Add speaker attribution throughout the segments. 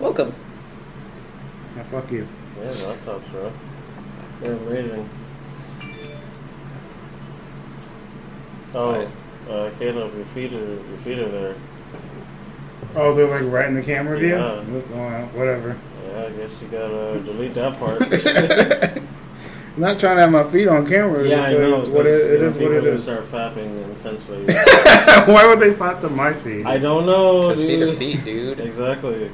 Speaker 1: Welcome.
Speaker 2: Now fuck you.
Speaker 3: Yeah, laptops are up. They're amazing. Oh,
Speaker 1: Alright.
Speaker 3: uh, Caleb, your feet are your feet are there.
Speaker 2: Oh, they're like right in the camera view.
Speaker 3: Yeah.
Speaker 2: Look, oh, well, whatever.
Speaker 3: Yeah, I guess you gotta delete that part.
Speaker 2: I'm not trying to have my feet on camera.
Speaker 3: yeah, I
Speaker 2: It's-
Speaker 3: know.
Speaker 2: It's what
Speaker 3: 'cause,
Speaker 2: it, it
Speaker 3: you know,
Speaker 2: is. What
Speaker 3: people
Speaker 2: it
Speaker 3: are gonna
Speaker 2: is.
Speaker 3: Start flapping intensely.
Speaker 2: Why would they pop to my feet?
Speaker 3: I don't know,
Speaker 1: Because
Speaker 3: dude.
Speaker 1: feet are feet, dude.
Speaker 3: Exactly.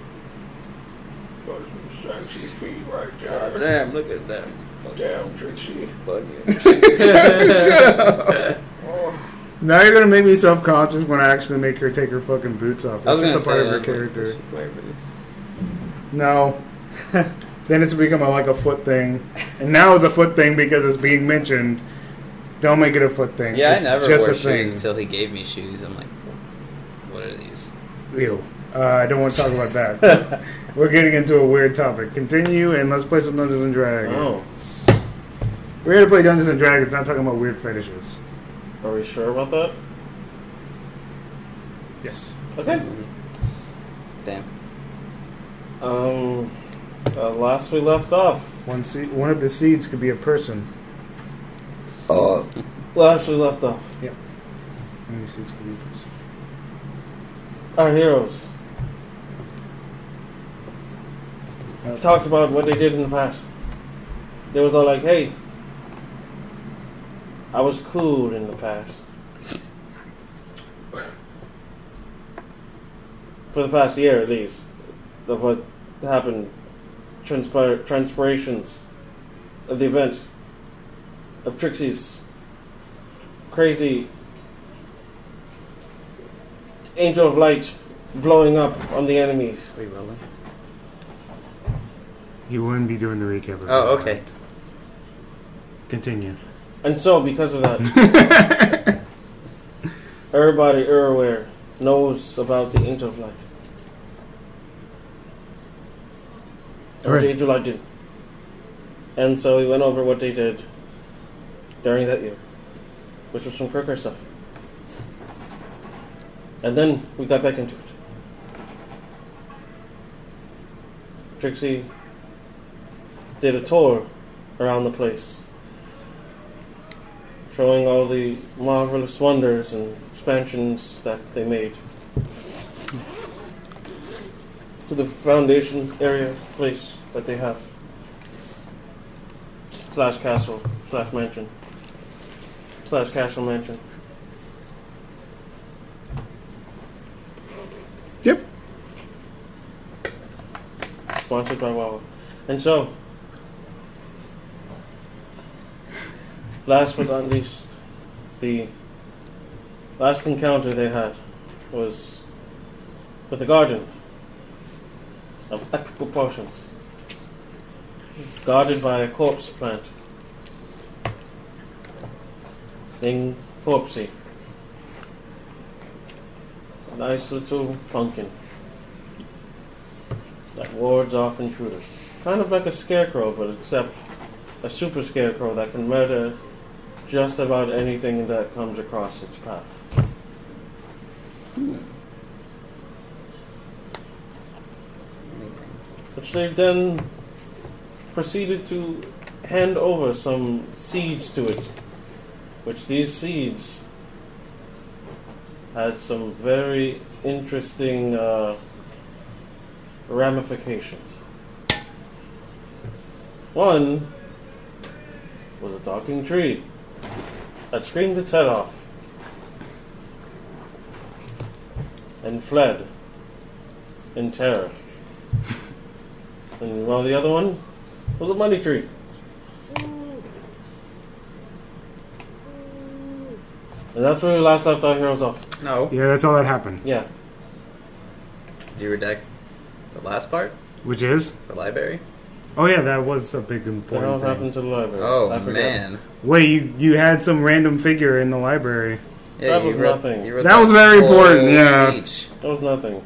Speaker 4: Got some sexy feet right
Speaker 1: God
Speaker 4: there.
Speaker 1: damn, look at them.
Speaker 4: Damn, Trixie.
Speaker 1: Fucking
Speaker 2: Now you're gonna make me self-conscious when I actually make her take her fucking boots off.
Speaker 1: I
Speaker 2: That's
Speaker 1: was gonna
Speaker 2: just a
Speaker 1: say,
Speaker 2: part of
Speaker 1: I
Speaker 2: her
Speaker 1: was like,
Speaker 2: character.
Speaker 1: whatever this.
Speaker 2: No. then it's become a, like a foot thing, and now it's a foot thing because it's being mentioned. Don't make it a foot thing.
Speaker 1: Yeah,
Speaker 2: It's
Speaker 1: I never
Speaker 2: just
Speaker 1: wore
Speaker 2: a thing.
Speaker 1: shoes until he gave me shoes. I'm like, what are these?
Speaker 2: Ew. Uh, I don't want to talk about that. We're getting into a weird topic. Continue and let's play some Dungeons and Dragons.
Speaker 3: Oh,
Speaker 2: We're here to play Dungeons and Dragons, not talking about weird fetishes.
Speaker 3: are we sure about that?
Speaker 2: Yes.
Speaker 3: Okay.
Speaker 1: Damn.
Speaker 3: Um, uh, last we left off.
Speaker 2: One se- one of the seeds could be a person.
Speaker 1: Oh,
Speaker 3: Last we left off.
Speaker 2: One of the seeds could be a person.
Speaker 3: Our heroes
Speaker 2: Uh,
Speaker 3: talked about what they did in the past. They was all like, "Hey, I was cool in the past. For the past year, at least, of what happened, transpir- transpirations of the event of Trixie's crazy angel of light blowing up on the enemies."
Speaker 1: Are you rolling?
Speaker 2: He wouldn't be doing the recap. of
Speaker 1: Oh,
Speaker 2: it.
Speaker 1: okay.
Speaker 2: Continue.
Speaker 3: And so, because of that, everybody everywhere knows about the Angel of Light. And What
Speaker 2: Alright.
Speaker 3: the Angel of Light did. And so we went over what they did during that year, which was some Kirker stuff. And then we got back into it. Trixie did a tour around the place showing all the marvelous wonders and expansions that they made to the foundation area place that they have slash castle slash mansion slash castle mansion
Speaker 2: Yep.
Speaker 3: sponsored by Wawa and so last but not least the last encounter they had was with the garden of epic proportions, guarded by a corpse plant named Corpsey. A nice little pumpkin that wards off intruders. Kind of like a scarecrow, but except a super scarecrow that can murder just about anything that comes across its path. Which they then proceeded to hand over some seeds to it, which these seeds had some very interesting uh, ramifications. One was a talking tree that screamed its head off and fled in terror. And well, the other one was a money tree. And that's where we last left our heroes off.
Speaker 1: No.
Speaker 2: Yeah, that's all that happened.
Speaker 3: Yeah.
Speaker 1: Did you redact the last part?
Speaker 2: Which is?
Speaker 1: The library?
Speaker 2: Oh yeah, that was a big
Speaker 3: What else
Speaker 2: important thing.
Speaker 3: happened to the library?
Speaker 1: Oh,
Speaker 3: I forgot.
Speaker 1: man.
Speaker 2: Wait, you you had some random figure in the library.
Speaker 1: Yeah,
Speaker 3: That
Speaker 1: you
Speaker 3: was
Speaker 1: wrote-
Speaker 3: nothing.
Speaker 1: you wrote
Speaker 2: That was very
Speaker 1: whole
Speaker 2: important, yeah.
Speaker 1: speech.
Speaker 3: That was nothing.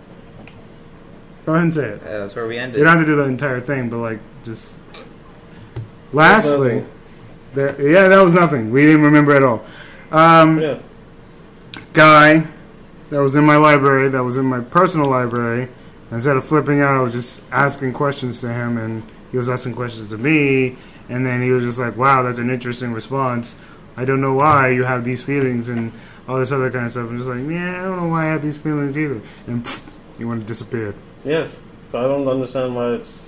Speaker 2: Go ahead and say it.
Speaker 1: Yeah, that's where we ended.
Speaker 2: You don't have to do the entire thing, but like just. Lastly,
Speaker 3: Nothing.
Speaker 2: there, yeah, that was nothing. We didn't remember at all. Um,
Speaker 3: Yeah.
Speaker 2: guy that was in my library, that was in my personal library, Instead of flipping out, I was just asking questions to him, and he was asking questions to me. And then he was just like, "Wow, that's an interesting response. I don't know why you have these feelings and all this other kind of stuff." I'm just like, "Yeah, I don't know why I have these feelings either." And pfft, he went and disappeared.
Speaker 3: Yes, but I don't understand why it's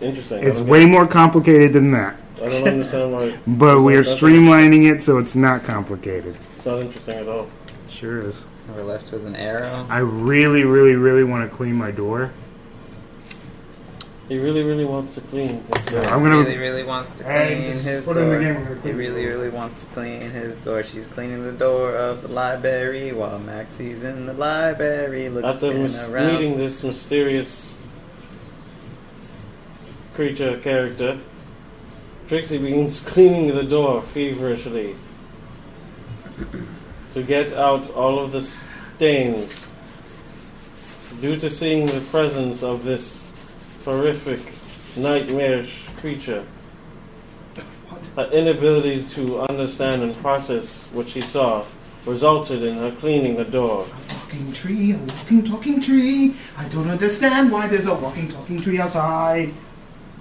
Speaker 3: interesting.
Speaker 2: It's
Speaker 3: I don't
Speaker 2: way more complicated than that,
Speaker 3: Get, I don't understand why
Speaker 2: but we are
Speaker 3: That's-
Speaker 2: streamlining it so it's not complicated.
Speaker 3: it's not interesting at all.
Speaker 2: Sure is.
Speaker 1: We're left with an arrow.
Speaker 2: I really, really, really want to clean my door.
Speaker 3: He really, really wants to clean. uh, This
Speaker 2: Yeah,
Speaker 3: guy.
Speaker 2: I'm
Speaker 1: He
Speaker 2: gonna.
Speaker 1: really, really wants to
Speaker 2: Hey,
Speaker 1: clean
Speaker 2: just
Speaker 1: his
Speaker 2: put it in the
Speaker 1: door.
Speaker 2: game, I'm gonna
Speaker 1: He
Speaker 2: clean
Speaker 1: really,
Speaker 2: it.
Speaker 1: really wants to clean his door. She's cleaning the door of the library while Maxie's in the library
Speaker 3: After
Speaker 1: looking
Speaker 3: mis-
Speaker 1: around.
Speaker 3: meeting this mysterious creature character, Trixie begins cleaning the door feverishly to get out all of the stains due to seeing the presence of this horrific, nightmarish creature. Her inability to understand and process what she saw resulted in her cleaning the door.
Speaker 5: A walking tree, a walking talking tree. I don't understand why there's a walking talking tree outside.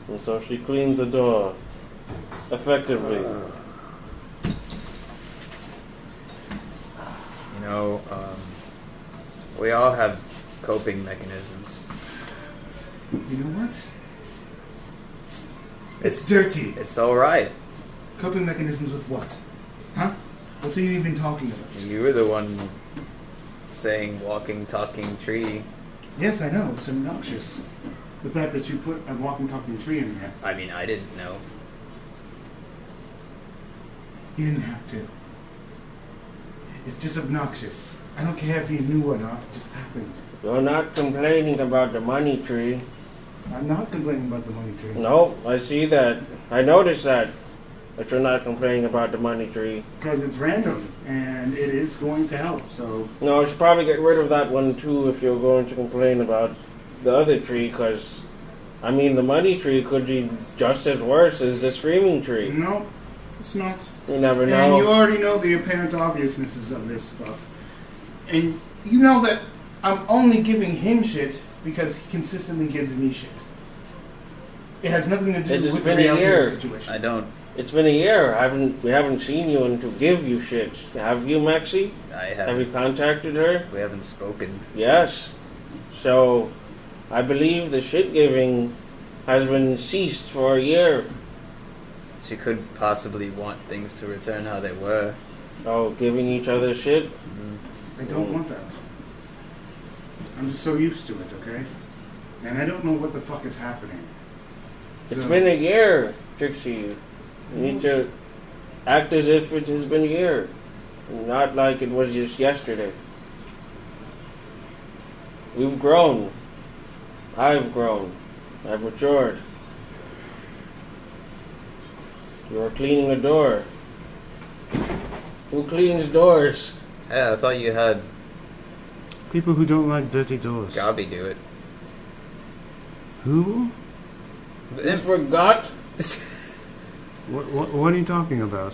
Speaker 3: And so she cleans the door effectively.
Speaker 1: You know, um, we all have coping mechanisms.
Speaker 5: You know what? It's dirty.
Speaker 1: It's all right.
Speaker 5: Coping mechanisms with what? Huh? What are you even talking about?
Speaker 1: You were the one saying walking, talking tree.
Speaker 5: Yes, I know. It's obnoxious. The fact that you put a walking talking tree in there.
Speaker 1: I mean, I didn't know.
Speaker 5: You didn't have to. It's just obnoxious. I don't care if you knew or not. It just happened.
Speaker 3: You're not complaining about the money tree.
Speaker 5: I'm not complaining about the money tree.
Speaker 3: No, I see that. I noticed that. But you're not complaining about the money tree.
Speaker 5: Because it's random and it is going to help. So
Speaker 3: No, I should probably get rid of that one too if you're going to complain about the other tree, because, I mean, the money tree could be just as worse as the screaming tree.
Speaker 5: no, it's not.
Speaker 3: You never
Speaker 5: And you
Speaker 3: know.
Speaker 5: already know the apparent obviousnesses of this stuff. And you know that I'm only giving him shit because he consistently gives me shit. It has nothing to do
Speaker 3: It has
Speaker 5: with the
Speaker 3: been a
Speaker 5: reality
Speaker 3: year.
Speaker 5: of the situation.
Speaker 1: I don't.
Speaker 3: It's been a year. I haven't we haven't seen you and to give you shit. Have you, Maxie?
Speaker 1: I
Speaker 3: Have
Speaker 1: have.
Speaker 3: you contacted her?
Speaker 1: We haven't spoken.
Speaker 3: Yes. So, I believe the shit giving has been ceased for a year.
Speaker 1: She could possibly want things to return how they were.
Speaker 3: Oh, giving each other shit?
Speaker 5: I don't want that. I'm just so used to it, okay? And I don't know what the fuck is happening.
Speaker 3: It's
Speaker 5: So-
Speaker 3: been a year, Trixie. You need to act as if it has been a year, not like it was just yesterday. We've grown. I've grown. I've matured. You're cleaning a door. Who cleans doors?
Speaker 1: Yeah, I thought you had
Speaker 2: People who don't like dirty doors.
Speaker 1: Gobby do it.
Speaker 2: Who?
Speaker 3: You forgot?
Speaker 2: What, what, what are you talking about?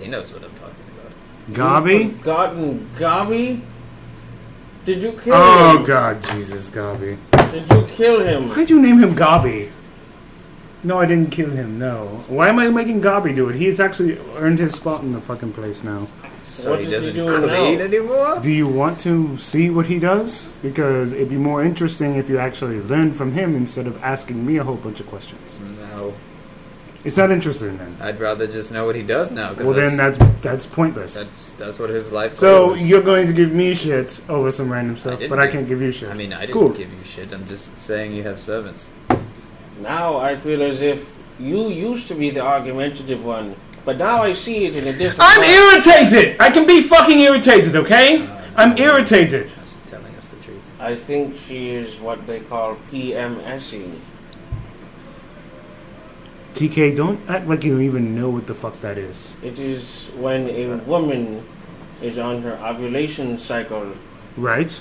Speaker 1: He knows what I'm talking about.
Speaker 3: You
Speaker 2: Gabi?
Speaker 3: forgotten Gabi? Did you kill
Speaker 2: Oh
Speaker 3: him?
Speaker 2: God, Jesus, Gabi!
Speaker 3: Did you kill him?
Speaker 2: Why'd you name him Gabi? No, I didn't kill him. No. Why am I making Gabi do it? He's actually earned his spot in the fucking place now.
Speaker 1: So
Speaker 3: What
Speaker 1: he
Speaker 3: is he
Speaker 1: doesn't
Speaker 3: doing
Speaker 1: clean
Speaker 3: now?
Speaker 1: anymore?
Speaker 2: Do you want to see what he does? Because it'd be more interesting if you actually learned from him instead of asking me a whole bunch of questions.
Speaker 1: No.
Speaker 2: It's not interesting then.
Speaker 1: I'd rather just know what he does now. 'cause
Speaker 2: Well, then that's that's pointless.
Speaker 1: that's that's what his life.
Speaker 2: so
Speaker 1: goal is.
Speaker 2: you're going to give me shit over some random stuff,
Speaker 1: didn't
Speaker 2: but I
Speaker 1: give-
Speaker 2: can't give you shit.
Speaker 1: I mean, I didn't
Speaker 2: Cool.
Speaker 1: give you shit. I'm just saying you have servants.
Speaker 3: Now I feel as if you used to be the argumentative one, but now I see it in a different
Speaker 2: I'm
Speaker 3: light.
Speaker 2: irritated. I can be fucking irritated, okay? I'm irritated.
Speaker 1: She's telling us the truth.
Speaker 3: I think she is what they call PMSing.
Speaker 2: TK, don't act like you even know what the fuck that is.
Speaker 3: It is when a woman is on her ovulation cycle
Speaker 2: Right?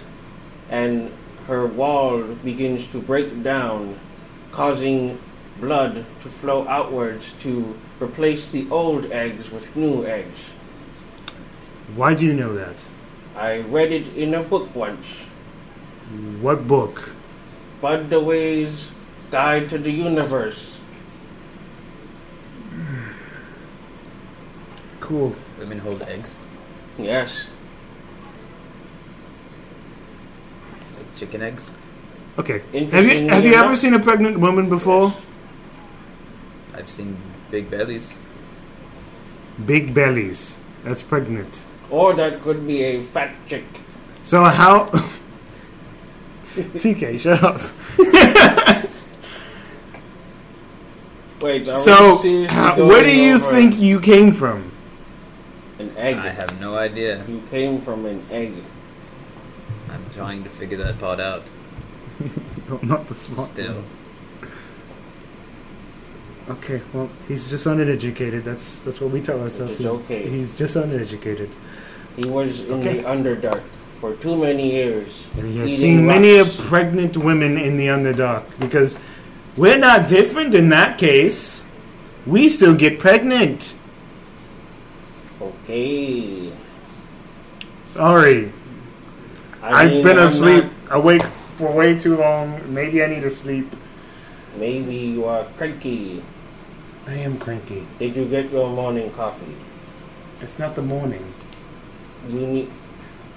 Speaker 3: and her wall begins to break down, causing blood to flow outwards to replace the old eggs with new eggs.
Speaker 2: Why do you know that?
Speaker 3: I read it in a book once.
Speaker 2: What book?
Speaker 3: Budway's Guide to the Universe.
Speaker 2: Cool.
Speaker 1: Women hold eggs.
Speaker 3: Yes.
Speaker 1: Like chicken eggs.
Speaker 2: Okay. Have
Speaker 3: Interestingly
Speaker 2: you have you
Speaker 3: enough-
Speaker 2: ever seen a pregnant woman before?
Speaker 1: I've seen big bellies.
Speaker 2: Big bellies. That's pregnant.
Speaker 3: Or that could be a fat chick.
Speaker 2: So how? TK, shut up.
Speaker 3: Wait, are we
Speaker 2: So,
Speaker 3: seriously
Speaker 2: how-
Speaker 3: going
Speaker 2: where do you
Speaker 3: over
Speaker 2: think you came from?
Speaker 3: an egg?
Speaker 1: I have no idea.
Speaker 3: You came from an egg.
Speaker 1: I'm trying to figure that part out
Speaker 2: Oh, not the smart.
Speaker 1: still.
Speaker 2: Okay, well, he's just uneducated. That's that's what we tell ourselves.
Speaker 3: is
Speaker 2: He's,
Speaker 3: okay.
Speaker 2: he's just uneducated,
Speaker 3: He was in
Speaker 2: Okay.
Speaker 3: the underdark for too many years.
Speaker 2: and he has
Speaker 3: eating
Speaker 2: seen many
Speaker 3: rocks.
Speaker 2: of pregnant women in the underdark. Because we're not different in that case. We still get pregnant.
Speaker 3: Okay.
Speaker 2: Sorry,
Speaker 3: I
Speaker 2: I've
Speaker 3: mean,
Speaker 2: been
Speaker 3: I'm
Speaker 2: asleep,
Speaker 3: not-
Speaker 2: awake for way too long. Maybe I need to sleep.
Speaker 3: maybe you are cranky.
Speaker 2: I am cranky.
Speaker 3: Did you get your morning coffee?
Speaker 2: It's not the morning.
Speaker 3: You need.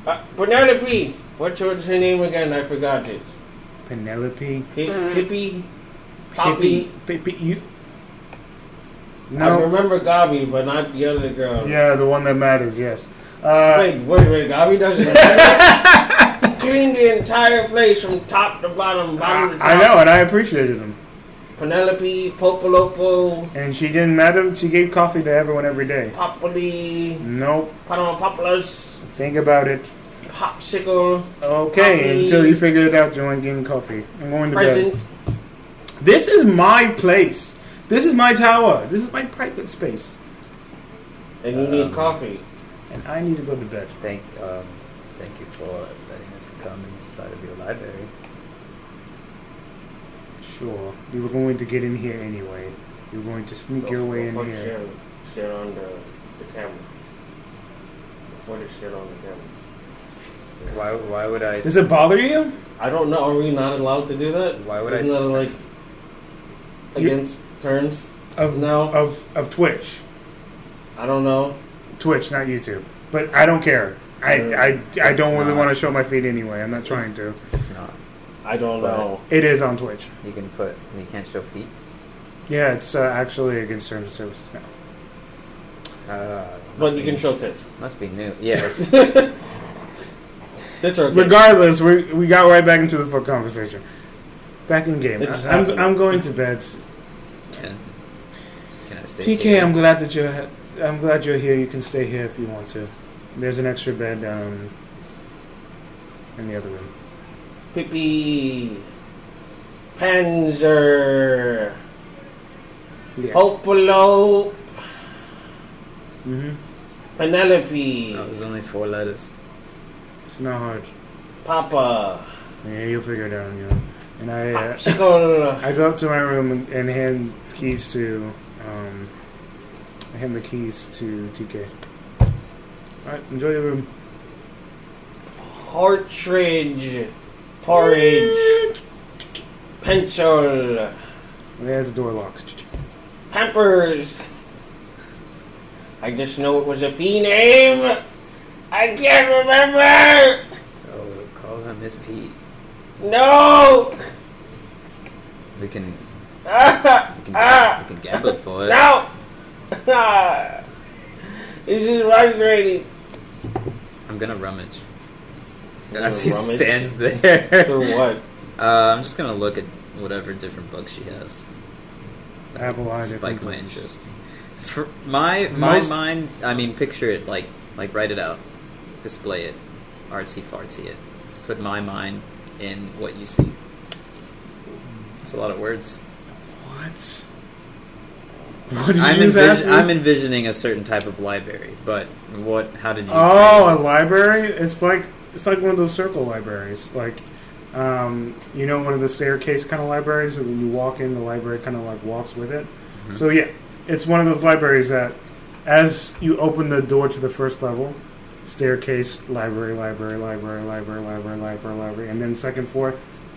Speaker 3: Uh, Penelope! What's her, her name again? I forgot it.
Speaker 2: Penelope.
Speaker 3: Hi- Hippie? Poppy?
Speaker 2: Pippi, you.
Speaker 3: I
Speaker 2: No.
Speaker 3: remember Gabi, but not the other girl.
Speaker 2: Yeah, the one that matters. Yes. Uh,
Speaker 3: Wait, wait, wait. Gabi doesn't. He cleaned the entire place from top to bottom, bottom to top.
Speaker 2: I know, and I appreciated him.
Speaker 3: Penelope, Popolopo,
Speaker 2: And she didn't matter. She gave coffee to everyone every day.
Speaker 3: Popoli,
Speaker 2: Nope.
Speaker 3: Panopopolis,
Speaker 2: Think about it.
Speaker 3: Popsicle,
Speaker 2: Okay,
Speaker 3: Coffee.
Speaker 2: until you figure it out, Join getting coffee. I'm going to
Speaker 3: Present.
Speaker 2: bed. This is my place. This is my tower. This is my private space.
Speaker 3: And you need
Speaker 1: Um,
Speaker 3: coffee.
Speaker 2: And I need to go to bed.
Speaker 1: Thank, um, thank you for letting us come inside of your library.
Speaker 2: Sure. You were going to get in here anyway. You were going to sneak your way in
Speaker 3: Before
Speaker 2: here.
Speaker 3: share- share on the, the camera. Before they share on the camera.
Speaker 1: Why? Why would I?
Speaker 2: Does it bother you?
Speaker 3: I don't know. Are we not allowed to do that?
Speaker 1: Why would I
Speaker 3: Isn't that
Speaker 1: s-
Speaker 3: like
Speaker 2: You-
Speaker 3: against terms?
Speaker 2: Of
Speaker 3: No.
Speaker 2: Of of Twitch,
Speaker 3: I don't know.
Speaker 2: Twitch, not YouTube. But I don't care. I
Speaker 3: Uh,
Speaker 2: I, I
Speaker 1: it's
Speaker 2: don't really
Speaker 1: not.
Speaker 2: want to show my feet anyway. I'm not trying to.
Speaker 1: It's not.
Speaker 3: I don't
Speaker 1: Right.
Speaker 3: know.
Speaker 2: It is on Twitch.
Speaker 1: You can put. You can't show feet.
Speaker 2: Yeah, it's uh, actually against terms of services now.
Speaker 1: Uh,
Speaker 3: But you can show tits.
Speaker 1: Must be new. Yeah.
Speaker 3: Tits are okay.
Speaker 2: Regardless, we we got right back into the full conversation. Back in game.
Speaker 3: It just
Speaker 2: I, am
Speaker 3: happened.
Speaker 2: I'm going to bed.
Speaker 1: can, can I stay?
Speaker 2: TK,
Speaker 1: here?
Speaker 2: I'm glad that you're I'm glad you're here. You can stay here if you want to. There's an extra bed um in the other room.
Speaker 3: Pippi. Panzer.
Speaker 2: Yeah.
Speaker 3: Oh. Popolo.
Speaker 2: hmm
Speaker 3: Penelope.
Speaker 1: No, there's only four letters.
Speaker 2: It's not hard.
Speaker 3: Papa.
Speaker 2: Yeah, you'll figure it out on your own. And I, uh,
Speaker 3: Ah. Popsicle.
Speaker 2: I go up to my room and, and hand keys to, um, I hand the keys to TK. All right, enjoy your room.
Speaker 3: Partridge. Porridge. Pencil.
Speaker 2: There's the door locked.
Speaker 3: Peppers. I just know it was a P name. I can't remember.
Speaker 1: So call her Miss P.
Speaker 3: No.
Speaker 1: We can.
Speaker 3: Ah,
Speaker 1: We can,
Speaker 3: ah,
Speaker 1: we can gamble for it.
Speaker 3: no. this is frustrating.
Speaker 1: I'm gonna rummage. I'm
Speaker 3: Gonna
Speaker 1: gonna see
Speaker 3: rummage?
Speaker 1: stands there.
Speaker 3: For what?
Speaker 1: Uh, I'm just gonna look at whatever different books she has.
Speaker 2: I have a lot of
Speaker 1: Spike
Speaker 2: different
Speaker 1: my
Speaker 2: books.
Speaker 1: interest. For my my
Speaker 2: Most-
Speaker 1: mind, I mean, picture it like like write it out, display it, artsy fartsy it. Put my mind in what you see. It's a lot of words.
Speaker 2: What? What did
Speaker 1: I'm,
Speaker 2: you just ask
Speaker 1: envis-
Speaker 2: me?
Speaker 1: I'm envisioning a certain type of library, but what? How did you?
Speaker 2: Oh, a library? It's like it's like one of those circle libraries, like um, you know, one of the staircase kind of libraries. And when you walk in, the library kind of like walks with it.
Speaker 1: Mhm.
Speaker 2: So yeah, it's one of those libraries that, as you open the door to the first level, staircase, library, library, library, library, library, library, library, and then second floor,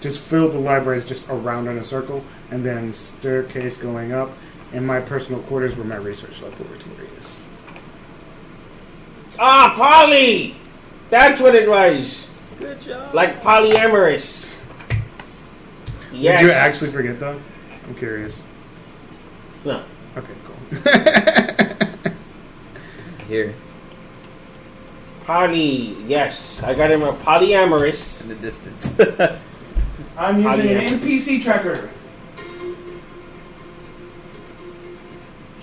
Speaker 2: just filled with libraries just around in a circle, and then staircase going up, and my personal quarters where my research laboratory is.
Speaker 3: Ah, Polly! That's what it was!
Speaker 1: Good job.
Speaker 3: Like polyamorous. Yes.
Speaker 2: Did you actually forget though? I'm curious.
Speaker 3: No.
Speaker 2: Okay, cool.
Speaker 1: Here,
Speaker 3: Poly, yes. I got him a polyamorous.
Speaker 1: in the distance.
Speaker 5: I'm using
Speaker 3: Audio.
Speaker 5: an NPC tracker.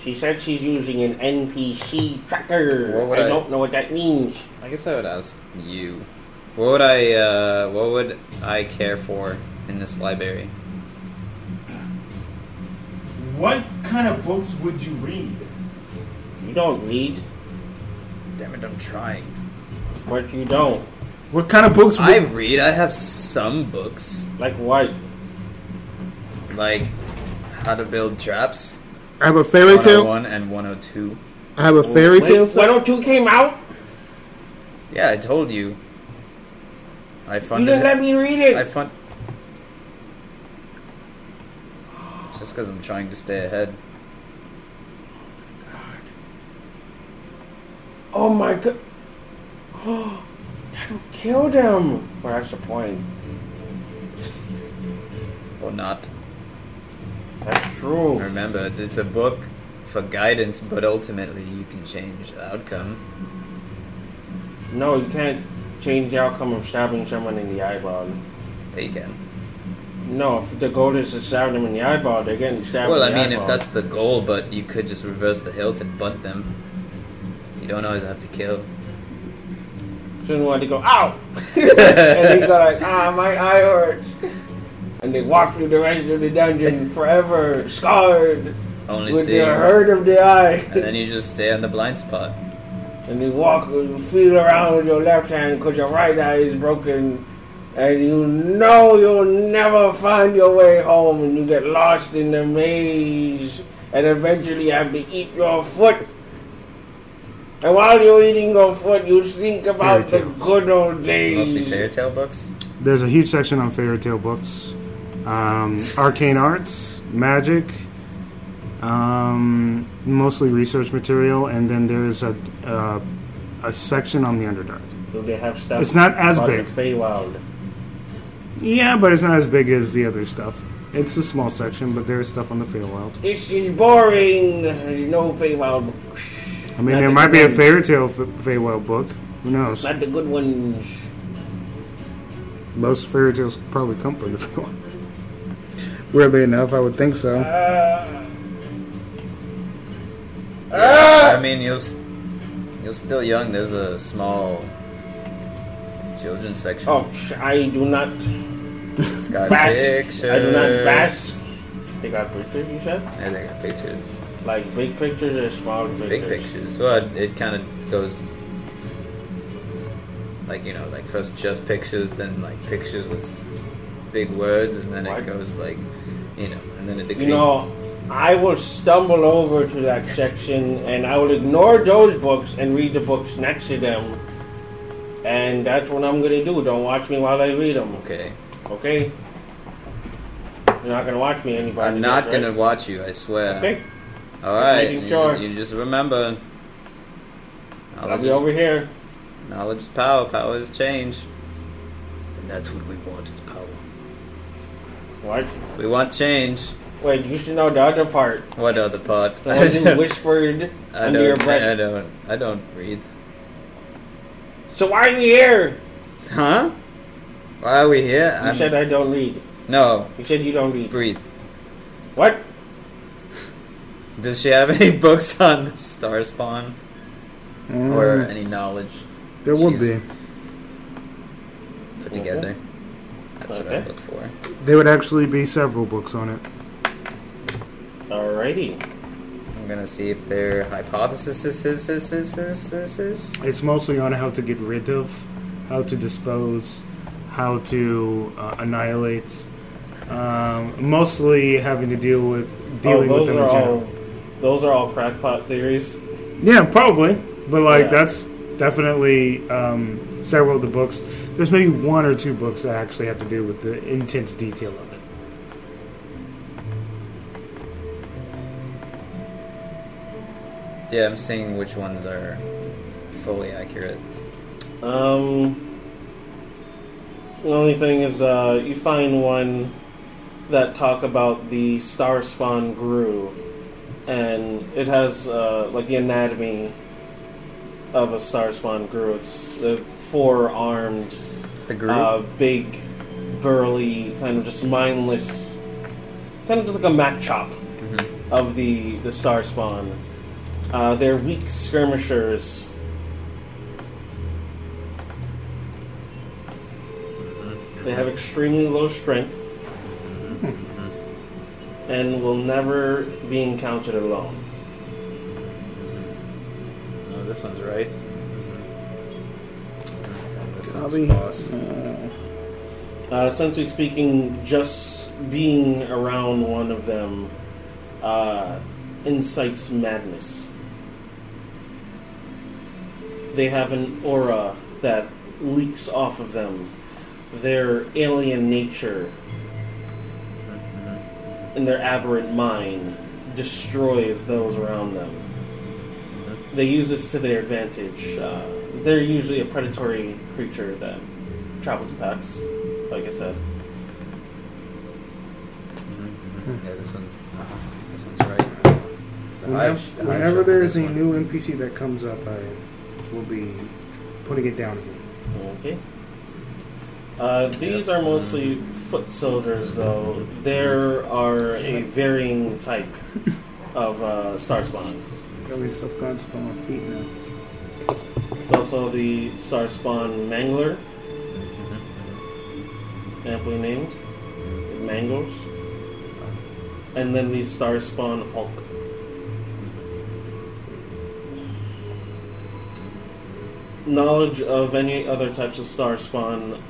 Speaker 3: She said she's using an NPC tracker.
Speaker 1: What would
Speaker 3: I,
Speaker 1: I-
Speaker 3: don't know what that means.
Speaker 1: I guess I would ask you, what would I, uh, what would I care for in this library?
Speaker 5: What kind of books would you read?
Speaker 3: You don't read,
Speaker 1: Damn it, I'm trying.
Speaker 3: but you don't.
Speaker 2: What kind of books? Would,
Speaker 1: I read. I have some books,
Speaker 3: Like what?
Speaker 1: like How to Build Traps,
Speaker 2: I have a fairy tale.
Speaker 1: 101 and 102.
Speaker 2: I have a fairy
Speaker 3: Wait,
Speaker 2: tale. set.
Speaker 3: 102 came out?
Speaker 1: Yeah, I told you. I
Speaker 3: You
Speaker 1: funded.
Speaker 3: didn't let me read it.
Speaker 1: I fund. It's just because I'm trying to stay ahead.
Speaker 3: Oh my god. That'll kill them. Well, that's the point.
Speaker 1: Or not.
Speaker 3: That's true.
Speaker 1: Remember, it's a book for guidance, but ultimately you can change the outcome.
Speaker 3: No, you can't change the outcome of stabbing someone in the eyeball.
Speaker 1: They can.
Speaker 3: No, if the goal is to stab them in the eyeball, they're getting stabbed
Speaker 1: Well, I
Speaker 3: in the
Speaker 1: mean, if
Speaker 3: eyeball.
Speaker 1: that's the goal, but you could just reverse the hilt and bunt them. You don't always have to kill.
Speaker 3: Soon one, they go, ow! and they go like, ah, my eye hurts. And they walk through the rest of the dungeon forever, scarred
Speaker 1: Only
Speaker 3: with
Speaker 1: see.
Speaker 3: the hurt of the eye.
Speaker 1: And then you just stay on the blind spot.
Speaker 3: and you walk, you feel around with your left hand because your right eye is broken, and you know you'll never find your way home, and you get lost in the maze, and eventually have to eat your foot. And while you're eating your foot, you think about the
Speaker 2: Fairy tales.
Speaker 3: good old
Speaker 1: Mostly
Speaker 3: days.
Speaker 1: fairy tale books.
Speaker 2: There's a huge section on fairy tale books, um, arcane arts, magic, um, mostly research material, and then there's a uh, a section on the Underdark.
Speaker 3: Do they have stuff?
Speaker 2: It's not as
Speaker 3: about
Speaker 2: big.
Speaker 3: The Feywild.
Speaker 2: Yeah, but it's not as big as the other stuff. It's a small section, but there is stuff on the Feywild.
Speaker 3: This is boring. There's no Feywild. books.
Speaker 2: I mean,
Speaker 3: Not
Speaker 2: there
Speaker 3: the
Speaker 2: might
Speaker 3: good
Speaker 2: be a
Speaker 3: ones.
Speaker 2: fairy tale f- Feywild book. Who knows?
Speaker 3: Not the good ones.
Speaker 2: Most fairy tales probably come from the Feywild. Weirdly enough, I would think so.
Speaker 3: Ah.
Speaker 1: I mean, you're s- you're still young. There's a small children's section.
Speaker 3: Oh, I do not
Speaker 1: it's got
Speaker 3: bask.
Speaker 1: pictures.
Speaker 3: I do not bask. They got pictures, you said?
Speaker 1: Yeah, they got pictures.
Speaker 3: Like big pictures or small pictures?
Speaker 1: Big pictures. Well, it kind of goes like you know, like first just pictures, then like pictures with big words, and then
Speaker 3: What?
Speaker 1: it goes like you know, and then it
Speaker 3: You
Speaker 1: decreases.
Speaker 3: know, I will stumble over to that section and I will ignore those books and read the books next to them. And that's what I'm going to do. Don't watch me while I read them,
Speaker 1: okay,
Speaker 3: okay? You're not going to watch me, anybody.
Speaker 1: I'm not
Speaker 3: right?
Speaker 1: gonna watch you. I swear.
Speaker 3: Okay,
Speaker 1: All right.
Speaker 3: Making
Speaker 1: You,
Speaker 3: sure.
Speaker 1: just, you just remember.
Speaker 3: I'll
Speaker 1: Knowledge,
Speaker 3: be over here.
Speaker 1: is- knowledge is power. Power is change. And that's what we want is power.
Speaker 3: What?
Speaker 1: We want change.
Speaker 3: Wait, you should know the other part.
Speaker 1: What other part?
Speaker 3: The one you whispered
Speaker 1: I
Speaker 3: under your
Speaker 1: don't. I
Speaker 3: breath.
Speaker 1: don't. I don't breathe.
Speaker 3: So why are you here?
Speaker 1: Huh? Why are we here?
Speaker 3: You said I don't read.
Speaker 1: no,
Speaker 3: You said you don't read.
Speaker 1: breathe.
Speaker 3: What?
Speaker 1: Does she have any books on the star spawn or any knowledge
Speaker 2: Um, there would
Speaker 1: Jeez.
Speaker 2: be.
Speaker 1: put together? That's what I
Speaker 3: Okay.
Speaker 1: look for.
Speaker 2: There would actually be several books on it.
Speaker 3: Alrighty.
Speaker 1: I'm gonna see if their hypothesis is is is is is is. is.
Speaker 2: It's mostly on how to get rid of, how to dispose, how to uh, annihilate. Um, mostly having to deal with dealing
Speaker 3: oh,
Speaker 2: with
Speaker 3: those
Speaker 2: them in
Speaker 3: are
Speaker 2: general.
Speaker 3: all those are all crackpot theories.
Speaker 2: Yeah, probably. But like
Speaker 3: Yeah.
Speaker 2: that's definitely um, several of the books. There's maybe one or two books that actually have to do with the intense detail of it.
Speaker 1: Yeah, I'm seeing which ones are fully accurate.
Speaker 3: Um, the only thing is, uh, you find one that talk about the star spawn grew, and it has uh, like the anatomy of a star spawn grew. It's uh, the four armed,
Speaker 1: The group.
Speaker 3: uh, big, burly, kind of just mindless, kind of just like a Mac chop
Speaker 1: Mhm.
Speaker 3: of the the star spawn. Uh, they're weak skirmishers. They have extremely low strength and will never be encountered alone.
Speaker 1: Oh, this one's right. And This one's
Speaker 6: Copy.
Speaker 1: false.
Speaker 6: Uh,
Speaker 3: Uh, essentially speaking, just being around one of them uh, incites madness. They have an aura that leaks off of them, their alien nature, and their aberrant mind destroys those around them. They use this to their advantage. Uh, they're usually a predatory creature that travels in packs, like I said.
Speaker 1: Yeah, this one's this one's right. The eye-
Speaker 2: Whenever,
Speaker 1: the eye
Speaker 2: whenever
Speaker 1: shape
Speaker 2: there
Speaker 1: of
Speaker 2: is a
Speaker 1: this one.
Speaker 2: new NPC that comes up, I will be putting it down again.
Speaker 3: Okay. Uh, these are mostly foot soldiers, though. There are a varying type of uh, star spawn.
Speaker 2: I'm always self-conscious about my feet now.
Speaker 3: There's also the star spawn mangler, amply named. It mangles. And then the star spawn hulk. Knowledge of any other types of star spawn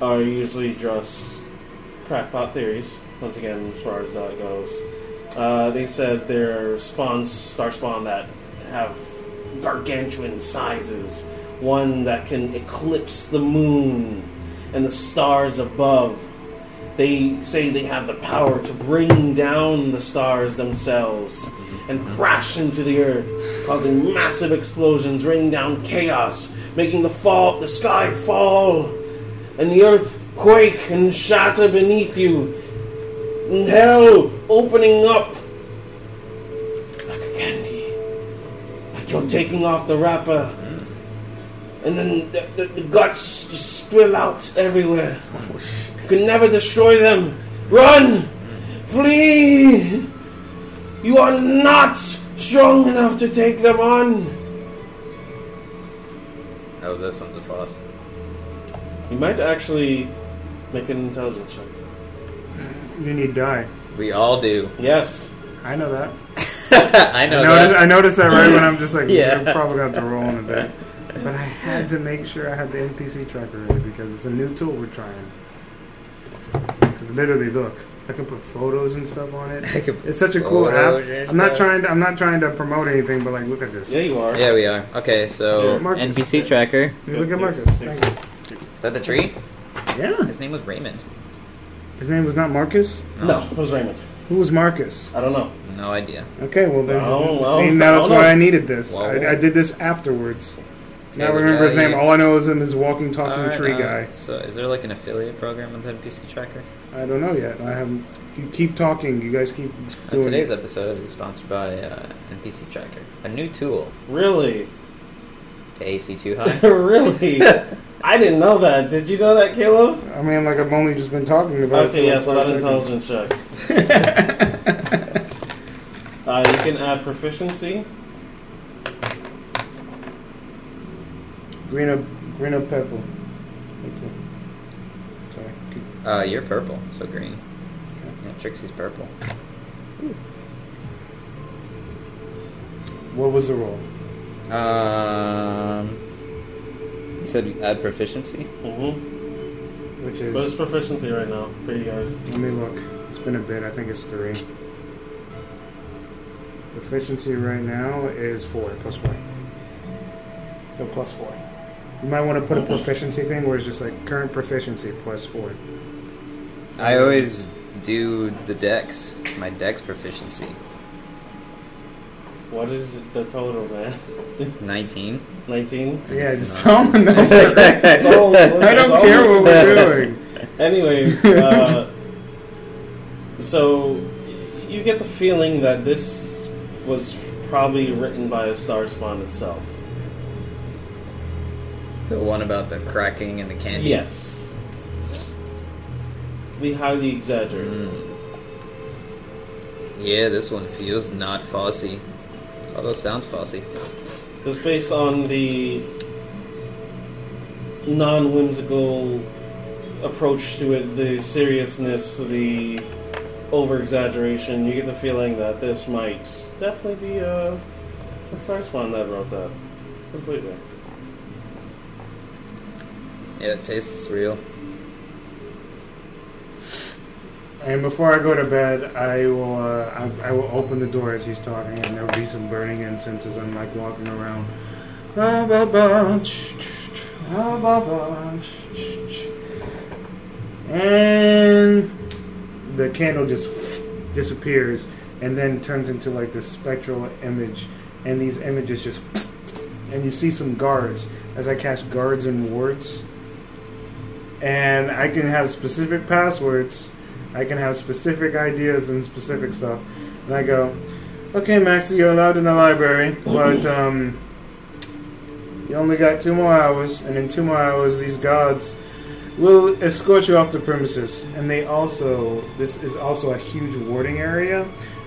Speaker 3: are usually just crackpot theories, once again, as far as that goes. Uh, they said their spawns, star spawn, that have gargantuan sizes, one that can eclipse the moon and the stars above. They say they have the power to bring down the stars themselves and crash into the earth, causing massive explosions, raining down chaos, making the fall, the sky fall, and the earth quake and shatter beneath you, and hell opening up like a candy. Like you're taking off the wrapper. And then the, the, the guts just spill out everywhere. You can never destroy them. Run! Flee! You are not strong enough to take them on.
Speaker 1: Oh, this one's a false.
Speaker 3: You might actually make an intelligence check.
Speaker 2: You need die.
Speaker 1: We all do.
Speaker 3: Yes.
Speaker 2: I know that.
Speaker 1: I know
Speaker 2: I noticed,
Speaker 1: that.
Speaker 2: I noticed that right when I'm just like,
Speaker 1: Yeah.
Speaker 2: yeah, I'm probably got to roll on a bit. But I had to make sure I had the NPC tracker ready because it's a new tool we're trying. 'Cause literally, look, I can put photos and stuff on it.
Speaker 1: could-
Speaker 2: It's such a cool app.
Speaker 1: Photos and
Speaker 2: I'm not
Speaker 1: stuff.
Speaker 2: trying. To, I'm not trying to promote anything, but like, look at this.
Speaker 3: Yeah, you are.
Speaker 1: Yeah, we are. Okay, so
Speaker 2: Yeah, Marcus.
Speaker 1: NPC tracker.
Speaker 2: You Look at Marcus. Thank you.
Speaker 1: Is that the tree?
Speaker 2: Yeah,
Speaker 1: His name was Raymond.
Speaker 2: his name was not Marcus.
Speaker 3: No, it was Raymond.
Speaker 2: Who was Marcus?
Speaker 3: I don't know.
Speaker 1: No idea.
Speaker 2: Okay, well then.
Speaker 3: No, no,
Speaker 2: see, now that's
Speaker 3: no, no.
Speaker 2: why I needed this.
Speaker 1: Well,
Speaker 2: I, I did this afterwards. Now I
Speaker 1: Okay,
Speaker 2: remember his
Speaker 1: well,
Speaker 2: name.
Speaker 1: you-
Speaker 2: All I know is him is walking, talking
Speaker 1: Alright,
Speaker 2: tree
Speaker 1: uh,
Speaker 2: guy.
Speaker 1: So, is there like an affiliate program with NPC tracker?
Speaker 2: I don't know yet. I haven't. You keep talking. You guys keep
Speaker 1: Uh,
Speaker 2: doing.
Speaker 1: today's episode is sponsored by uh, NPC tracker, a new tool
Speaker 3: Really?
Speaker 1: to AC too high.
Speaker 3: really? I didn't know that. Did you know that, Caleb?
Speaker 2: I mean, like I've only just been talking about.
Speaker 3: Okay,
Speaker 2: it for
Speaker 3: yeah,
Speaker 2: like
Speaker 3: so
Speaker 2: five
Speaker 3: that
Speaker 2: seconds.
Speaker 3: intelligence check. uh, you can add proficiency.
Speaker 2: Green up, green up, purple. Okay. Sorry. Keep-
Speaker 1: Uh, you're purple, so green. Yeah, Trixie's purple.
Speaker 2: What was the roll?
Speaker 1: Um, you said you add proficiency.
Speaker 3: Mm-hmm.
Speaker 2: Which
Speaker 3: What is
Speaker 2: is?
Speaker 3: proficiency right now for you guys?
Speaker 2: Let me look. It's been a bit. I think it's three. Proficiency right now is four plus four.
Speaker 6: So plus four. You might want to put a proficiency thing where it's just like current proficiency plus four.
Speaker 1: I always do the dex, my dex proficiency.
Speaker 3: What is the total, man?
Speaker 1: 19.
Speaker 3: 19?
Speaker 6: Yeah, just
Speaker 1: No.
Speaker 6: tell them the number. I don't care what we're doing.
Speaker 3: Anyways, uh, so y- you get the feeling that this was probably written by a star spawn itself.
Speaker 1: The one about the cracking and the candy.
Speaker 3: Yes. We highly exaggerate.
Speaker 1: Mm. Yeah, this one feels not fussy. Although sounds fussy.
Speaker 3: Just based on the non whimsical approach to it, the seriousness, the over exaggeration, you get the feeling that this might definitely be a, a Star Spawn that wrote that. Completely.
Speaker 1: Yeah, it tastes real.
Speaker 2: And before I go to bed, I will uh, I, I will open the door as he's talking, and there'll be some burning incense as I'm like walking around. Ah, ba, ba, ch, ch, ch, ah, ba, ba, ch, ch, ch. And the candle just disappears, and then turns into like this spectral image, and these images just and you see some guards as I cast guards and wards, and I can have specific passwords. I can have specific ideas and specific stuff. And I go, okay, Maxie, you're allowed in the library, but um, you only got two more hours, and in two more hours, these gods will escort you off the premises. And they also, this is also a huge warding area.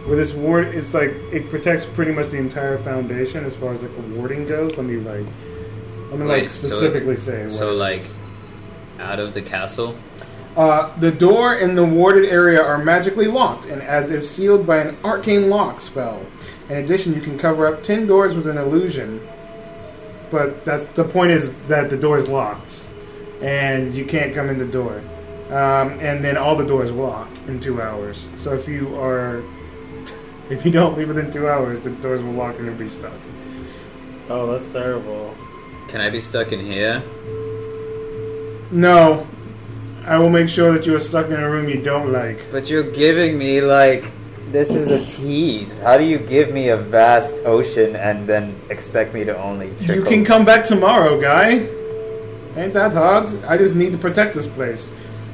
Speaker 2: Where this ward is like, it protects pretty much the entire foundation as far as like warding goes. Let me like, let me like
Speaker 1: Wait, so-
Speaker 2: specifically say. what
Speaker 1: So,
Speaker 2: it
Speaker 1: like,
Speaker 2: is.
Speaker 1: out of the castle?
Speaker 6: Uh, the door and the warded area are magically locked and as if sealed by an arcane lock spell. In addition, you can cover up 10 doors with an illusion.
Speaker 2: But that's the point is that the door is locked, and you can't come in the door. Um, and then all the doors lock in two hours. So if you are, if you don't leave within two hours, the doors will lock and you'll be stuck.
Speaker 3: Oh, that's terrible.
Speaker 1: Can I be stuck in here?
Speaker 2: No, I will make sure that you are stuck in a room you don't like.
Speaker 1: But you're giving me like this is a tease. How do you give me a vast ocean and then expect me to only trickle?
Speaker 6: You can come back tomorrow, guy. Ain't that hard? I just need to protect this place.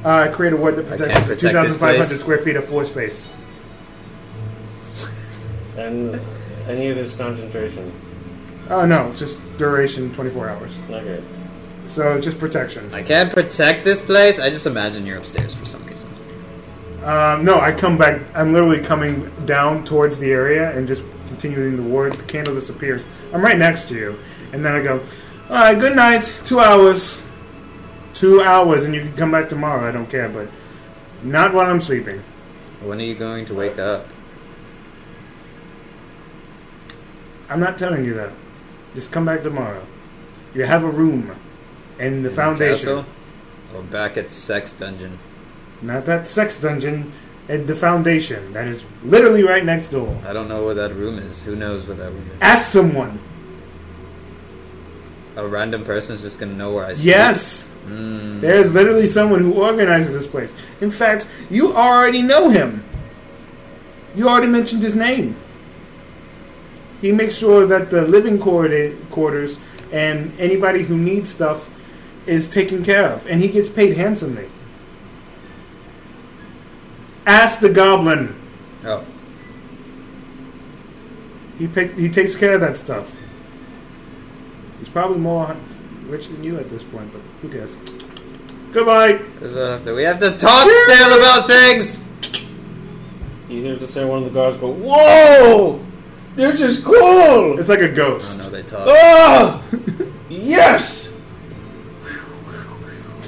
Speaker 6: Uh, I create a ward that protects
Speaker 1: can't protect this
Speaker 6: 2,500
Speaker 1: place.
Speaker 6: square feet of floor space.
Speaker 3: And any of this concentration.
Speaker 6: Oh no, it's just duration 24 hours.
Speaker 3: Okay.
Speaker 6: So it's just protection.
Speaker 1: I can't protect this place. I just imagine you're upstairs for some reason.
Speaker 6: Um, no, I come back. I'm literally coming down towards the area and just continuing the ward. The candle disappears. I'm right next to you, and then I go, "All right, good night. Two hours, two hours, and you can come back tomorrow. I don't care, but not while I'm sleeping.
Speaker 1: When are you going to wake up?
Speaker 6: I'm not telling you that. Just come back tomorrow. You have a room, and the
Speaker 1: In
Speaker 6: foundation.
Speaker 1: castle? Or back at sex dungeon?
Speaker 6: not that sex dungeon. And the foundation that is literally right next door.
Speaker 1: I don't know where that room is. Who knows where that room is?
Speaker 6: Ask someone.
Speaker 1: A random person is just gonna know where I sleep.
Speaker 6: Yes.
Speaker 1: Mm.
Speaker 6: There's literally someone who organizes this place. In fact, you already know him. You already mentioned his name. He makes sure that the living quarter- quarters and anybody who needs stuff is taken care of, and he gets paid handsomely. Ask the goblin.
Speaker 1: Oh,
Speaker 6: He pick, he takes care of that stuff. He's probably more rich than you at this point, but who cares? Goodbye.
Speaker 1: there's a, do we have to talk still about things.
Speaker 3: You hear just hear one of the guards go, Whoa! This is cool!
Speaker 6: It's like a
Speaker 1: Oh
Speaker 6: ghost.
Speaker 1: no, they talk.
Speaker 3: Ah! yes!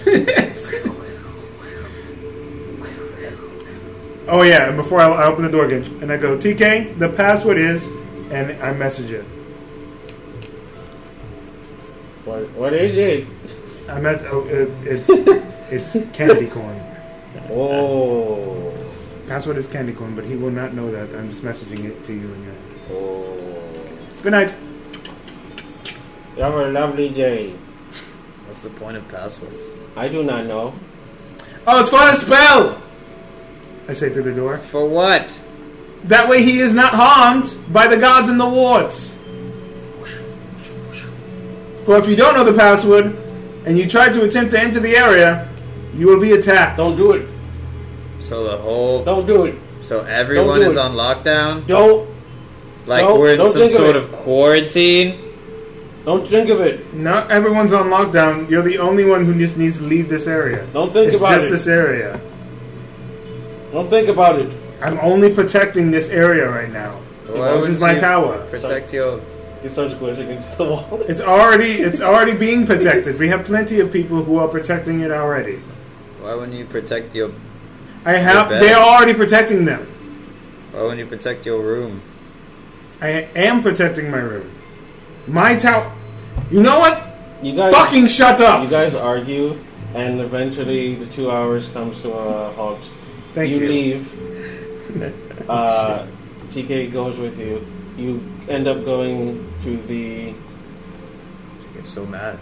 Speaker 6: Oh yeah, and before I, I open the door again, and I go, TK, the password is, and I message it.
Speaker 3: What, what is it?
Speaker 6: I mess. Oh, it, it's it's candy corn.
Speaker 3: Oh.
Speaker 6: Password is candy corn, but he will not know that. I'm just messaging it to you and your.
Speaker 3: Oh.
Speaker 6: Good night.
Speaker 3: You have a lovely day.
Speaker 1: What's the point of passwords?
Speaker 3: I do not know.
Speaker 2: Oh, it's for a spell! I say through the door.
Speaker 1: For what?
Speaker 2: That way he is not harmed by the gods in the wards. For if you don't know the password, and you try to attempt to enter the area, you will be attacked.
Speaker 3: Don't do it.
Speaker 1: So the whole.
Speaker 3: Don't do it.
Speaker 1: So everyone
Speaker 3: do
Speaker 1: is
Speaker 3: it.
Speaker 1: on lockdown?
Speaker 3: Don't.
Speaker 1: Like
Speaker 3: No,
Speaker 1: we're in
Speaker 3: don't
Speaker 1: some
Speaker 3: think of
Speaker 1: sort
Speaker 3: it.
Speaker 1: of quarantine?
Speaker 3: Don't think of it.
Speaker 2: Not everyone's on lockdown. You're the only one who just needs to leave this area.
Speaker 3: Don't think
Speaker 2: it's
Speaker 3: about
Speaker 2: just
Speaker 3: it.
Speaker 2: this area.
Speaker 3: Don't think about it.
Speaker 2: I'm only protecting this area right now.
Speaker 1: Why
Speaker 2: this is
Speaker 1: would
Speaker 2: my
Speaker 1: you
Speaker 2: tower.
Speaker 1: Protect your.
Speaker 3: He starts glitching against the wall.
Speaker 2: It's already it's already being protected. We have plenty of people who are protecting it already.
Speaker 1: Why wouldn't you protect your.
Speaker 2: I have
Speaker 1: bad.
Speaker 2: they are already protecting them.
Speaker 1: Why wouldn't you protect your room?
Speaker 2: I am protecting my room. My tower. You know what?
Speaker 3: You guys.
Speaker 2: Fucking shut up.
Speaker 3: You guys argue, and eventually the two hours comes to a halt.
Speaker 2: Thank you.
Speaker 3: leave. uh, TK goes with you. You end up going to the
Speaker 1: You get so mad.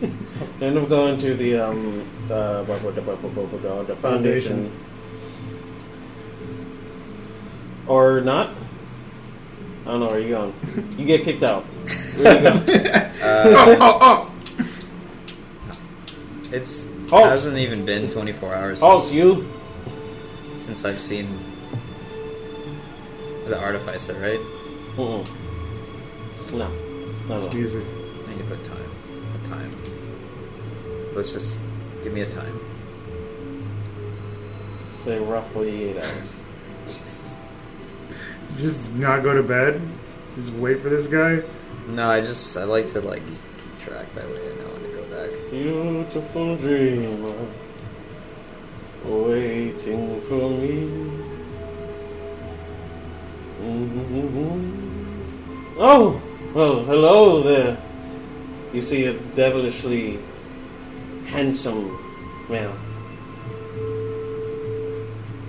Speaker 3: You end up going to the um uh, blah, blah, blah, blah, blah, blah, blah, the foundation.
Speaker 2: Foundation.
Speaker 3: Or not? I don't know where you going. You get kicked out. Where you go?
Speaker 1: Uh,
Speaker 2: Oh, oh, oh.
Speaker 1: It's.
Speaker 3: Oh.
Speaker 1: hasn't even been 24 hours
Speaker 3: Oh,
Speaker 1: since,
Speaker 3: you
Speaker 1: since I've seen the artificer, right?
Speaker 3: Mm-mm. No. No, no.
Speaker 2: Music.
Speaker 1: I need to put time. A time. Let's just give me a time.
Speaker 3: Say roughly eight hours.
Speaker 2: Just not go to bed. Just wait for this guy.
Speaker 1: No, I just I like to like keep track that way. I know when to go back.
Speaker 3: Beautiful dreamer waiting for me. Mm-hmm. Oh, well, hello there. You see a devilishly handsome male.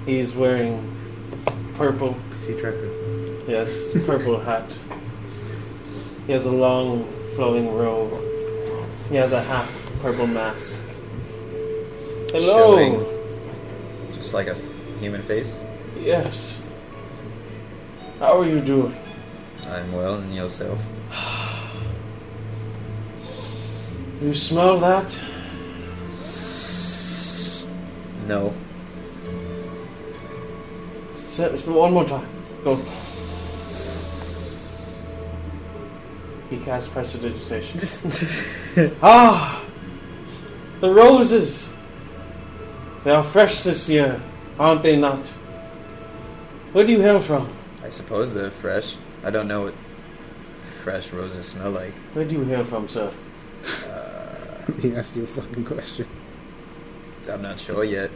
Speaker 3: He's wearing purple
Speaker 2: See tracker.
Speaker 3: Yes, purple hat. He has a long flowing robe. He has a half purple mask. Hello.
Speaker 1: Showing. Just like a human face.
Speaker 3: Yes. How are you doing?
Speaker 1: I'm well and yourself.
Speaker 3: You smell that?
Speaker 1: No.
Speaker 3: Se- sm- One more time. Go. He casts prestidigitation. ah! The roses! They are fresh this year, aren't they not? Where do you hail from?
Speaker 1: I suppose they're fresh. I don't know what fresh roses smell like. Uh,
Speaker 3: Where do you hail from, sir?
Speaker 2: He asked you a fucking question.
Speaker 1: I'm not sure yet.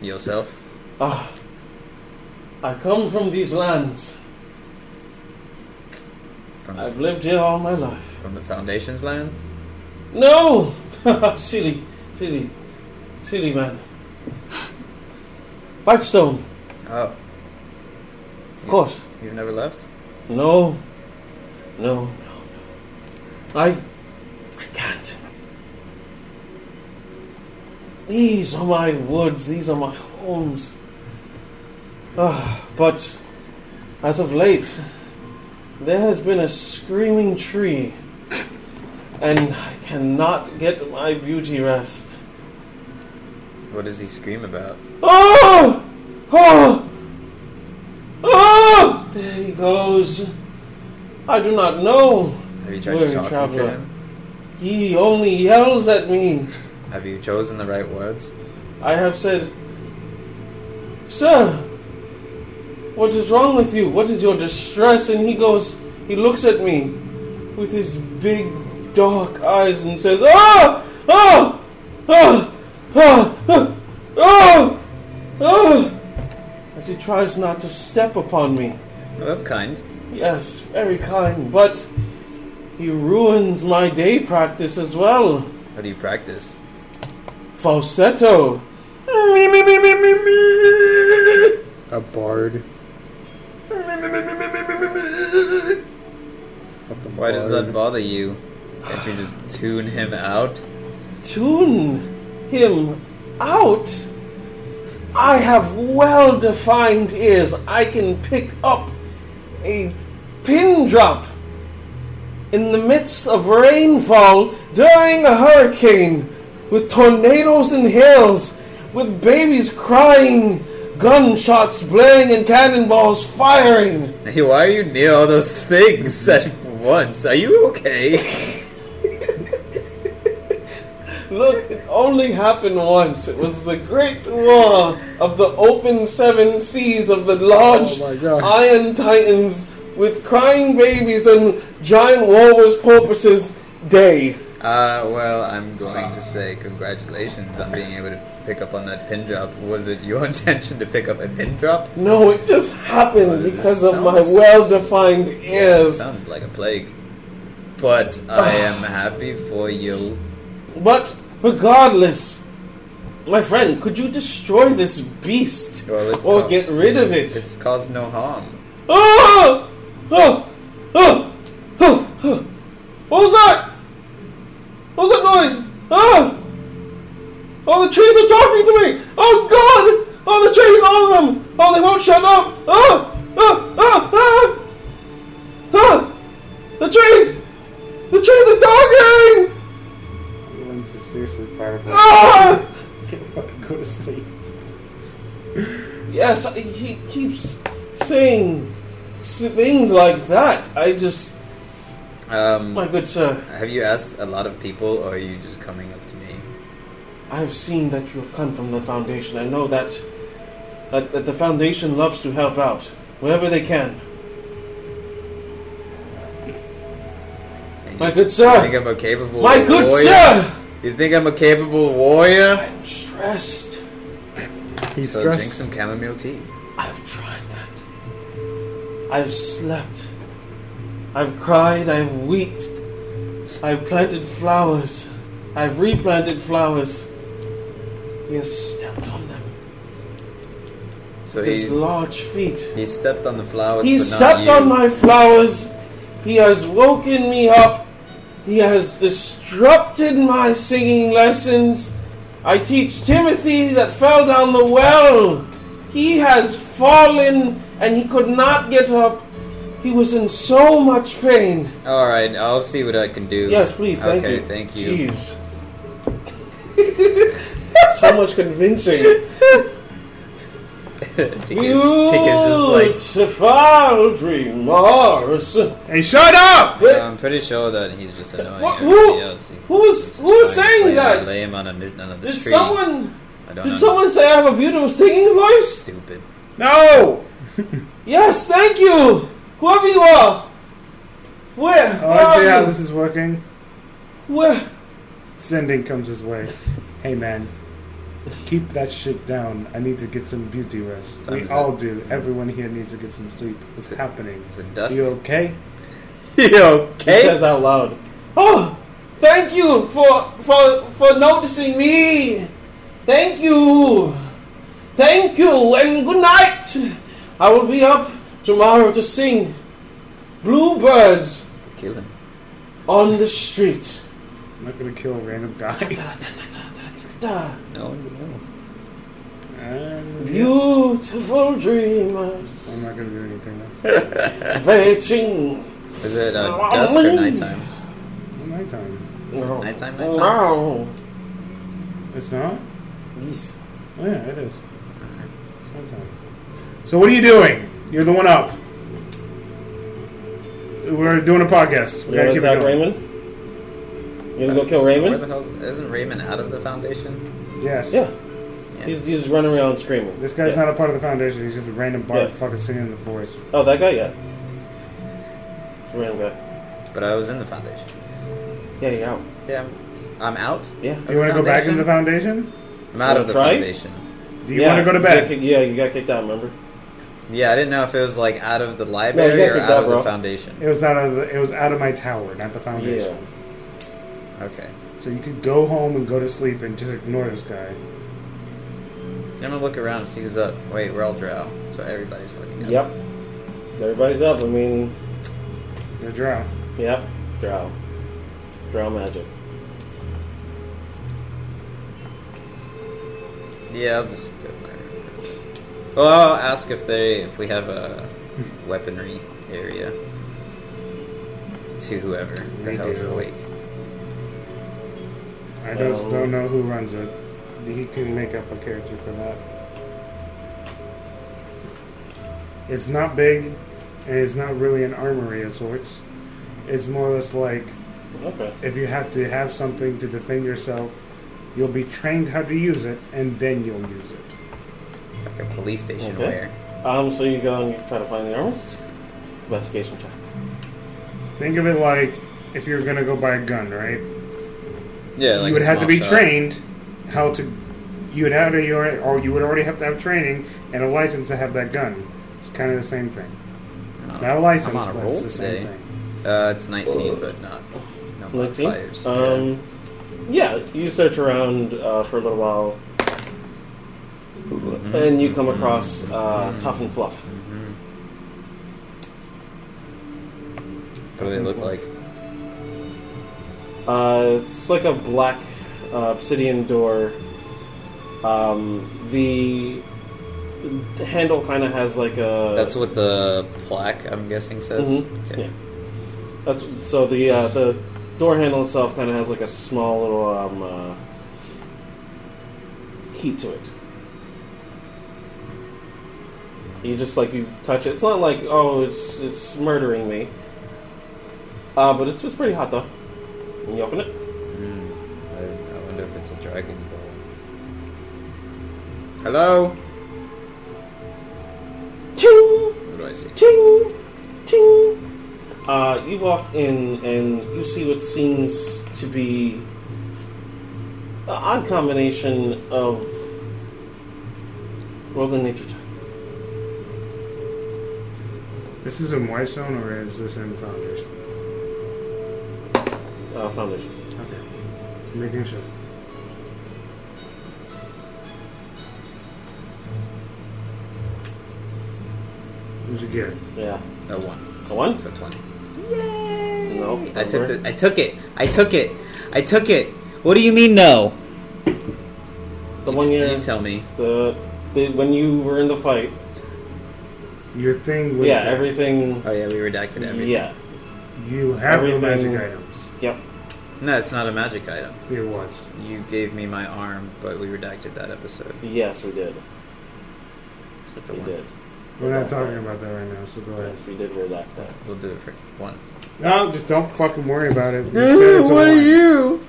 Speaker 1: Yourself?
Speaker 3: Ah. I come from these lands.
Speaker 1: From
Speaker 3: I've
Speaker 1: the,
Speaker 3: lived here all my life.
Speaker 1: from the Foundation's land?
Speaker 3: No! silly, silly, silly man. Whitestone,
Speaker 1: Oh,
Speaker 3: of course.
Speaker 1: you've never left?
Speaker 3: No, no, no, no. I, I can't. These are my woods. These are my homes. Ah, but as of late, there has been a screaming tree, and I cannot get my beauty rest.
Speaker 1: What does he scream about?
Speaker 3: Oh! Oh! Oh! There he goes. I do not know.
Speaker 1: Have you tried
Speaker 3: Weary
Speaker 1: talking
Speaker 3: traveler.
Speaker 1: to him?
Speaker 3: He only yells at me.
Speaker 1: Have you chosen the right words?
Speaker 3: I have said, Sir, what is wrong with you? What is your distress? And he goes, he looks at me with his big dark eyes and says, Ah! Ah! Ah! Ah! Ah! Ah! ah! As he tries not to step upon me.
Speaker 1: Well, that's kind.
Speaker 3: Yes, very kind, but he ruins my day practice as well.
Speaker 1: How do you practice?
Speaker 3: Falsetto.
Speaker 2: A bard.
Speaker 6: fucking
Speaker 1: Why does
Speaker 6: bothered.
Speaker 1: that bother you? Can't you just tune him out?
Speaker 3: Tune him out? I have well defined ears. I can pick up a pin drop in the midst of rainfall during a hurricane with tornadoes and hails, with babies crying, gunshots blaring, and cannonballs firing.
Speaker 1: Hey, why are you near all those things at once? Are you okay?
Speaker 3: Look, it only happened once. It was the Great War of the open seven seas of the large
Speaker 6: Oh my God.
Speaker 3: iron titans with crying babies and giant walrus porpoises day.
Speaker 1: Uh, well, I'm going to say congratulations on being able to pick up on that pin drop. Was it your intention to pick up a pin drop?
Speaker 3: No, it just happened
Speaker 1: Well, it
Speaker 3: because of my
Speaker 1: sounds-
Speaker 3: well defined ears.
Speaker 1: Sounds like a plague. But I am happy for you.
Speaker 3: But regardless, my friend, could you destroy this beast?
Speaker 1: Well, it's
Speaker 3: Or
Speaker 1: ca-
Speaker 3: get rid of it.
Speaker 1: It's caused no harm.
Speaker 3: Oh! Oh! Oh! Oh! Oh! What was that? What was that noise? Oh! Oh, the trees are talking to me! Oh, God! Oh, the trees, all of them! Oh, they won't shut up! Oh! Oh! Oh! Oh! Oh! The trees! The trees are talking!
Speaker 6: Everyone's just seriously fired.
Speaker 3: Ah!
Speaker 6: Can't fucking go to sleep.
Speaker 3: Yes, I- he keeps saying s- things like that. I just.
Speaker 1: Um,
Speaker 3: My good sir.
Speaker 1: have you asked a lot of people, or are you just coming up to me?
Speaker 3: I have seen that you have come from the Foundation. I know that, that that the Foundation loves to help out wherever they can.
Speaker 1: And
Speaker 3: My
Speaker 1: you-
Speaker 3: good sir.
Speaker 1: You think I'm a capable
Speaker 3: My good
Speaker 1: warrior?
Speaker 3: sir,
Speaker 1: You think I'm a capable warrior?
Speaker 3: I'm stressed.
Speaker 6: He's
Speaker 1: So drink
Speaker 6: stressed.
Speaker 1: some chamomile tea.
Speaker 3: I've tried that. I've slept. I've cried. I've wept. I've planted flowers. I've replanted flowers. He has stepped on them.
Speaker 1: So
Speaker 3: His
Speaker 1: he,
Speaker 3: large feet.
Speaker 1: he stepped on the flowers.
Speaker 3: He
Speaker 1: but not
Speaker 3: stepped
Speaker 1: you.
Speaker 3: on my flowers. He has woken me up. He has disrupted my singing lessons. I teach Timothy that fell down the well. He has fallen and he could not get up. He was in so much pain.
Speaker 1: All right, I'll see what I can do.
Speaker 3: Yes, please, thank
Speaker 1: okay,
Speaker 3: you.
Speaker 1: thank you.
Speaker 3: Jeez. so much convincing.
Speaker 1: Tick is, Tick is just like
Speaker 3: Beautiful dreamers.
Speaker 6: Hey, shut up!
Speaker 1: No, I'm pretty sure that he's just annoying
Speaker 3: What- who-
Speaker 1: everybody else. He's
Speaker 3: Who was who was saying that?
Speaker 1: Lay him on a, nu- on a
Speaker 3: Did
Speaker 1: tree.
Speaker 3: someone
Speaker 1: I don't know.
Speaker 3: did someone say I have a beautiful singing voice?
Speaker 1: Stupid.
Speaker 6: No!
Speaker 3: Yes, thank you. Whoever you are, where? where
Speaker 6: Oh, I
Speaker 3: are
Speaker 6: see
Speaker 3: you?
Speaker 6: how this is working.
Speaker 3: Where?
Speaker 6: Sending comes his way. Hey, man. Keep that shit down. I need to get some beauty rest.
Speaker 1: Time
Speaker 6: we
Speaker 1: is
Speaker 6: all
Speaker 1: up.
Speaker 6: do. Everyone here needs to get some sleep. What's happening?
Speaker 1: Is it dust?
Speaker 6: You okay?
Speaker 1: You
Speaker 3: He
Speaker 1: okay?
Speaker 3: says out loud. Oh, thank you for for for noticing me. Thank you, thank you, and good night. I will be up tomorrow to sing bluebirds
Speaker 1: Kill him.
Speaker 3: on the street.
Speaker 6: I'm not gonna kill a random guy.
Speaker 3: Da.
Speaker 1: No one would know.
Speaker 6: Um,
Speaker 3: Beautiful dreamers
Speaker 6: I'm not gonna do anything else.
Speaker 3: fetching.
Speaker 1: Is it uh, dusk or nighttime?
Speaker 6: Nighttime.
Speaker 3: No.
Speaker 1: Nighttime, nighttime.
Speaker 3: No.
Speaker 6: It's not?
Speaker 3: Yes.
Speaker 6: Oh, yeah, it is. It's nighttime. So what are you doing? You're the one up. We're doing a podcast. We
Speaker 3: You
Speaker 6: gotta
Speaker 3: gonna
Speaker 6: keep
Speaker 3: attack
Speaker 6: it going.
Speaker 3: Raymond? You
Speaker 1: Uh,
Speaker 3: gonna go kill
Speaker 1: Where the
Speaker 3: Raymond?
Speaker 1: hell isn't Raymond out of the foundation?
Speaker 6: Yes.
Speaker 3: Yeah.
Speaker 1: Yeah.
Speaker 3: He's, he's running around screaming.
Speaker 6: This guy's
Speaker 3: Yeah.
Speaker 6: not a part of the foundation. He's just a random bard
Speaker 3: Yeah.
Speaker 6: fucking singing in the forest.
Speaker 3: Oh, that guy? Yeah. Random guy.
Speaker 1: But I was in the foundation.
Speaker 3: Yeah, you're out.
Speaker 1: Yeah, I'm, I'm out.
Speaker 3: Yeah.
Speaker 6: Do you want to go back into the foundation?
Speaker 1: I'm out of
Speaker 3: Wanna
Speaker 1: the
Speaker 3: Oh, try?
Speaker 1: foundation.
Speaker 6: Do you
Speaker 3: Yeah,
Speaker 6: want to go to
Speaker 3: got
Speaker 6: bed?
Speaker 3: kicked- yeah, you got kicked out, remember?
Speaker 1: Yeah, I didn't know if it was like out of the library
Speaker 3: gotta
Speaker 1: or
Speaker 3: pick
Speaker 1: out
Speaker 3: that,
Speaker 1: of the
Speaker 3: bro.
Speaker 1: foundation.
Speaker 6: It was out of the, it was out of my tower, not the
Speaker 1: Oh,
Speaker 3: Yeah.
Speaker 6: foundation.
Speaker 1: Okay.
Speaker 6: So you could go home and go to sleep and just ignore this guy.
Speaker 1: I'm gonna look around and see who's up. Wait, we're all drow, so everybody's fucking up.
Speaker 3: Yep. Everybody's up. I mean,
Speaker 6: You're drow.
Speaker 3: Yep, drow. Drow magic.
Speaker 1: Yeah, I'll just go. my room. Well, I'll ask if they if we have a weaponry area to whoever the
Speaker 2: We
Speaker 1: hell's
Speaker 2: do.
Speaker 1: awake.
Speaker 2: I just
Speaker 6: Well-
Speaker 2: don't know who runs it. He can make up a character for that. It's not big, and it's not really an armory of sorts. It's more or less like
Speaker 3: Okay.
Speaker 2: if you have to have something to defend yourself, you'll be trained how to use it, and then you'll use it.
Speaker 1: Like a police station
Speaker 3: Okay.
Speaker 1: where
Speaker 3: Um, so you go and you try to find the armor? Investigation check.
Speaker 2: Think of it like if you're gonna go buy a gun, right?
Speaker 1: Yeah, like
Speaker 2: you would
Speaker 1: a
Speaker 2: have to
Speaker 1: small
Speaker 2: be
Speaker 1: shop.
Speaker 2: trained how to. You would have to, you already- or you would already have to have training and a license to have that gun. It's kind of the same thing.
Speaker 1: Oh,
Speaker 2: Not a license,
Speaker 1: I'm on a
Speaker 2: but
Speaker 1: roll
Speaker 2: it's the same
Speaker 1: today.
Speaker 2: thing.
Speaker 1: Uh, it's 19, but not no modifiers.
Speaker 3: Nineteen? Um, yeah. you search around uh, for a little while, and you come across uh, Tough and Fluff.
Speaker 1: yeah. What do they look like?
Speaker 3: Uh, it's like a black uh, obsidian door. Um, the the handle kind of has like a.
Speaker 1: That's what the plaque, I'm guessing, says.
Speaker 3: Mhm.
Speaker 1: Okay.
Speaker 3: Yeah. That's so the uh, the door handle itself kind of has like a small little um, uh, heat to it. You just like you touch it. It's not like oh, it's it's murdering me. Uh, but it's, it's pretty hot though. When you open it,
Speaker 1: Hmm. I, I wonder if it's a dragon ball. Hello?
Speaker 3: ching
Speaker 1: What do I see?
Speaker 3: ching ching. Uh, you walk in and you see what seems to be an odd combination of roll the nature check.
Speaker 2: This is in Whitestone, or is this in Foundation?
Speaker 3: uh, foundation.
Speaker 2: Okay, making sure. Who's it good?
Speaker 3: Yeah.
Speaker 1: A 1.
Speaker 3: A one?
Speaker 1: So 20.
Speaker 3: No.
Speaker 1: I took
Speaker 3: Remember?
Speaker 1: the, I took it. I took it. I took it. What do you mean no?
Speaker 3: the
Speaker 1: You
Speaker 3: one
Speaker 1: t-
Speaker 3: year.
Speaker 1: you tell me.
Speaker 3: the, the when you were in the fight.
Speaker 2: Your thing with
Speaker 3: Yeah. Everything.
Speaker 1: Oh yeah, we redacted everything.
Speaker 3: Yeah.
Speaker 2: you have no magic
Speaker 3: everything-
Speaker 2: items.
Speaker 3: Yep.
Speaker 1: No, it's not a magic item.
Speaker 2: It was.
Speaker 1: You gave me my arm, but we redacted that episode.
Speaker 3: Yes, we did.
Speaker 1: So that's a
Speaker 3: We
Speaker 1: one.
Speaker 3: did.
Speaker 2: We're not talking about that right now, so go ahead.
Speaker 3: Yes, we did redact that.
Speaker 1: We'll do it for one.
Speaker 2: No, just don't fucking worry about it. You said it's a lie.
Speaker 1: you?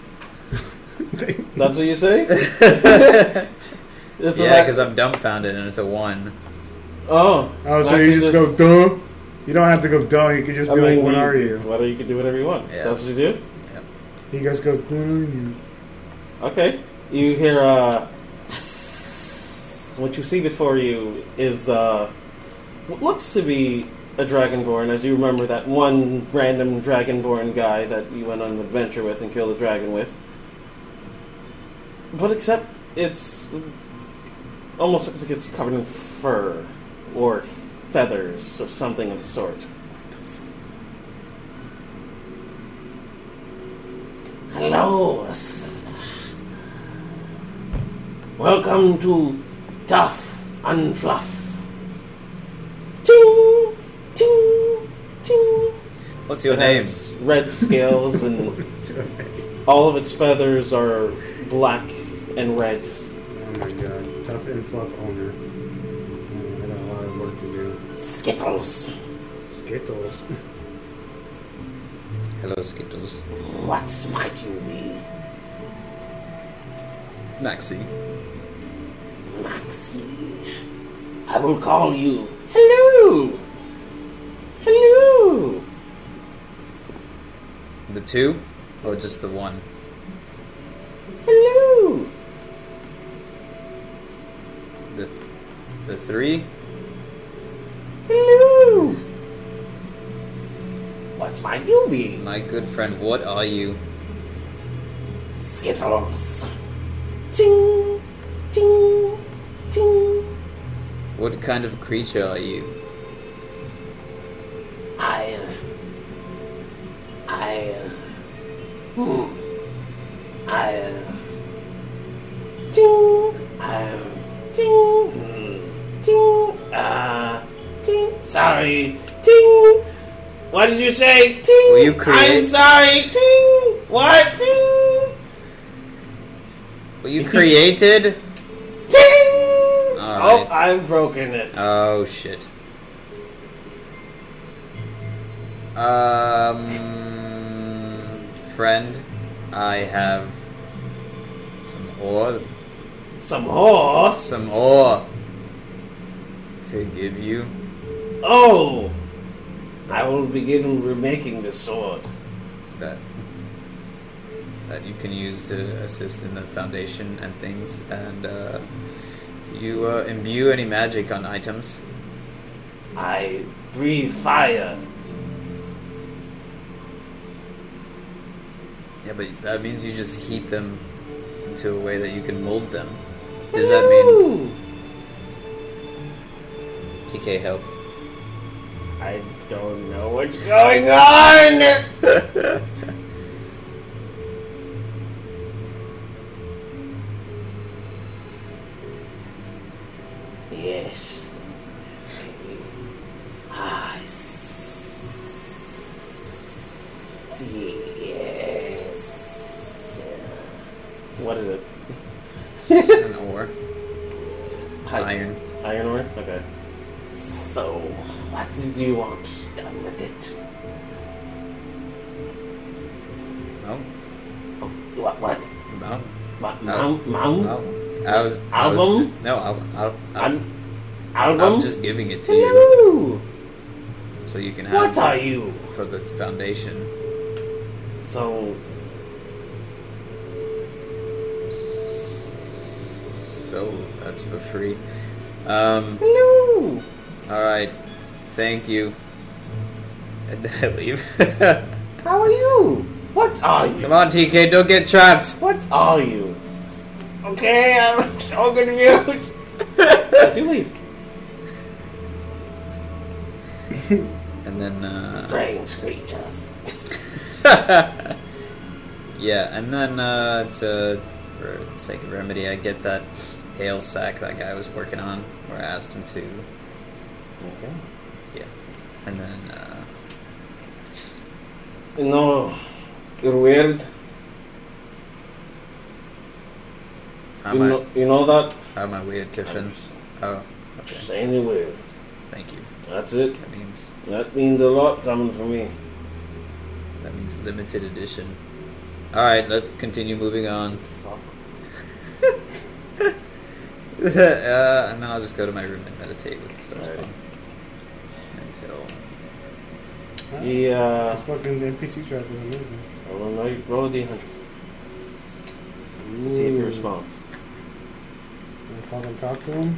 Speaker 3: That's what you say. It's a
Speaker 1: Yeah,
Speaker 3: lack-
Speaker 1: because I'm dumbfounded and it's a one.
Speaker 3: oh.
Speaker 2: Oh, so
Speaker 3: Laxi
Speaker 2: you just go duh? You don't have to go duh. You can just
Speaker 3: I
Speaker 2: be
Speaker 3: mean,
Speaker 2: like, "What
Speaker 3: you,
Speaker 2: are you?"
Speaker 3: Whether you can do whatever you want.
Speaker 1: Yeah.
Speaker 3: That's what you do.
Speaker 2: He just goes, "What are you?"
Speaker 3: Okay. You hear. uh... What you see before you is uh, what looks to be a dragonborn, as you remember that one random dragonborn guy that you went on an adventure with and killed a dragon with. But except it's almost looks like it's covered in fur or feathers or something of the sort. Hello. s- Welcome to Tough and Fluff. Ting, ting, ting.
Speaker 1: What's your
Speaker 3: It
Speaker 1: name?
Speaker 3: has Red scales and all of its feathers are black and red.
Speaker 2: Oh my god, tough and fluff owner. Mm, I got a lot of work to do.
Speaker 3: Skittles.
Speaker 2: Skittles.
Speaker 1: Hello, Skittles.
Speaker 3: What might you be,
Speaker 1: Maxie.
Speaker 3: Maxie? I will call you. Hello. Hello.
Speaker 1: The two? Or just the one?
Speaker 3: Hello.
Speaker 1: The the three?
Speaker 3: Hello. What might you be,
Speaker 1: My good friend, what are you?
Speaker 3: Skittles? Ting, ting, ting.
Speaker 1: What kind of creature are you?
Speaker 3: I hmm. ting, hmm. ting, ah, ting. Sorry, ting. What did you say? Ting.
Speaker 1: Will you create-
Speaker 3: I'm sorry, ting. What? Ting,
Speaker 1: Well, you created.
Speaker 3: ting.
Speaker 1: All
Speaker 3: Oh,
Speaker 1: right.
Speaker 3: I've broken it.
Speaker 1: Oh shit. Um, friend, I have some ore,
Speaker 3: Some horse.
Speaker 1: some ore to give you.
Speaker 3: Oh, I will begin remaking the sword.
Speaker 1: that that you can use to assist in the foundation and things. And uh, do you uh, imbue any magic on items?
Speaker 3: I breathe fire.
Speaker 1: Yeah, but that means you just heat them into a way that you can mold them. Does that mean
Speaker 3: Ooh.
Speaker 1: TK help?
Speaker 3: I don't know what's going on. yes. I see. Yes. What is it?
Speaker 1: An ore, iron.
Speaker 3: Iron ore? Okay. So, what do you want done with it?
Speaker 1: No,
Speaker 3: What? What?
Speaker 1: no,
Speaker 3: What?
Speaker 1: No.
Speaker 3: Mount? Mount?
Speaker 1: no. I was I
Speaker 3: Album?
Speaker 1: was just, no, I, I, I,
Speaker 3: An album?
Speaker 1: I'm just giving it to you
Speaker 3: Hello.
Speaker 1: so you can have
Speaker 3: What
Speaker 1: it
Speaker 3: are you?
Speaker 1: for the foundation.
Speaker 3: So,
Speaker 1: So that's for free. Um,
Speaker 3: hello.
Speaker 1: all right, thank you. And then I leave.
Speaker 3: How are you? What are you?
Speaker 1: Come on, TK, don't get trapped.
Speaker 3: What are you? Okay, I'm so confused. As you leave.
Speaker 1: Uh-huh. And then, uh,
Speaker 3: Strange creatures.
Speaker 1: yeah, and then uh, to for the sake of remedy, I get that hail sack that guy was working on, or I asked him to.
Speaker 3: Okay.
Speaker 1: Yeah, and then uh,
Speaker 3: You know, you're weird.
Speaker 1: how
Speaker 3: You
Speaker 1: am
Speaker 3: know,
Speaker 1: I?
Speaker 3: you know that?
Speaker 1: How am I weird, Tiffin? Oh, okay.
Speaker 3: Just saying you're weird.
Speaker 1: Thank you.
Speaker 3: That's it.
Speaker 1: That means
Speaker 3: That means a lot coming from me.
Speaker 1: that means limited edition. All right, let's continue moving on.
Speaker 3: Fuck.
Speaker 1: uh, and then I'll just go to my room and meditate with the stars
Speaker 3: Alright.
Speaker 1: upon. until
Speaker 3: Yeah.
Speaker 2: This fucking NPC trap is amazing.
Speaker 3: Roll a, knife- roll a d100 to see if he responds.
Speaker 2: Can I fucking talk to him?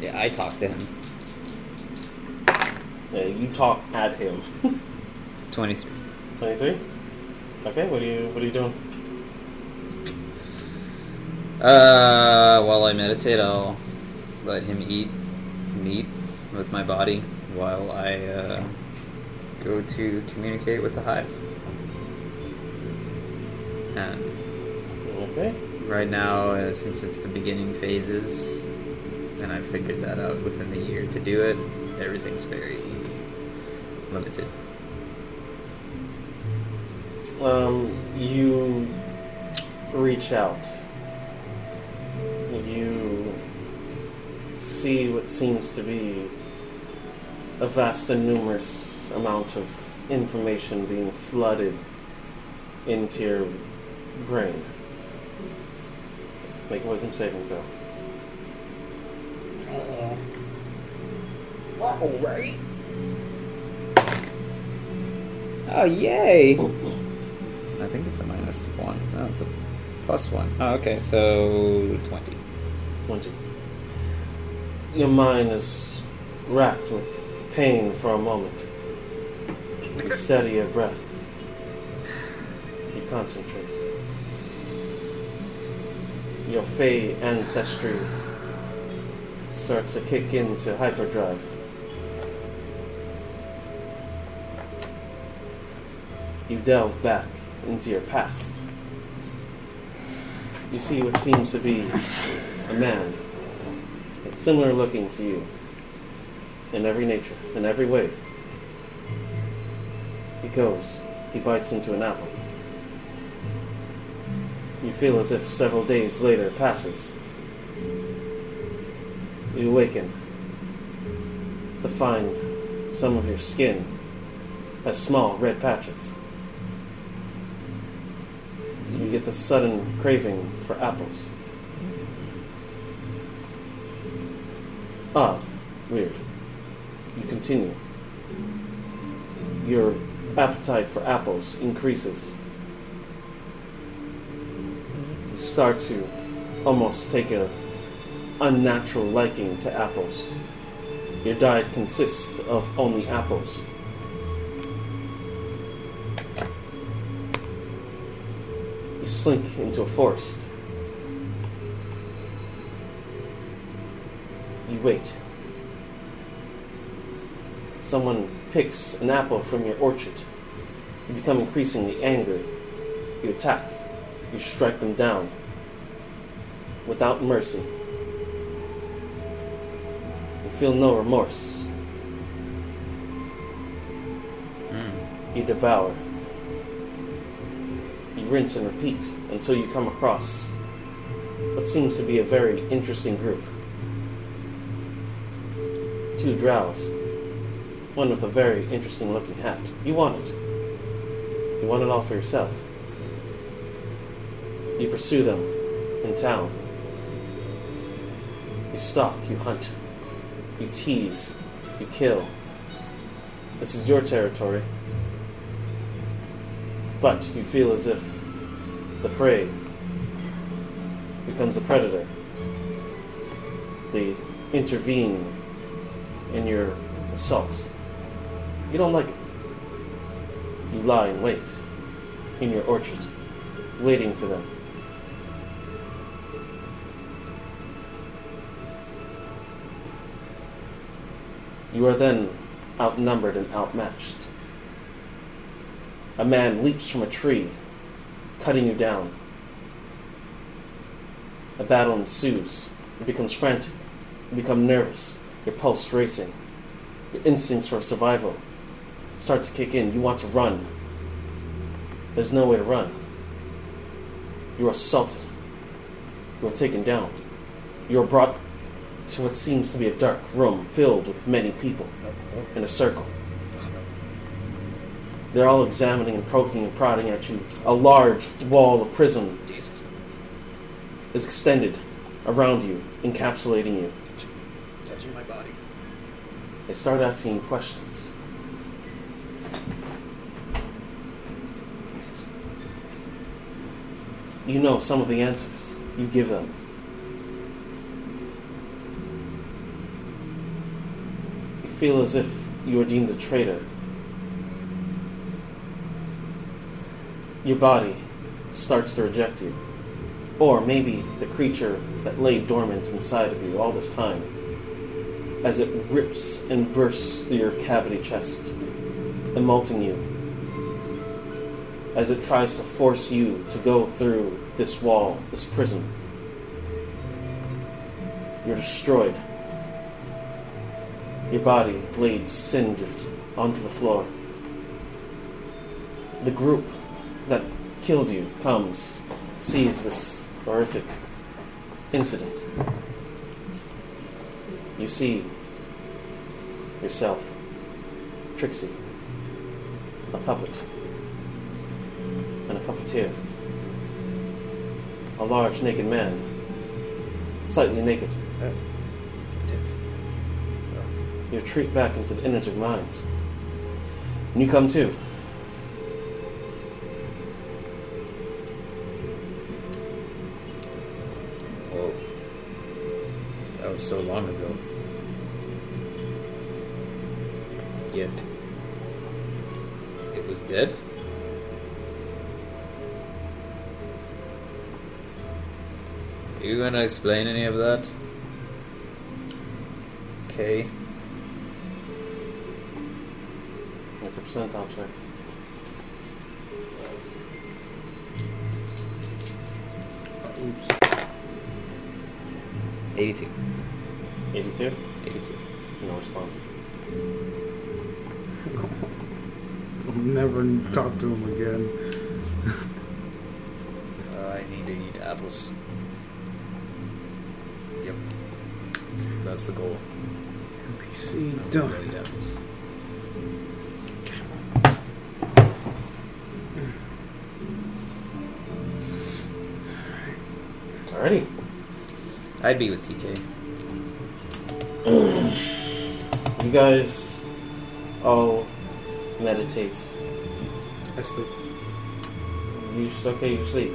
Speaker 1: yeah, I talk to him.
Speaker 3: Yeah, you talk at him.
Speaker 1: Twenty three.
Speaker 3: 23? Okay, what are you what are you doing?
Speaker 1: Uh, while I meditate, I'll let him eat meat with my body while I uh, go to communicate with the hive. And
Speaker 3: Okay.
Speaker 1: Right now, uh, since it's the beginning phases, and I figured that out within the year to do it, everything's very limited.
Speaker 3: Um, you reach out. You see what seems to be a vast and numerous amount of information being flooded into your brain. Make a wisdom saving throw.
Speaker 2: Uh-oh.
Speaker 1: Oh, yay! I think it's a minus one. No, it's a plus one. Oh, okay, so 20.
Speaker 3: 20. Your mind is racked with pain for a moment. You steady your breath. You concentrate. Your Fey ancestry starts to kick into hyperdrive. You delve back into your past. you see what seems to be a man, similar looking to you, in every nature, in every way. He goes, he bites into an apple. You feel as if several days later passes. You awaken to find some of your skin as small red patches. You get the sudden craving for apples. Odd. Weird. You continue. Your appetite for apples increases. You start to almost take a unnatural liking to apples. Your diet consists of only apples. You slink into a forest. You wait. Someone picks an apple from your orchard. You become increasingly angry. You attack. You strike them down. Without mercy. You feel no remorse. You devour. You rinse and repeat until you come across what seems to be a very interesting group. Two drows. One with a very interesting looking hat. You want it. You want it all for yourself. You pursue them in town. You stalk, you hunt, you tease, you kill. This is your territory. But you feel as if the prey becomes the predator. They intervene in your assaults. You don't like it. You lie in wait in your orchard, waiting for them. You are then outnumbered and outmatched. A man leaps from a tree, cutting you down. A battle ensues. It becomes frantic. You become nervous, your pulse racing. Your instincts for survival start to kick in. You want to run. There's no way to run. You are assaulted. You are taken down. You are brought to what seems to be a dark room filled with many people in a circle. They're all examining and poking and prodding at you. A large wall of prism
Speaker 1: Jesus.
Speaker 3: is extended around you, encapsulating you.
Speaker 1: Touching my body.
Speaker 3: They start asking you questions.
Speaker 1: Jesus.
Speaker 3: You know some of the answers. You give them. You feel as if you are deemed a traitor. Your body starts to reject you. Or maybe the creature that lay dormant inside of you all this time as it rips and bursts through your cavity chest, emulting you as it tries to force you to go through this wall, this prison. You're destroyed. Your body laid cindered onto the floor. The group that killed you comes, sees this horrific incident. You see yourself, Trixie, a puppet and a puppeteer. A large naked man, slightly naked. You retreat back into the energy of minds. And you come too.
Speaker 1: Whoa. That was so long ago. Yet. It was dead? You gonna explain any of that? Okay.
Speaker 3: Like a percentile check.
Speaker 2: Oops.
Speaker 1: 82.
Speaker 3: 82?
Speaker 1: 82.
Speaker 3: No response.
Speaker 2: I'll never talk to him again.
Speaker 1: Uh, I need to eat apples. Yep. That's the goal.
Speaker 2: NPC
Speaker 1: Don't
Speaker 2: done.
Speaker 1: eat apples.
Speaker 3: Alrighty.
Speaker 1: I'd be with TK.
Speaker 3: You guys all meditate.
Speaker 2: I sleep.
Speaker 3: You s- okay, you sleep.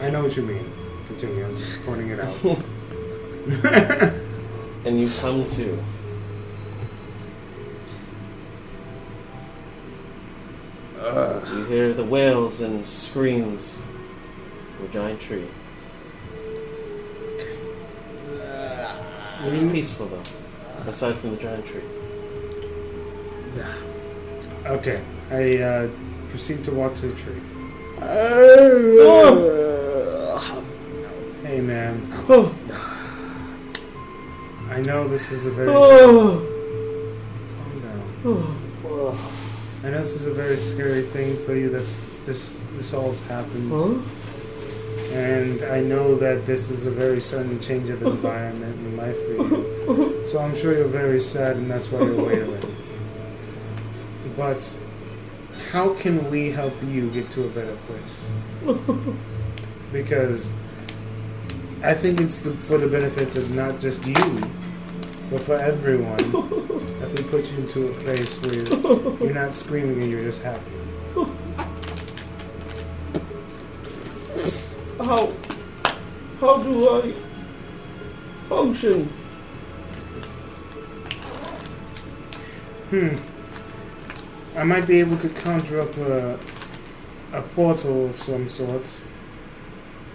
Speaker 2: I know what you mean. Continue. I'm just pointing it out.
Speaker 3: And you come to You hear the wails and screams of a giant tree. It's peaceful though, aside from the giant tree.
Speaker 2: okay. I uh, proceed to walk to the tree. Hey, man.
Speaker 3: Oh,
Speaker 2: I know this is a very.
Speaker 3: oh,
Speaker 2: Calm down.
Speaker 3: oh.
Speaker 2: I know this is a very scary thing for you. That's this. This all's happened.
Speaker 3: Oh.
Speaker 2: And I know that this is a very sudden change of environment in life for you. So I'm sure you're very sad and that's why you're wailing. But how can we help you get to a better place? Because I think it's the, for the benefit of not just you, but for everyone. If we put you into a place where you're not screaming and you're just happy.
Speaker 3: How how do I function?
Speaker 2: Hmm. I might be able to conjure up a, a portal of some sort.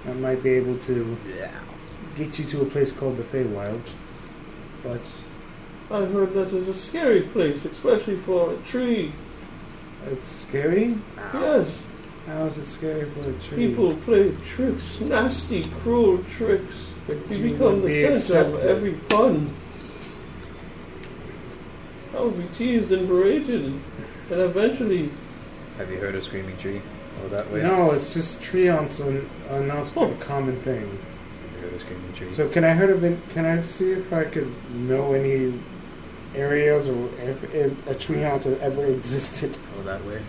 Speaker 2: I might be able to get you to a place called the Feywild. But
Speaker 3: I heard that is a scary place, especially for a tree.
Speaker 2: it's scary.
Speaker 3: Yes,
Speaker 2: How is it scary for a tree?
Speaker 3: people play tricks, nasty, cruel tricks.
Speaker 2: But
Speaker 3: You,
Speaker 2: would
Speaker 3: become the
Speaker 2: be
Speaker 3: center of
Speaker 2: accepted.
Speaker 3: every pun. I will be teased and berated, and eventually,
Speaker 1: Have you heard of Screaming Tree? Oh, that way.
Speaker 2: No, it's just treants are, are not
Speaker 3: Oh.
Speaker 2: a common thing.
Speaker 1: Have you heard of Screaming Tree?
Speaker 2: So can I heard of it? Can I see if I could know any areas or if, if a treant has ever existed?
Speaker 1: oh, that way.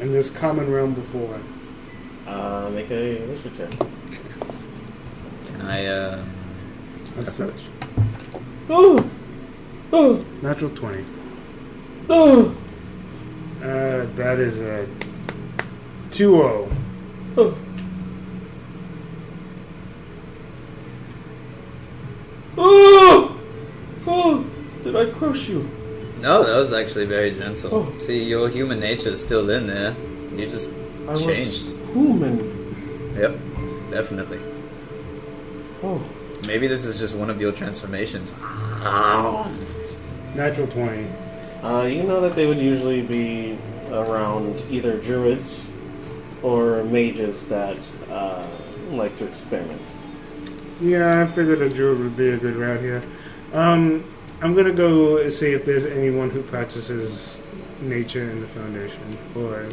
Speaker 2: in this common realm before.
Speaker 3: uh, make a history check.
Speaker 1: Can I, uh.
Speaker 2: That's
Speaker 1: approach?
Speaker 3: Oh, oh,
Speaker 2: Natural 20.
Speaker 3: oh,
Speaker 2: Uh, that is a 2 0.
Speaker 3: oh. Oh! Oh! Did I crush you?
Speaker 1: No, that was actually very gentle.
Speaker 3: Oh.
Speaker 1: See, your human nature is still in there. You just
Speaker 3: I
Speaker 1: changed.
Speaker 3: was human.
Speaker 1: Yep, definitely.
Speaker 3: Oh,
Speaker 1: Maybe this is just one of your transformations.
Speaker 2: Natural 20.
Speaker 3: Uh, you know that they would usually be around either druids or mages that uh, like to experiment.
Speaker 2: Yeah, I figured a druid would be a good route here. Um, I'm gonna go and see if there's anyone who practices nature in the foundation or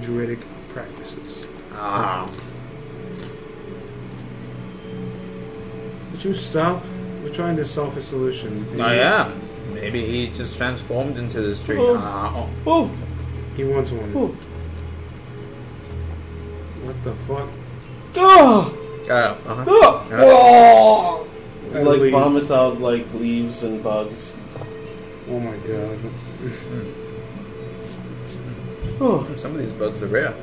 Speaker 2: druidic practices.
Speaker 1: Ah.
Speaker 2: Would you stop? We're trying to solve a solution.
Speaker 1: Oh, yeah. Maybe he just transformed into this tree.
Speaker 3: Oh.
Speaker 1: Ah.
Speaker 3: Oh,
Speaker 2: He wants one.
Speaker 3: oh,
Speaker 2: What the fuck?
Speaker 3: ah,
Speaker 1: Oh, uh-huh.
Speaker 3: ah.
Speaker 2: At
Speaker 3: Like
Speaker 2: least-
Speaker 3: vomits out like leaves and bugs.
Speaker 2: Oh my god.
Speaker 3: Oh,
Speaker 1: Some of these bugs are rare.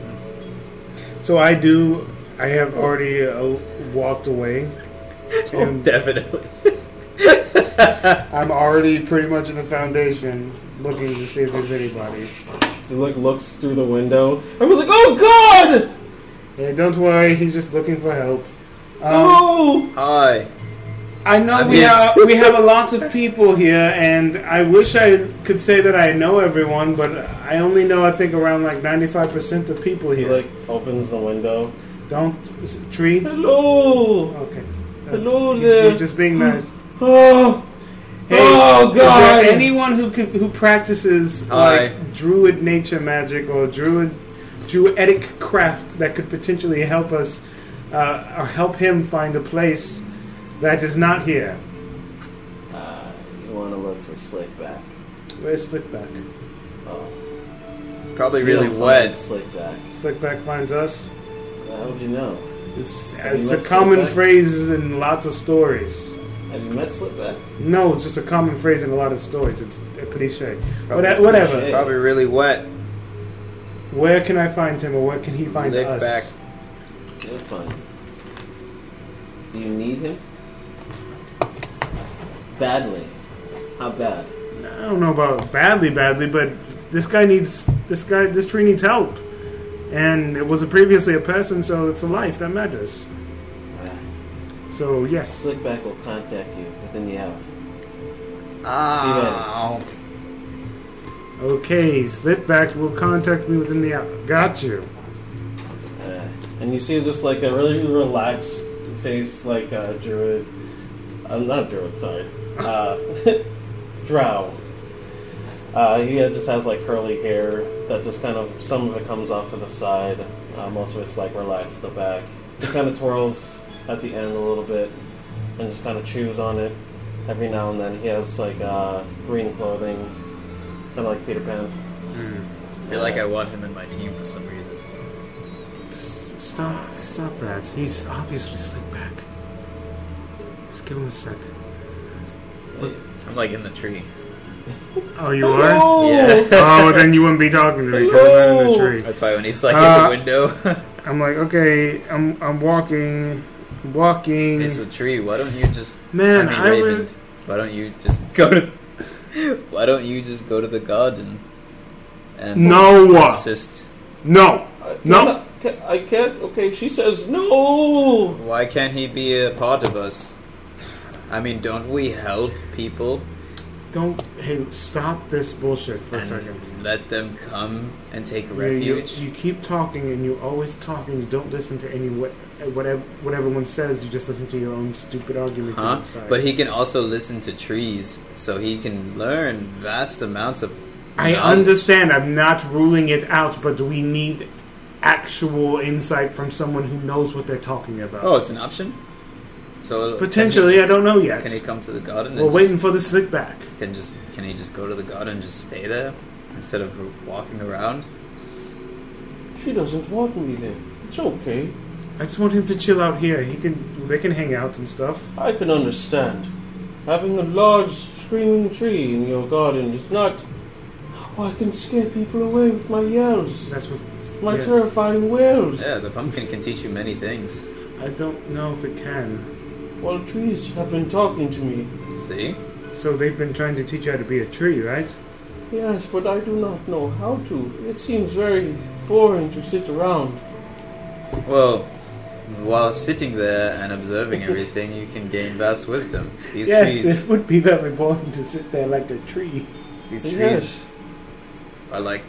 Speaker 2: So I do. I have already uh, walked away, and
Speaker 1: Oh, Definitely.
Speaker 2: I'm already pretty much in the foundation, looking to see if there's anybody.
Speaker 3: he like looks through the window. I was like, oh god,
Speaker 2: Yeah, don't worry. He's just looking for help. Um,
Speaker 3: oh,
Speaker 1: Hi.
Speaker 2: I know
Speaker 1: I'm
Speaker 2: we
Speaker 1: it.
Speaker 2: have we have a lot of people here, and I wish I could say that I know everyone, but I only know I think around like 95 percent of people
Speaker 3: he
Speaker 2: here.
Speaker 3: like opens the window.
Speaker 2: Don't is it tree.
Speaker 3: Hello!
Speaker 2: Okay.
Speaker 3: Hello
Speaker 2: He's,
Speaker 3: there.
Speaker 2: he's just being nice.
Speaker 3: Oh,
Speaker 2: Hey,
Speaker 3: Oh, God.
Speaker 2: Is there anyone who could, who practices
Speaker 1: Hi.
Speaker 2: like druid nature magic or druid druidic craft that could potentially help us uh, or help him find a place that is not here?
Speaker 3: uh, you want to look for Slickback.
Speaker 2: Where's Slickback?
Speaker 3: Oh,
Speaker 1: Probably
Speaker 3: you
Speaker 1: really
Speaker 3: don't find
Speaker 1: wet.
Speaker 3: Slickback.
Speaker 2: Slickback finds us.
Speaker 3: How would you know?
Speaker 2: It's,
Speaker 3: Have you
Speaker 2: it's a
Speaker 3: met
Speaker 2: common
Speaker 3: Slickback?
Speaker 2: phrase in lots of stories.
Speaker 3: Have you met Slickback?
Speaker 2: No, it's just a common phrase in a lot of stories. It's a cliche.
Speaker 1: Probably
Speaker 2: Whata- whatever.
Speaker 3: cliche.
Speaker 1: Probably really wet.
Speaker 2: Where can I find him, or where can he find us?
Speaker 1: Slickback.
Speaker 3: You're fine. Do you need him? Badly. How bad?
Speaker 2: I don't know about badly, badly, but this guy needs this guy. This tree needs help, and it was a previously a person, so it's a life that matters. So yes,
Speaker 3: Slickback will contact you within the hour.
Speaker 1: Ow.
Speaker 2: okay. Slipback will contact me within the hour. Got you.
Speaker 3: Uh, and you see just like a really relaxed face, like a druid. Uh, not a druid, sorry. Uh, drow. Uh, he had- just has like curly hair that just kind of, some of it comes off to the side. Uh, most of it's like relaxed at the back. It kind of twirls at the end a little bit and just kind of chews on it every now and then. He has like uh, green clothing, kind of like Peter Pan.
Speaker 1: I feel Hmm. like I want him in my team for some reason.
Speaker 2: Just stop, stop that. He's obviously Slickback. Just give him a sec.
Speaker 1: I'm like in the tree.
Speaker 2: Oh, you are.
Speaker 1: Yeah.
Speaker 2: Oh, then you wouldn't be talking to me. 'cause I'm not in the tree.
Speaker 1: That's why when he's like
Speaker 2: Uh,
Speaker 1: in the window,
Speaker 2: I'm like, okay, I'm I'm walking, I'm walking.
Speaker 1: it's a tree. Why don't you just?
Speaker 2: Man,
Speaker 1: I mean,
Speaker 2: I
Speaker 1: Raven.
Speaker 2: really-
Speaker 1: Why don't you just go to? Why don't you just go to the garden? And
Speaker 7: No.
Speaker 2: uh,
Speaker 1: Assist.
Speaker 7: No.
Speaker 3: I
Speaker 7: No.
Speaker 3: can't- I can't- I can't. Okay, she says no.
Speaker 1: Why can't he be a part of us? I mean, don't we help people
Speaker 2: Don't hey, stop this bullshit for a second.
Speaker 1: and let them come and take
Speaker 2: You, you,
Speaker 1: refuge?
Speaker 2: you keep talking and you always talk and you don't listen to any what whatever what everyone says. You just listen to your own stupid arguments.
Speaker 1: Huh?
Speaker 2: I'm sorry.
Speaker 1: But he can also listen to trees, so he can learn vast amounts of.
Speaker 2: I understand. I'm not ruling it out, but we need actual insight from someone who knows what they're talking about.
Speaker 1: Oh, it's an option. So
Speaker 2: Potentially, I don't know
Speaker 1: Can
Speaker 2: yet.
Speaker 1: he, can he come to the garden?
Speaker 2: We're
Speaker 1: and
Speaker 2: waiting for the slick back.
Speaker 1: Just, can just can he just go to the garden and just stay there instead of walking around?
Speaker 3: She doesn't want me there. It's okay.
Speaker 2: I just want him to chill out here. He can, they can hang out and stuff.
Speaker 3: I can understand. Having a large screaming tree in your garden is not. Oh, I can scare people away with my yells,
Speaker 2: That's what.
Speaker 3: my
Speaker 2: yes.
Speaker 3: terrifying wails.
Speaker 1: Yeah, the pumpkin can teach you many things.
Speaker 2: I don't know if it can.
Speaker 3: Well, trees have been talking to me.
Speaker 1: See,
Speaker 2: So they've been trying to teach you how to be a tree, right?
Speaker 3: Yes, but I do not know how to. It seems very boring to sit around.
Speaker 1: well, while sitting there and observing everything, you can gain vast wisdom. These
Speaker 2: yes,
Speaker 1: trees,
Speaker 2: it would be very boring to sit there like a tree.
Speaker 1: these trees
Speaker 3: Yes.
Speaker 1: are like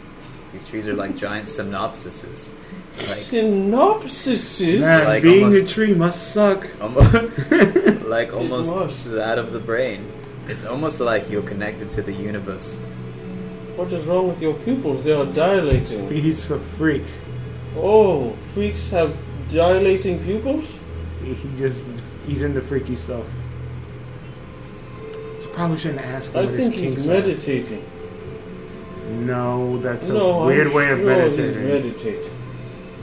Speaker 1: these trees are like giant synopsises, like
Speaker 3: Synopsises.
Speaker 2: Man,
Speaker 1: Like
Speaker 2: being a
Speaker 1: almost-
Speaker 2: tree must suck.
Speaker 1: almost like almost
Speaker 3: must.
Speaker 1: that of the brain. It's almost like you're connected to the universe.
Speaker 3: What is wrong with your pupils? They are dilating.
Speaker 2: He's a freak.
Speaker 3: Oh, freaks have dilating pupils?
Speaker 2: He he just, he's into freaky stuff. You probably shouldn't ask him
Speaker 3: I
Speaker 2: what his
Speaker 3: think he's
Speaker 2: kinks are.
Speaker 3: meditating.
Speaker 2: No, that's a
Speaker 3: no, I'm
Speaker 2: weird way of
Speaker 3: sure
Speaker 2: meditating.
Speaker 3: He's meditating.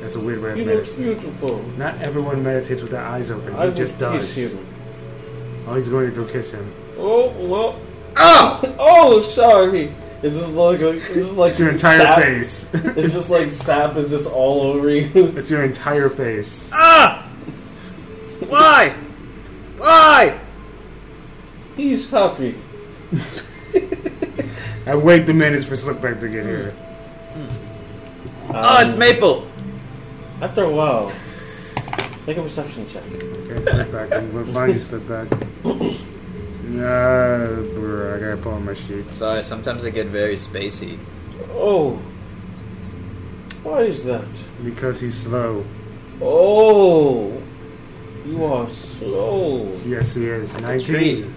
Speaker 2: That's a weird way of
Speaker 3: He looks
Speaker 2: meditating.
Speaker 3: beautiful.
Speaker 2: Not everyone meditates with their eyes open. He
Speaker 3: I
Speaker 2: just
Speaker 3: would
Speaker 2: does.
Speaker 3: Kiss him.
Speaker 2: Oh, he's going to go kiss him.
Speaker 3: Oh well. Oh, oh, sorry. Is this like a- is this like
Speaker 2: It's your entire
Speaker 3: sap?
Speaker 2: face.
Speaker 3: It's just like sap is just all over you.
Speaker 2: It's your entire face.
Speaker 1: Ah! Why? Why?
Speaker 3: He's happy.
Speaker 2: I wait the minutes for Slickback to get here.
Speaker 1: Oh, it's
Speaker 3: Um,
Speaker 1: maple.
Speaker 3: After a while, make a perception check.
Speaker 2: Okay, Slickback, I'm gonna find you, Slickback. Nah, bruh, I gotta pull on my sheet.
Speaker 1: Sorry, sometimes I get very spacey.
Speaker 3: Oh, why is that?
Speaker 2: Because he's slow.
Speaker 3: Oh, you are slow.
Speaker 2: Yes, he is.
Speaker 1: tree.
Speaker 2: 19.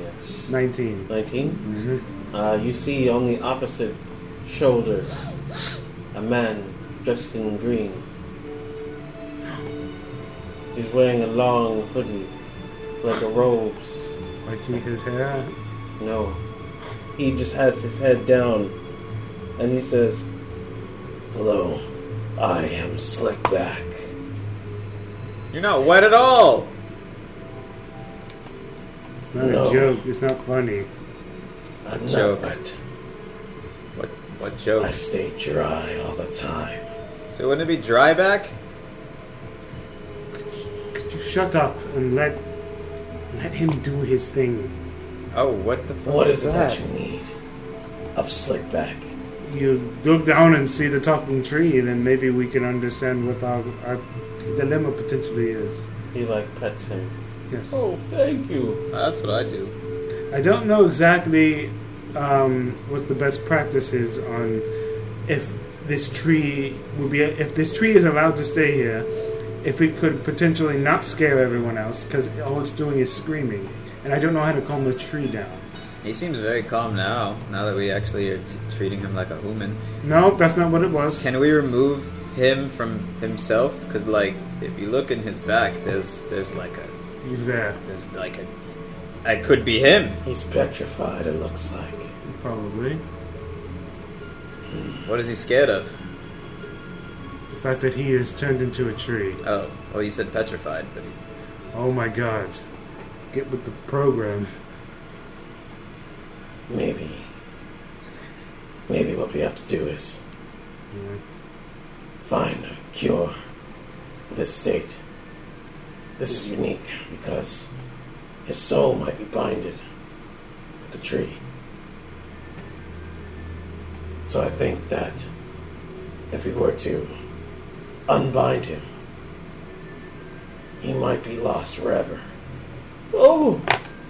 Speaker 3: Yes.
Speaker 2: 19.
Speaker 3: 19.
Speaker 2: Mhm.
Speaker 3: Uh, you see on the opposite shoulder a man dressed in green. He's wearing a long hoodie, like a robe's.
Speaker 2: I see his hair.
Speaker 3: No. He just has his head down and he says, Hello, I am Slickback.
Speaker 1: You're not wet at all.
Speaker 2: It's not
Speaker 3: No.
Speaker 2: a joke. It's not funny.
Speaker 3: I'm
Speaker 1: Joke.
Speaker 3: not wet.
Speaker 1: What what
Speaker 3: I
Speaker 1: joke?
Speaker 3: stay dry all the time.
Speaker 1: So wouldn't it be dry back?
Speaker 2: Could you shut up and let let him do his thing?
Speaker 1: Oh, what the fuck
Speaker 3: What is it
Speaker 1: that?
Speaker 3: that you need of Slickback?
Speaker 2: You look down and see the talking tree, and then maybe we can understand what our, our dilemma potentially is.
Speaker 3: He like pets him.
Speaker 2: Yes.
Speaker 3: Oh, thank you.
Speaker 1: Oh, that's what I do.
Speaker 2: I don't know exactly um, what the best practice is on if this tree would be if this tree is allowed to stay here. If it could potentially not scare everyone else because all it's doing is screaming, and I don't know how to calm the tree down.
Speaker 1: He seems very calm now. Now that we actually are t- treating him like a human,
Speaker 2: No, that's not what it was.
Speaker 1: can we remove him from himself? Because like, if you look in his back, there's there's like a
Speaker 2: He's there,
Speaker 1: there's like a. It could be him.
Speaker 3: He's petrified, it looks like.
Speaker 2: probably.
Speaker 1: What is he scared of?
Speaker 2: The fact that he is turned into a tree.
Speaker 1: Oh, well, you said petrified, but he
Speaker 2: Oh my god. Get with the program.
Speaker 3: Maybe. Maybe what we have to do is
Speaker 2: Yeah.
Speaker 3: find a cure for this state. This is unique because his soul might be binded with the tree. So I think that if we were to unbind him, he might be lost forever. Oh,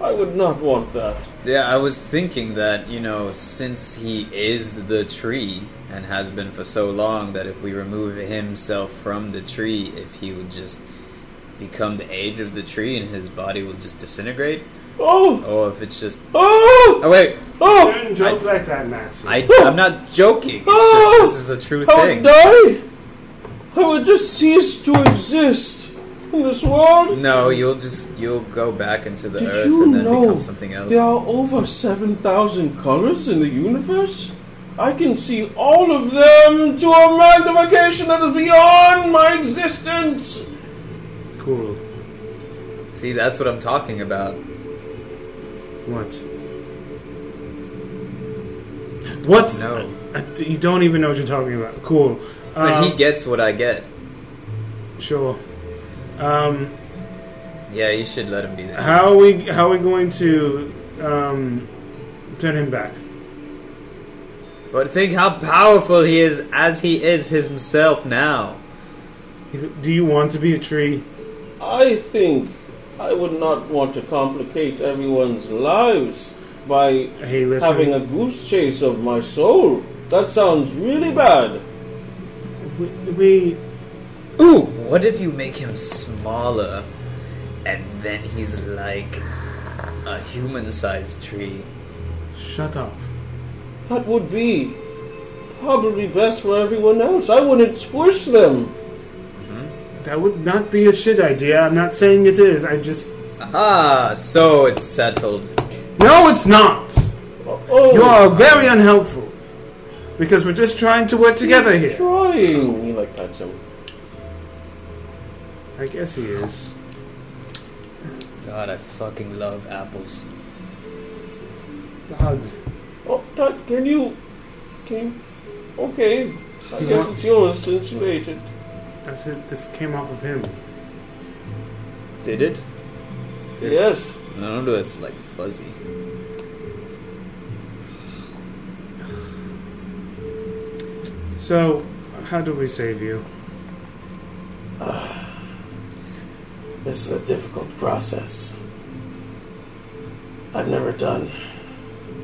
Speaker 3: I would not want that.
Speaker 1: Yeah, I was thinking that, you know, since he is the tree and has been for so long, that if we remove himself from the tree, if he would just become the age of the tree and his body will just disintegrate,
Speaker 3: Oh,
Speaker 1: or if it's just.
Speaker 3: oh,
Speaker 1: Oh, wait,
Speaker 3: oh!
Speaker 2: Don't joke like that, Max.
Speaker 1: I, I'm not joking. It's
Speaker 3: Oh!
Speaker 1: just, this is a true
Speaker 3: I would
Speaker 1: thing.
Speaker 3: die. I would just cease to exist in this world.
Speaker 1: No, you'll just. You'll go back into the
Speaker 3: Did
Speaker 1: earth
Speaker 3: you
Speaker 1: and then
Speaker 3: know
Speaker 1: become something else.
Speaker 3: There are over 7,000 colors in the universe. I can see all of them to a magnification that is beyond my existence.
Speaker 2: Cool.
Speaker 1: See, that's what I'm talking about.
Speaker 2: What? What?
Speaker 1: No.
Speaker 2: I- I- you don't even know what you're talking about. Cool.
Speaker 1: But
Speaker 2: Um,
Speaker 1: he gets what I get.
Speaker 2: sure. Um,
Speaker 1: Yeah, you should let him be there.
Speaker 2: how are we how are we going to um, turn him back?
Speaker 1: But think how powerful he is as he is himself now.
Speaker 2: Do you want to be a tree?
Speaker 3: I think I would not want to complicate everyone's lives by
Speaker 2: Hey, listen.
Speaker 3: having a goose chase of my soul. That sounds really bad.
Speaker 2: we, we
Speaker 1: Ooh, what if you make him smaller and then he's like a human sized tree?
Speaker 2: shut up.
Speaker 3: That would be probably best for everyone else. I wouldn't squish them.
Speaker 2: That would not be a shit idea. I'm not saying it is. I just
Speaker 1: Ah, so it's settled.
Speaker 2: no, it's not.
Speaker 3: Oh,
Speaker 2: You are very unhelpful because we're just trying to work together
Speaker 3: he's
Speaker 2: here.
Speaker 3: Trying. He like pats him.
Speaker 2: I guess he is.
Speaker 1: God, I fucking love apples.
Speaker 2: God.
Speaker 3: Oh, Dad, can you? Can you? Okay. I guess it's yours since you ate it.
Speaker 2: That's it. This came off of him.
Speaker 1: Did it?
Speaker 3: Yes.
Speaker 1: No, no, it's like fuzzy.
Speaker 2: So, how do we save you?
Speaker 3: This is a difficult process. I've never done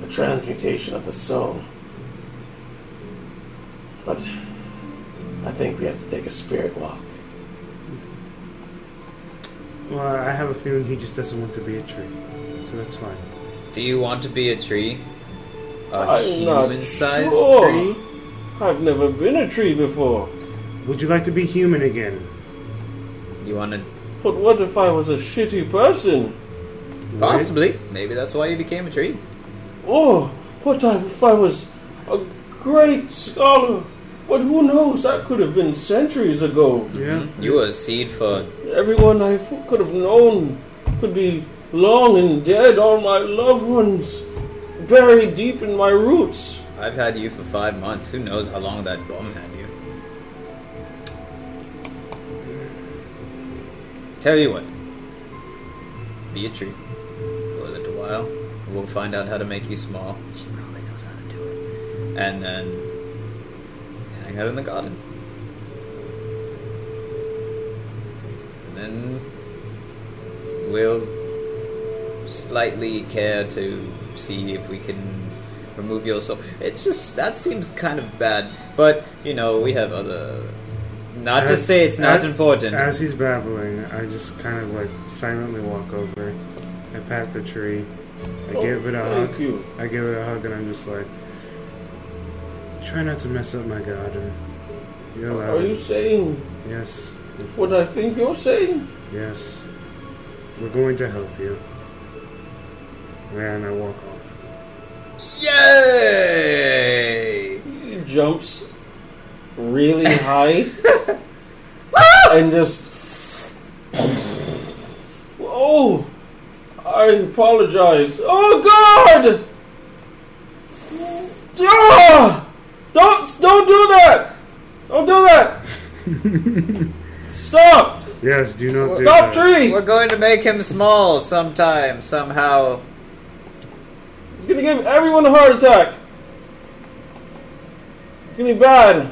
Speaker 3: a transmutation of the soul. But I think we have to take a spirit walk
Speaker 2: Well, I have a feeling he just doesn't want to be a tree, so that's fine.
Speaker 1: Do you want to be a tree? A
Speaker 3: I'm not
Speaker 1: human-sized
Speaker 3: sure.
Speaker 1: tree?
Speaker 3: I've never been a tree before.
Speaker 2: Would you like to be human again?
Speaker 1: You want to
Speaker 3: But what if I was a shitty person?
Speaker 1: possibly? Maybe that's why you became a tree.
Speaker 3: Oh, what if I was a great scholar? But who knows? That could have been centuries ago.
Speaker 2: Yeah.
Speaker 1: Hmm? You were a seed for
Speaker 3: Everyone I f- could have known could be long and dead. All my loved ones buried deep in my roots.
Speaker 1: I've had you for five months. Who knows how long that bum had you? Tell you what. Be a tree. For a little while. We'll find out how to make you small. She probably knows how to do it. And then hang out in the garden. And then we'll slightly care to see if we can remove your soul. It's just that seems kind of bad, but you know we have other. Not to
Speaker 2: As-
Speaker 1: say it's not
Speaker 2: as-
Speaker 1: important.
Speaker 2: As he's babbling, I just kind of like silently walk over. I pat the tree.
Speaker 3: Oh,
Speaker 2: I give it a
Speaker 3: thank
Speaker 2: hug.
Speaker 3: you.
Speaker 2: I give it a hug, and I'm just like, try not to mess up my garden. You're
Speaker 3: Are
Speaker 2: allowed.
Speaker 3: you saying
Speaker 2: Yes.
Speaker 3: what I think you're saying?
Speaker 2: Yes. We're going to help you. And I walk off.
Speaker 1: Yay!
Speaker 3: He jumps really high and just. Oh! I apologize. Oh God! Ah! Don't don't do that! Don't do that! Stop!
Speaker 2: Yes, do not do
Speaker 3: Stop
Speaker 2: that.
Speaker 3: tree!
Speaker 1: We're going to make him small sometime, somehow.
Speaker 3: It's gonna give everyone a heart attack. It's gonna be bad.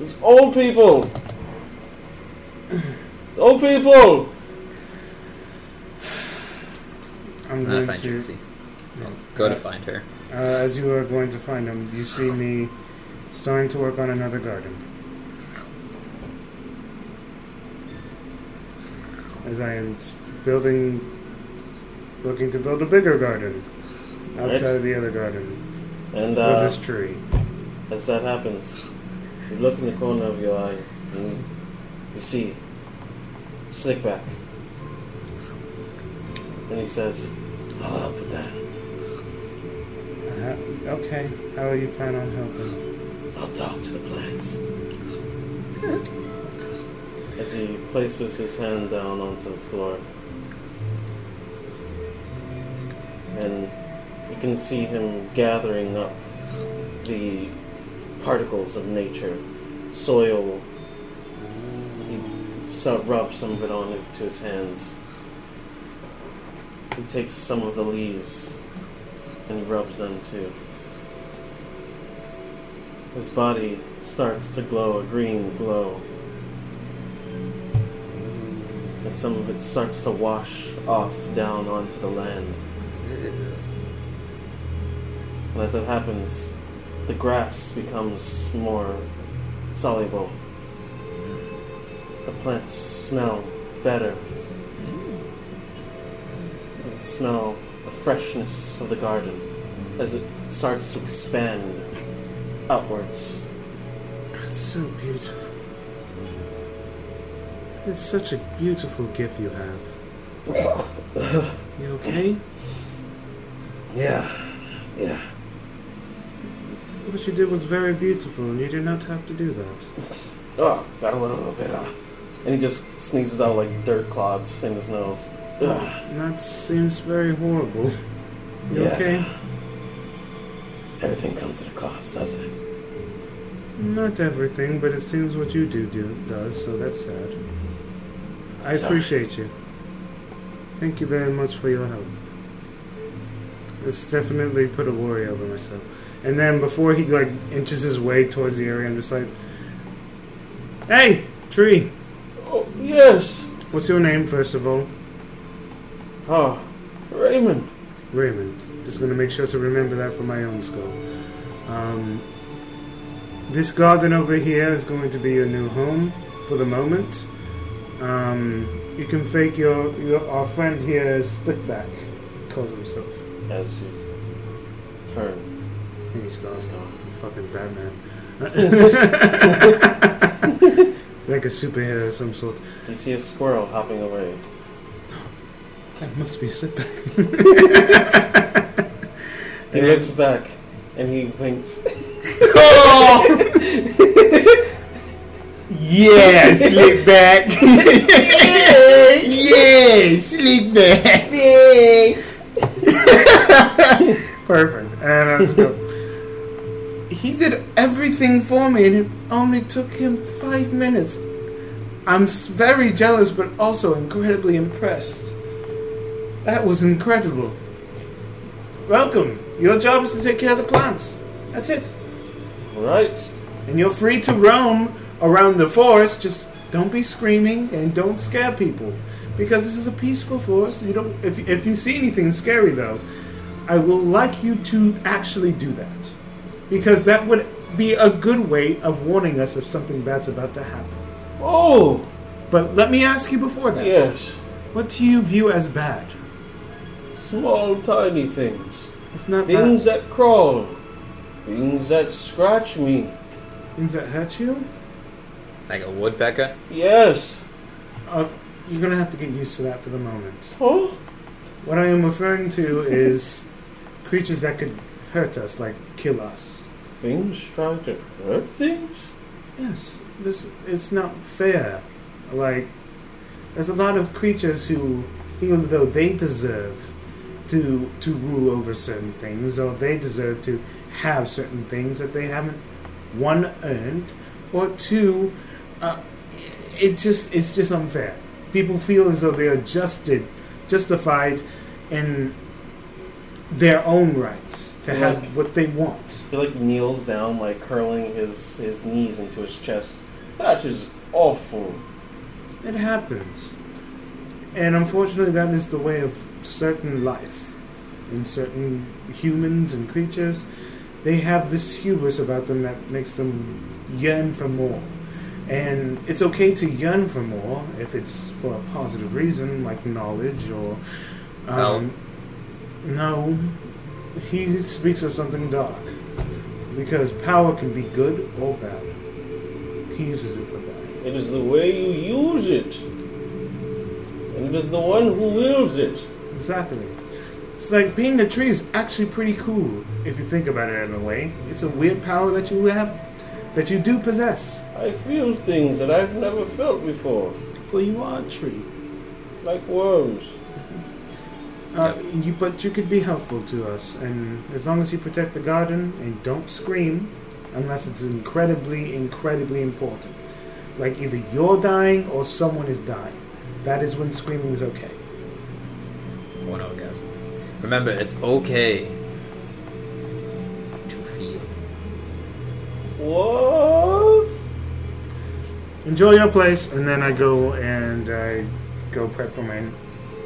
Speaker 3: It's old people. It's old people.
Speaker 2: I'm
Speaker 1: Not
Speaker 2: going
Speaker 1: find
Speaker 2: to.
Speaker 1: Trixie. I'll go to find her.
Speaker 2: Uh, as you are going to find him, you see me starting to work on another garden. As I am building, looking to build a bigger garden outside
Speaker 3: Right.
Speaker 2: of the other garden
Speaker 3: And
Speaker 2: for
Speaker 3: uh,
Speaker 2: this tree.
Speaker 3: as that happens, you look in the corner of your eye and you see Slickback. And he says, I'll help with that.
Speaker 2: Uh, okay, how are you plan on helping?
Speaker 3: I'll talk to the plants. As he places his hand down onto the floor. And you can see him gathering up the particles of nature, soil. He so rubs some of it on into his hands. He takes some of the leaves and he rubs them too. His body starts to glow a green glow. And some of it starts to wash off down onto the land. And as it happens, the grass becomes more soluble. The plants smell better. And the smell the freshness of the garden as it starts to expand upwards.
Speaker 2: It's so beautiful. It's such a beautiful gift you have. You okay?
Speaker 3: Yeah, yeah.
Speaker 2: What you did was very beautiful, and you did not have to do that.
Speaker 3: Oh, got a little bit. Uh. And he just sneezes out like dirt clods in his nose. Ugh.
Speaker 2: And that seems very horrible. You
Speaker 3: Yeah.
Speaker 2: okay?
Speaker 3: Everything comes at a cost, doesn't it?
Speaker 2: Not everything, but it seems what you do, do does, so that's sad. I
Speaker 3: Sorry.
Speaker 2: appreciate you. Thank you very much for your help. It's definitely put a worry over myself. And then before he like inches his way towards the area, I'm just like, "Hey, tree,
Speaker 3: Oh, yes.
Speaker 2: what's your name, first of all?"
Speaker 3: Oh, Raymond.
Speaker 2: Raymond. Just going to make sure to remember that for my own skull. Um, this garden over here is going to be your new home for the moment. Um, you can fake your, your our friend here as Slickback calls himself.
Speaker 3: As you turn,
Speaker 2: And he's gone.
Speaker 3: it's gone.
Speaker 2: Fucking Batman. like a superhero of some sort.
Speaker 3: You see a squirrel hopping away.
Speaker 2: That must be Slickback.
Speaker 3: He
Speaker 2: Yeah.
Speaker 3: looks back and he winks.
Speaker 2: Yeah, Slickback. yeah, Slickback. Thanks. Perfect. And I just go. He did everything for me, and it only took him five minutes. I'm s- very jealous, but also incredibly impressed. That was incredible. Welcome. Your job is to take care of the plants. That's it
Speaker 3: Right.
Speaker 2: and you're free to roam around the forest. Just don't be screaming and don't scare people, because this is a peaceful forest. You don't. If, if you see anything scary, though, I will like you to actually do that, because that would be a good way of warning us if something bad's about to happen.
Speaker 3: Oh!
Speaker 2: But let me ask you before that:
Speaker 3: Yes.
Speaker 2: what do you view as bad?
Speaker 3: Small, tiny things.
Speaker 2: It's not
Speaker 3: Things that crawl. Things that scratch me.
Speaker 2: bad. Things that hurt you.
Speaker 1: Like a woodpecker?
Speaker 3: Yes.
Speaker 2: Uh, you're gonna have to get used to that for the moment.
Speaker 3: Huh?
Speaker 2: What I am referring to is creatures that could hurt us, like kill us.
Speaker 3: Things try to hurt things?
Speaker 2: Yes, this it's not fair. Like there's a lot of creatures who feel as though they deserve to to rule over certain things, or they deserve to have certain things that they haven't one earned, or two. Uh, it just it's just unfair. People feel as though they are justed, justified in their own rights to
Speaker 3: Like-
Speaker 2: have what they want.
Speaker 3: He like kneels down, like curling his, his knees into his chest. That is awful.
Speaker 2: It happens. And unfortunately, that is the way of certain life. In certain humans and creatures, they have this hubris about them that makes them yearn for more. And it's okay to yearn for more if it's for a positive reason, like knowledge or. Um, No. He speaks of something dark. Because power can be good or bad. He uses it for bad.
Speaker 3: It is the way you use it. And it is the one who wields it.
Speaker 2: Exactly. It's like being a tree is actually pretty cool if you think about it in a way. It's a weird power that you have, that you do possess.
Speaker 3: I feel things that I've never felt before,
Speaker 2: Well, you are a tree.
Speaker 3: like worms.
Speaker 2: Uh, you, but you could be helpful to us, and as long as you protect the garden and don't scream, unless it's incredibly, incredibly important. Like either you're dying or someone is dying. That is when screaming is okay.
Speaker 1: One orgasm. Remember, it's okay to feel.
Speaker 3: What?
Speaker 2: Enjoy your place, and then I go and I go prep for my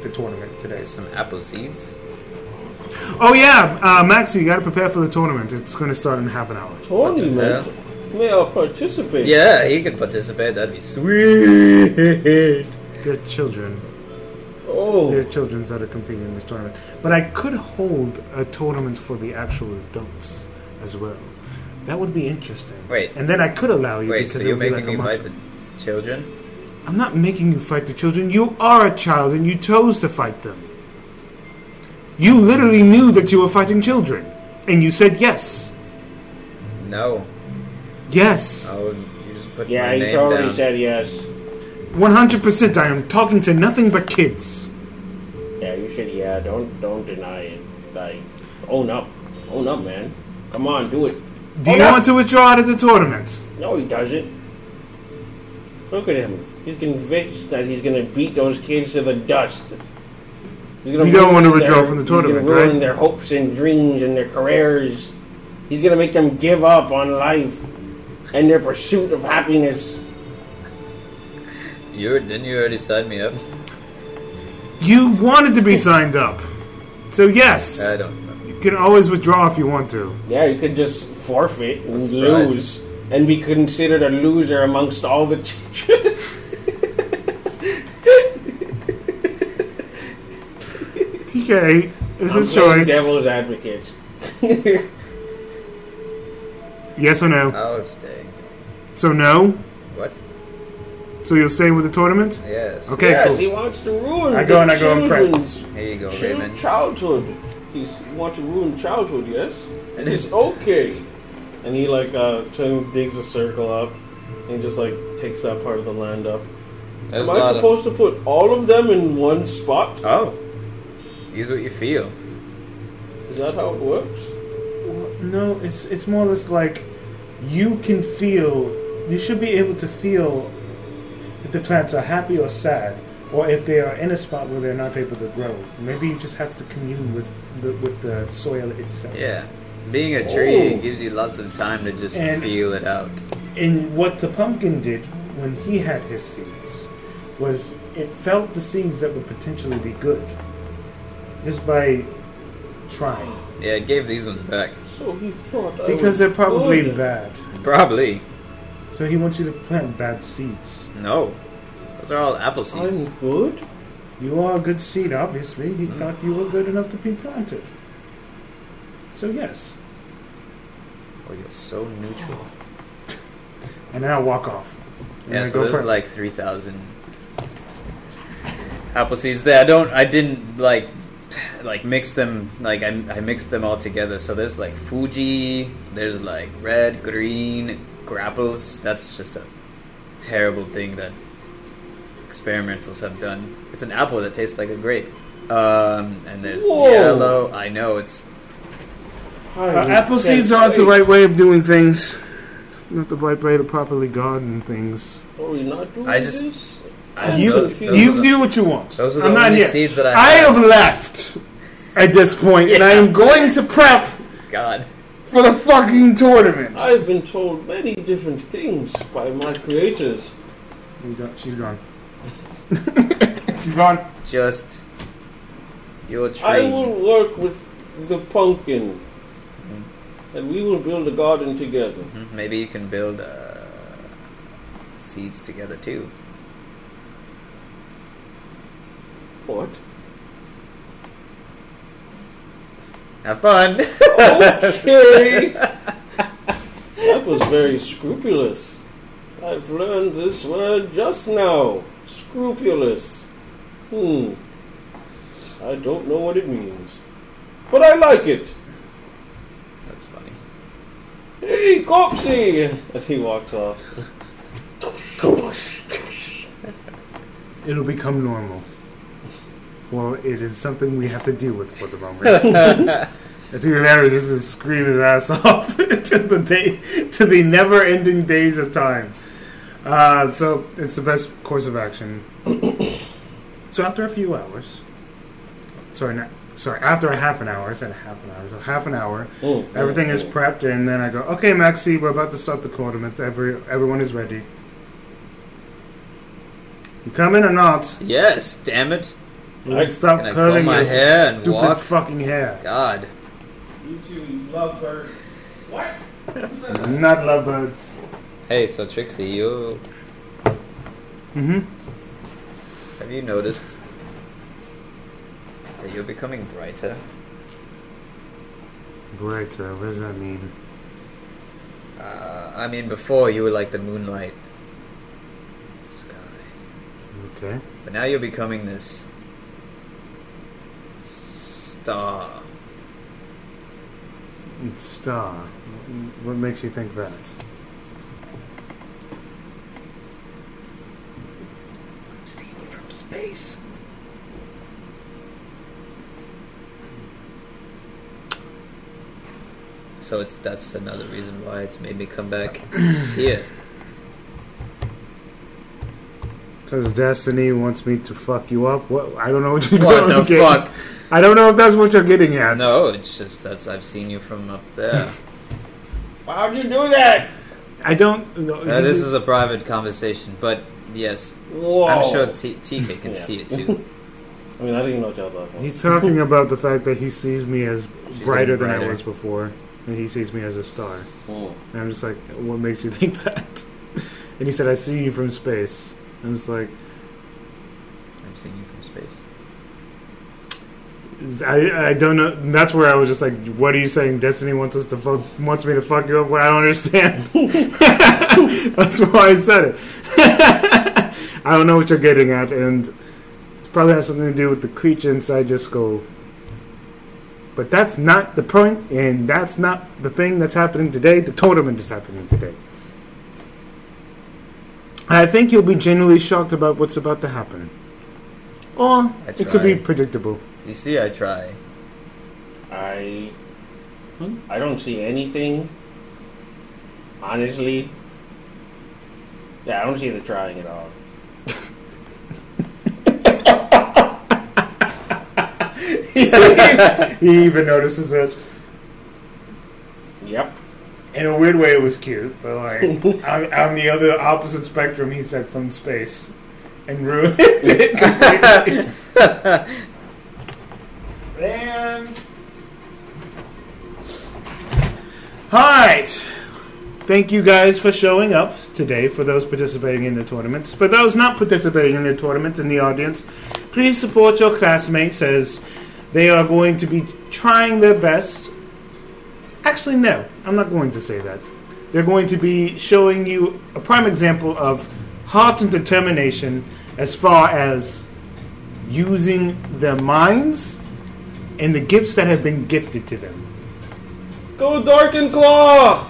Speaker 2: the tournament today.
Speaker 1: There's some apple seeds.
Speaker 2: Oh yeah, uh, Maxi, you got to prepare for the tournament. It's going to start in half an hour.
Speaker 3: Tony,
Speaker 1: What
Speaker 3: man.
Speaker 1: the
Speaker 3: May I participate?
Speaker 1: Yeah, he could participate. That'd be sweet.
Speaker 2: They're children. They're
Speaker 3: Oh,
Speaker 2: children that are competing in this tournament. But I could hold a tournament for the actual adults as well. That would be interesting.
Speaker 1: Wait.
Speaker 2: And then I could allow you
Speaker 1: Wait,
Speaker 2: because
Speaker 1: so
Speaker 2: it
Speaker 1: you're
Speaker 2: would be
Speaker 1: making
Speaker 2: like a
Speaker 1: me
Speaker 2: muscle.
Speaker 1: fight the children?
Speaker 2: I'm not making you fight the children. You are a child, and you chose to fight them. You literally knew that you were fighting children, and you said yes,
Speaker 1: No.
Speaker 2: yes.
Speaker 1: I would you just put
Speaker 3: yeah,
Speaker 1: my
Speaker 3: he
Speaker 1: name
Speaker 3: probably
Speaker 1: down.
Speaker 3: said yes.
Speaker 2: One hundred percent. I am talking to nothing but kids.
Speaker 3: Yeah, you should. Yeah, don't don't deny it. Like, own up, own up, man. Come on, do it.
Speaker 1: Oh,
Speaker 2: Do
Speaker 3: Own
Speaker 2: you
Speaker 3: up.
Speaker 2: want to withdraw out of the tournament?
Speaker 3: No, he doesn't. Look at him. He's convinced that he's gonna beat those kids to the dust. He's gonna
Speaker 2: You don't
Speaker 3: ruin
Speaker 2: wanna withdraw
Speaker 3: their-
Speaker 2: from the
Speaker 3: He's
Speaker 2: tournament,
Speaker 3: gonna ruin
Speaker 2: right?
Speaker 3: their hopes and dreams and their careers. He's gonna make them give up on life and their pursuit of happiness.
Speaker 1: You didn't you already sign me up?
Speaker 2: You wanted to be signed up. So, yes,
Speaker 3: Uh,
Speaker 1: I don't remember.
Speaker 2: you can always withdraw if you want to.
Speaker 3: Yeah, you could just forfeit and
Speaker 1: surprised.
Speaker 3: lose and be considered a loser amongst all the children.
Speaker 8: DK is
Speaker 3: I'm
Speaker 8: his
Speaker 3: playing
Speaker 8: choice.
Speaker 3: Devil's advocate.
Speaker 8: Yes or no?
Speaker 1: I'll stay.
Speaker 8: So no.
Speaker 1: What?
Speaker 8: So you'll stay with the tournament?
Speaker 1: Yes.
Speaker 8: Okay,
Speaker 3: yes,
Speaker 8: cool.
Speaker 3: he wants to ruin.
Speaker 2: I go
Speaker 3: the
Speaker 2: and I go and pray.
Speaker 3: children's
Speaker 1: Here you go,
Speaker 3: chil-
Speaker 1: Raymond.
Speaker 3: Childhood. He's, he wants to ruin childhood. Yes, and it's okay. And he like uh, kind of digs a circle up, and just like takes that part of the land up.
Speaker 1: There's a
Speaker 3: Am I
Speaker 1: lot of-
Speaker 3: supposed to put all of them in one spot?
Speaker 1: Oh. Use what you feel.
Speaker 3: Is that how it works?
Speaker 2: No, it's it's more or less like you can feel. You should be able to feel if the plants are happy or sad, or if they are in a spot where they're not able to grow. Maybe you just have to commune with the with the soil itself.
Speaker 1: Yeah. Being a tree
Speaker 3: Oh.
Speaker 1: it gives you lots of time to just
Speaker 2: And-
Speaker 1: feel it out.
Speaker 2: And what the pumpkin did when he had his seeds was it felt the seeds that would potentially be good just by trying
Speaker 1: Yeah, it gave these ones back.
Speaker 3: So he thought
Speaker 1: Oh,
Speaker 3: I was
Speaker 2: because they're probably
Speaker 3: good.
Speaker 2: bad.
Speaker 1: Probably.
Speaker 2: So he wants you to plant bad seeds.
Speaker 1: No. Those are all apple seeds.
Speaker 3: I'm good.
Speaker 2: You are a good seed, obviously. He
Speaker 1: Mm.
Speaker 2: thought you were good enough to be planted. So, yes.
Speaker 1: Oh, you're so neutral.
Speaker 2: And now walk off. And
Speaker 1: Yeah,
Speaker 2: I
Speaker 1: so
Speaker 2: go
Speaker 1: there's
Speaker 2: for-
Speaker 1: like three thousand apple seeds there. I don't. I didn't like like mix them. Like I, I mixed them all together. So there's like Fuji. There's like red, green, grapples. That's just a terrible thing that experimentals have done. It's an apple that tastes like a grape. Um, and there's
Speaker 3: Whoa.
Speaker 1: yellow. I know it's
Speaker 8: Uh, apple seeds aren't the right way of doing things. It's not the right way to properly garden things.
Speaker 3: Are we not doing
Speaker 1: I just-
Speaker 3: this?
Speaker 1: I,
Speaker 2: You-
Speaker 1: those, those
Speaker 2: you
Speaker 1: are the,
Speaker 2: do what you want.
Speaker 1: those are the
Speaker 2: I'm not
Speaker 1: only
Speaker 2: here.
Speaker 1: seeds that I,
Speaker 2: I
Speaker 1: have.
Speaker 2: have left at this point, and I am going to prep
Speaker 1: God.
Speaker 2: for the fucking tournament.
Speaker 3: I've been told many different things by my creators.
Speaker 2: You don't- She's gone. She's gone.
Speaker 1: just your tree.
Speaker 3: I will work with the pumpkin, and we will build a garden together.
Speaker 1: Mhm, Mm-hmm. Maybe you can build uh, seeds together too.
Speaker 3: What?
Speaker 1: Have fun.
Speaker 3: Okay. that was very scrupulous. I've learned this word just now. Scrupulous. Hmm. I don't know what it means, but I like it.
Speaker 1: That's funny.
Speaker 3: Hey, Copsy! As he walks off.
Speaker 2: It'll become normal. Well, it is something we have to deal with for the moment. it's either that or just to scream his ass off to the day, to the never-ending days of time. Uh, so it's the best course of action. so after a few hours, sorry, not, sorry, after a half an hour, I said half an hour, so half an hour,
Speaker 3: Oh,
Speaker 2: Everything
Speaker 3: oh,
Speaker 2: is
Speaker 3: oh.
Speaker 2: prepped, and then I go, okay, Maxi, we're about to start the tournament. Every, everyone is ready. You coming or not?
Speaker 1: Yes, damn it.
Speaker 2: We're gonna stop
Speaker 1: Can I
Speaker 2: curling
Speaker 1: comb my
Speaker 2: your
Speaker 1: hair and
Speaker 2: stupid
Speaker 1: walk?
Speaker 2: fucking hair.
Speaker 1: God.
Speaker 9: You two love birds. What?
Speaker 2: Not lovebirds.
Speaker 1: Hey, so Trixie, you
Speaker 2: Mm-hmm.
Speaker 1: have you noticed that you're becoming brighter?
Speaker 2: Brighter. What does that mean?
Speaker 1: Uh, I mean, before you were like the moonlight sky,
Speaker 2: Okay.
Speaker 1: but now you're becoming this star.
Speaker 2: Star. What makes you think that?
Speaker 1: Seeing you from space. So it's that's another reason why it's made me come back here.
Speaker 2: Because destiny wants me to fuck you up. What? I don't know what you're
Speaker 1: What the
Speaker 2: getting-
Speaker 1: fuck?
Speaker 2: I don't know if that's what you're getting at.
Speaker 1: No, it's just that's I've seen you from up there.
Speaker 3: How'd you do that?
Speaker 2: I don't. No,
Speaker 1: Uh, this is a private conversation, but yes,
Speaker 3: Whoa.
Speaker 1: I'm sure T- TK can
Speaker 3: Yeah.
Speaker 1: see it too.
Speaker 3: I mean, I didn't know Joe Black.
Speaker 2: He's talking about the fact that he sees me as
Speaker 1: She's
Speaker 2: brighter
Speaker 1: getting
Speaker 2: than I
Speaker 1: brighter.
Speaker 2: was before, and he sees me as a star.
Speaker 3: Oh.
Speaker 2: And I'm just like, what makes you think that? And he said, I see you from space. I'm just like,
Speaker 1: I'm seeing you from space.
Speaker 2: I, I don't know. That's where I was just like, "What are you saying? Destiny wants us to fuck, wants me to fuck you up." Well, I don't understand. that's why I said it. I don't know what you're getting at, and it probably has something to do with the creature inside your skull. But that's not the point, and that's not the thing that's happening today. The tournament is happening today. And I think you'll be genuinely shocked about what's about to happen. Or
Speaker 1: I
Speaker 2: it could be
Speaker 1: try.
Speaker 2: predictable.
Speaker 1: You see, I try.
Speaker 3: I
Speaker 2: Hmm?
Speaker 3: I don't see anything. Honestly, yeah, I don't see the trying at all.
Speaker 2: He even notices it.
Speaker 3: Yep.
Speaker 6: In a weird way, it was cute, but like on, on the other opposite spectrum, he said from space and ruined it. completely. and all right.
Speaker 2: Thank you guys for showing up today for those participating in the tournaments. For those not participating in the tournaments in the audience, please support your classmates as they are going to be trying their best. Actually, no, I'm not going to say that. They're going to be showing you a prime example of heart and determination as far as using their minds and the gifts that have been gifted to them.
Speaker 3: Go dark and claw.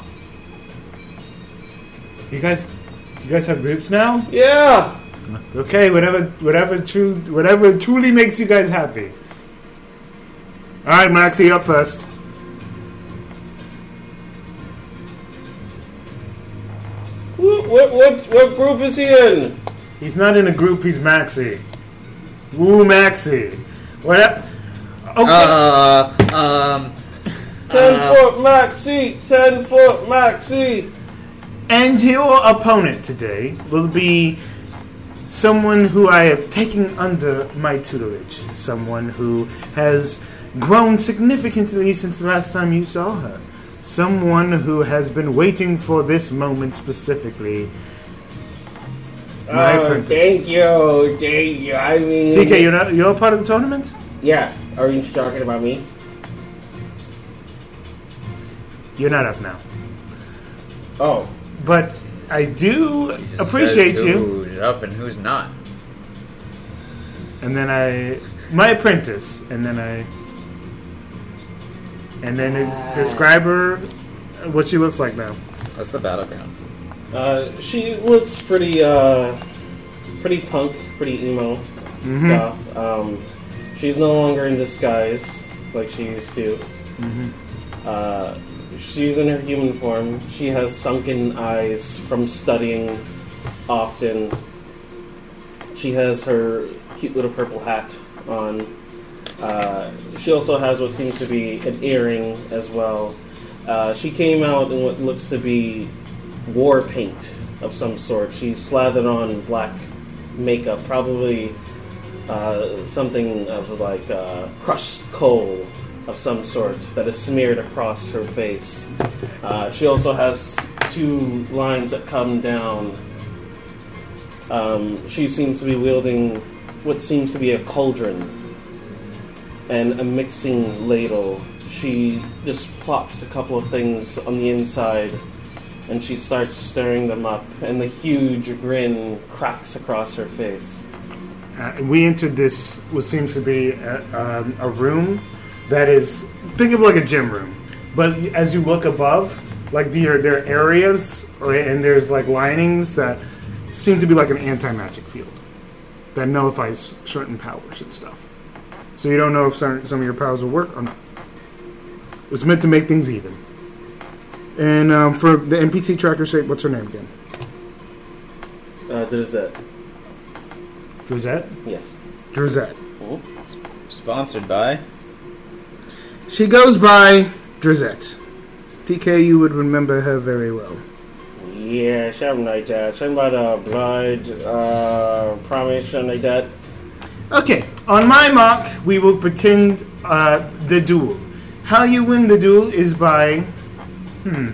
Speaker 2: You guys, you guys have groups now?
Speaker 3: Yeah.
Speaker 2: Okay, whatever, whatever, true, whatever truly makes you guys happy. All right, Maxie, up first.
Speaker 3: What what what, what group is he in?
Speaker 2: He's not in a group. He's Maxie. Woo, Maxie. What? up? Okay.
Speaker 1: Uh, um,
Speaker 3: Ten
Speaker 2: Uh,
Speaker 3: foot maxi. Ten foot maxi.
Speaker 2: and your opponent today will be someone who I have taken under my tutelage. Someone who has grown significantly since the last time you saw her. Someone who has been waiting for this moment specifically. My
Speaker 3: Oh,
Speaker 2: apprentice.
Speaker 3: thank you, thank you. I mean,
Speaker 2: TK, you're not, you're a part of the tournament.
Speaker 3: yeah. Are you talking about me?
Speaker 2: You're not up now,
Speaker 3: Oh,
Speaker 2: but I do
Speaker 1: just
Speaker 2: appreciate
Speaker 1: says
Speaker 2: you.
Speaker 1: Who's up and who's not?
Speaker 2: And then I, my apprentice, and then I, and then I describe her, what she looks like now.
Speaker 1: That's the battleground.
Speaker 3: Uh, she looks pretty, uh, pretty punk, pretty emo
Speaker 2: Mm-hmm.
Speaker 3: stuff. Um, she's no longer in disguise like she used to.
Speaker 2: Mm-hmm.
Speaker 3: Uh, she's in her human form. She has sunken eyes from studying often. She has her cute little purple hat on. Uh, she also has what seems to be an earring as well. Uh, she came out in what looks to be war paint of some sort. She's slathered on black makeup, probably uh, something of like uh, crushed coal of some sort that is smeared across her face. Uh, she also has two lines that come down. Um, she seems to be wielding what seems to be a cauldron and a mixing ladle. She just plops a couple of things on the inside and she starts stirring them up, and the huge grin cracks across her face.
Speaker 2: Uh, we entered this what seems to be a, um, a room that is think of it like a gym room, but as you look above, like there there are areas or, and there's like linings that seem to be like an anti magic field that nullifies certain powers and stuff. So you don't know if some, some of your powers will work or not. It's meant to make things even. And um, for the NPC tracker shape, what's her name again?
Speaker 3: Uh, does that?
Speaker 2: Drizette.
Speaker 3: Yes.
Speaker 2: Drizette.
Speaker 1: Sponsored by.
Speaker 2: She goes by Drizette. TK, you would remember her very well.
Speaker 3: Yeah, something like that. Something about uh, blood, uh, promise, something like that.
Speaker 2: Okay, on my mark, we will pretend uh, the duel. How you win the duel is by. Hmm.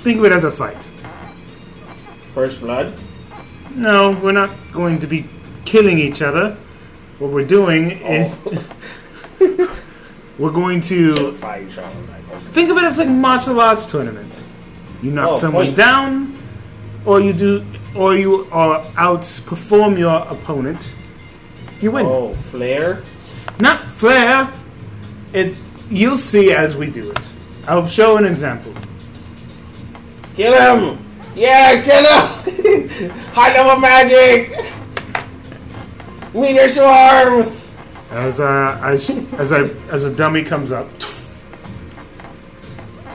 Speaker 2: Think of it as a fight.
Speaker 3: First blood.
Speaker 2: No,
Speaker 3: Oh.
Speaker 2: Oh. we're not going to be killing each other. What we're doing is.
Speaker 6: We're going to
Speaker 10: Fire travel like
Speaker 2: Think of it as like martial arts tournaments.
Speaker 6: you knock
Speaker 3: Oh,
Speaker 6: someone
Speaker 3: point.
Speaker 2: Down, or you do, or you are outperform your opponent. You win.
Speaker 3: Oh, flare.
Speaker 2: Not flair. It. You'll see as we do it. I'll show an example.
Speaker 3: Kill him! Yeah, kill him! High level magic! Wiener swarm!
Speaker 6: as uh, I sh- as I as a dummy comes up.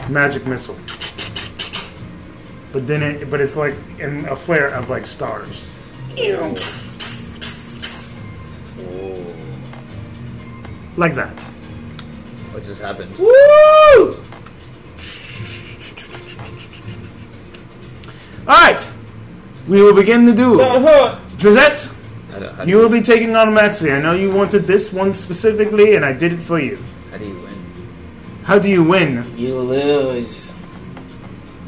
Speaker 2: Magic missile. But then it, but it's like in a flare of like stars. Like that.
Speaker 1: What just happened?
Speaker 2: Woo! Alright! We will begin the duel.
Speaker 3: Huh.
Speaker 2: Drizette,
Speaker 1: How do, how do,
Speaker 2: you will be taking on Maxi. I know you wanted this one specifically, and I did it for you.
Speaker 1: how do you win?
Speaker 2: How do you win?
Speaker 3: You lose.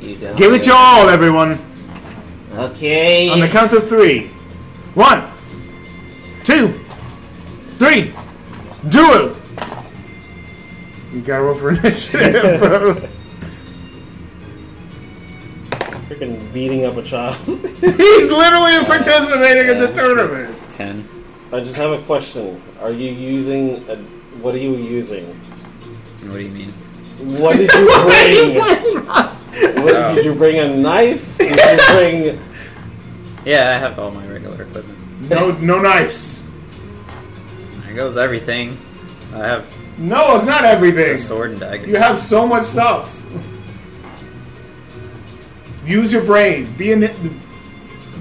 Speaker 3: You don't.
Speaker 2: Give it your all, everyone!
Speaker 3: Okay.
Speaker 2: On the count of three. One, two, three. Duel! You gotta roll for initiative, bro.
Speaker 3: Freaking beating up a child.
Speaker 2: He's literally participating in the tournament.
Speaker 1: Ten.
Speaker 3: I just have a question. Are you using a. What are you using?
Speaker 1: What do you mean?
Speaker 3: What did you bring? what, did you bring a knife? Did you bring.
Speaker 1: Yeah, I have all my regular equipment.
Speaker 2: No, no knives.
Speaker 1: There goes everything. I have
Speaker 2: No, it's not
Speaker 1: a
Speaker 2: everything.
Speaker 1: sword and daggers.
Speaker 2: You have so much stuff. Use your brain. Be in it.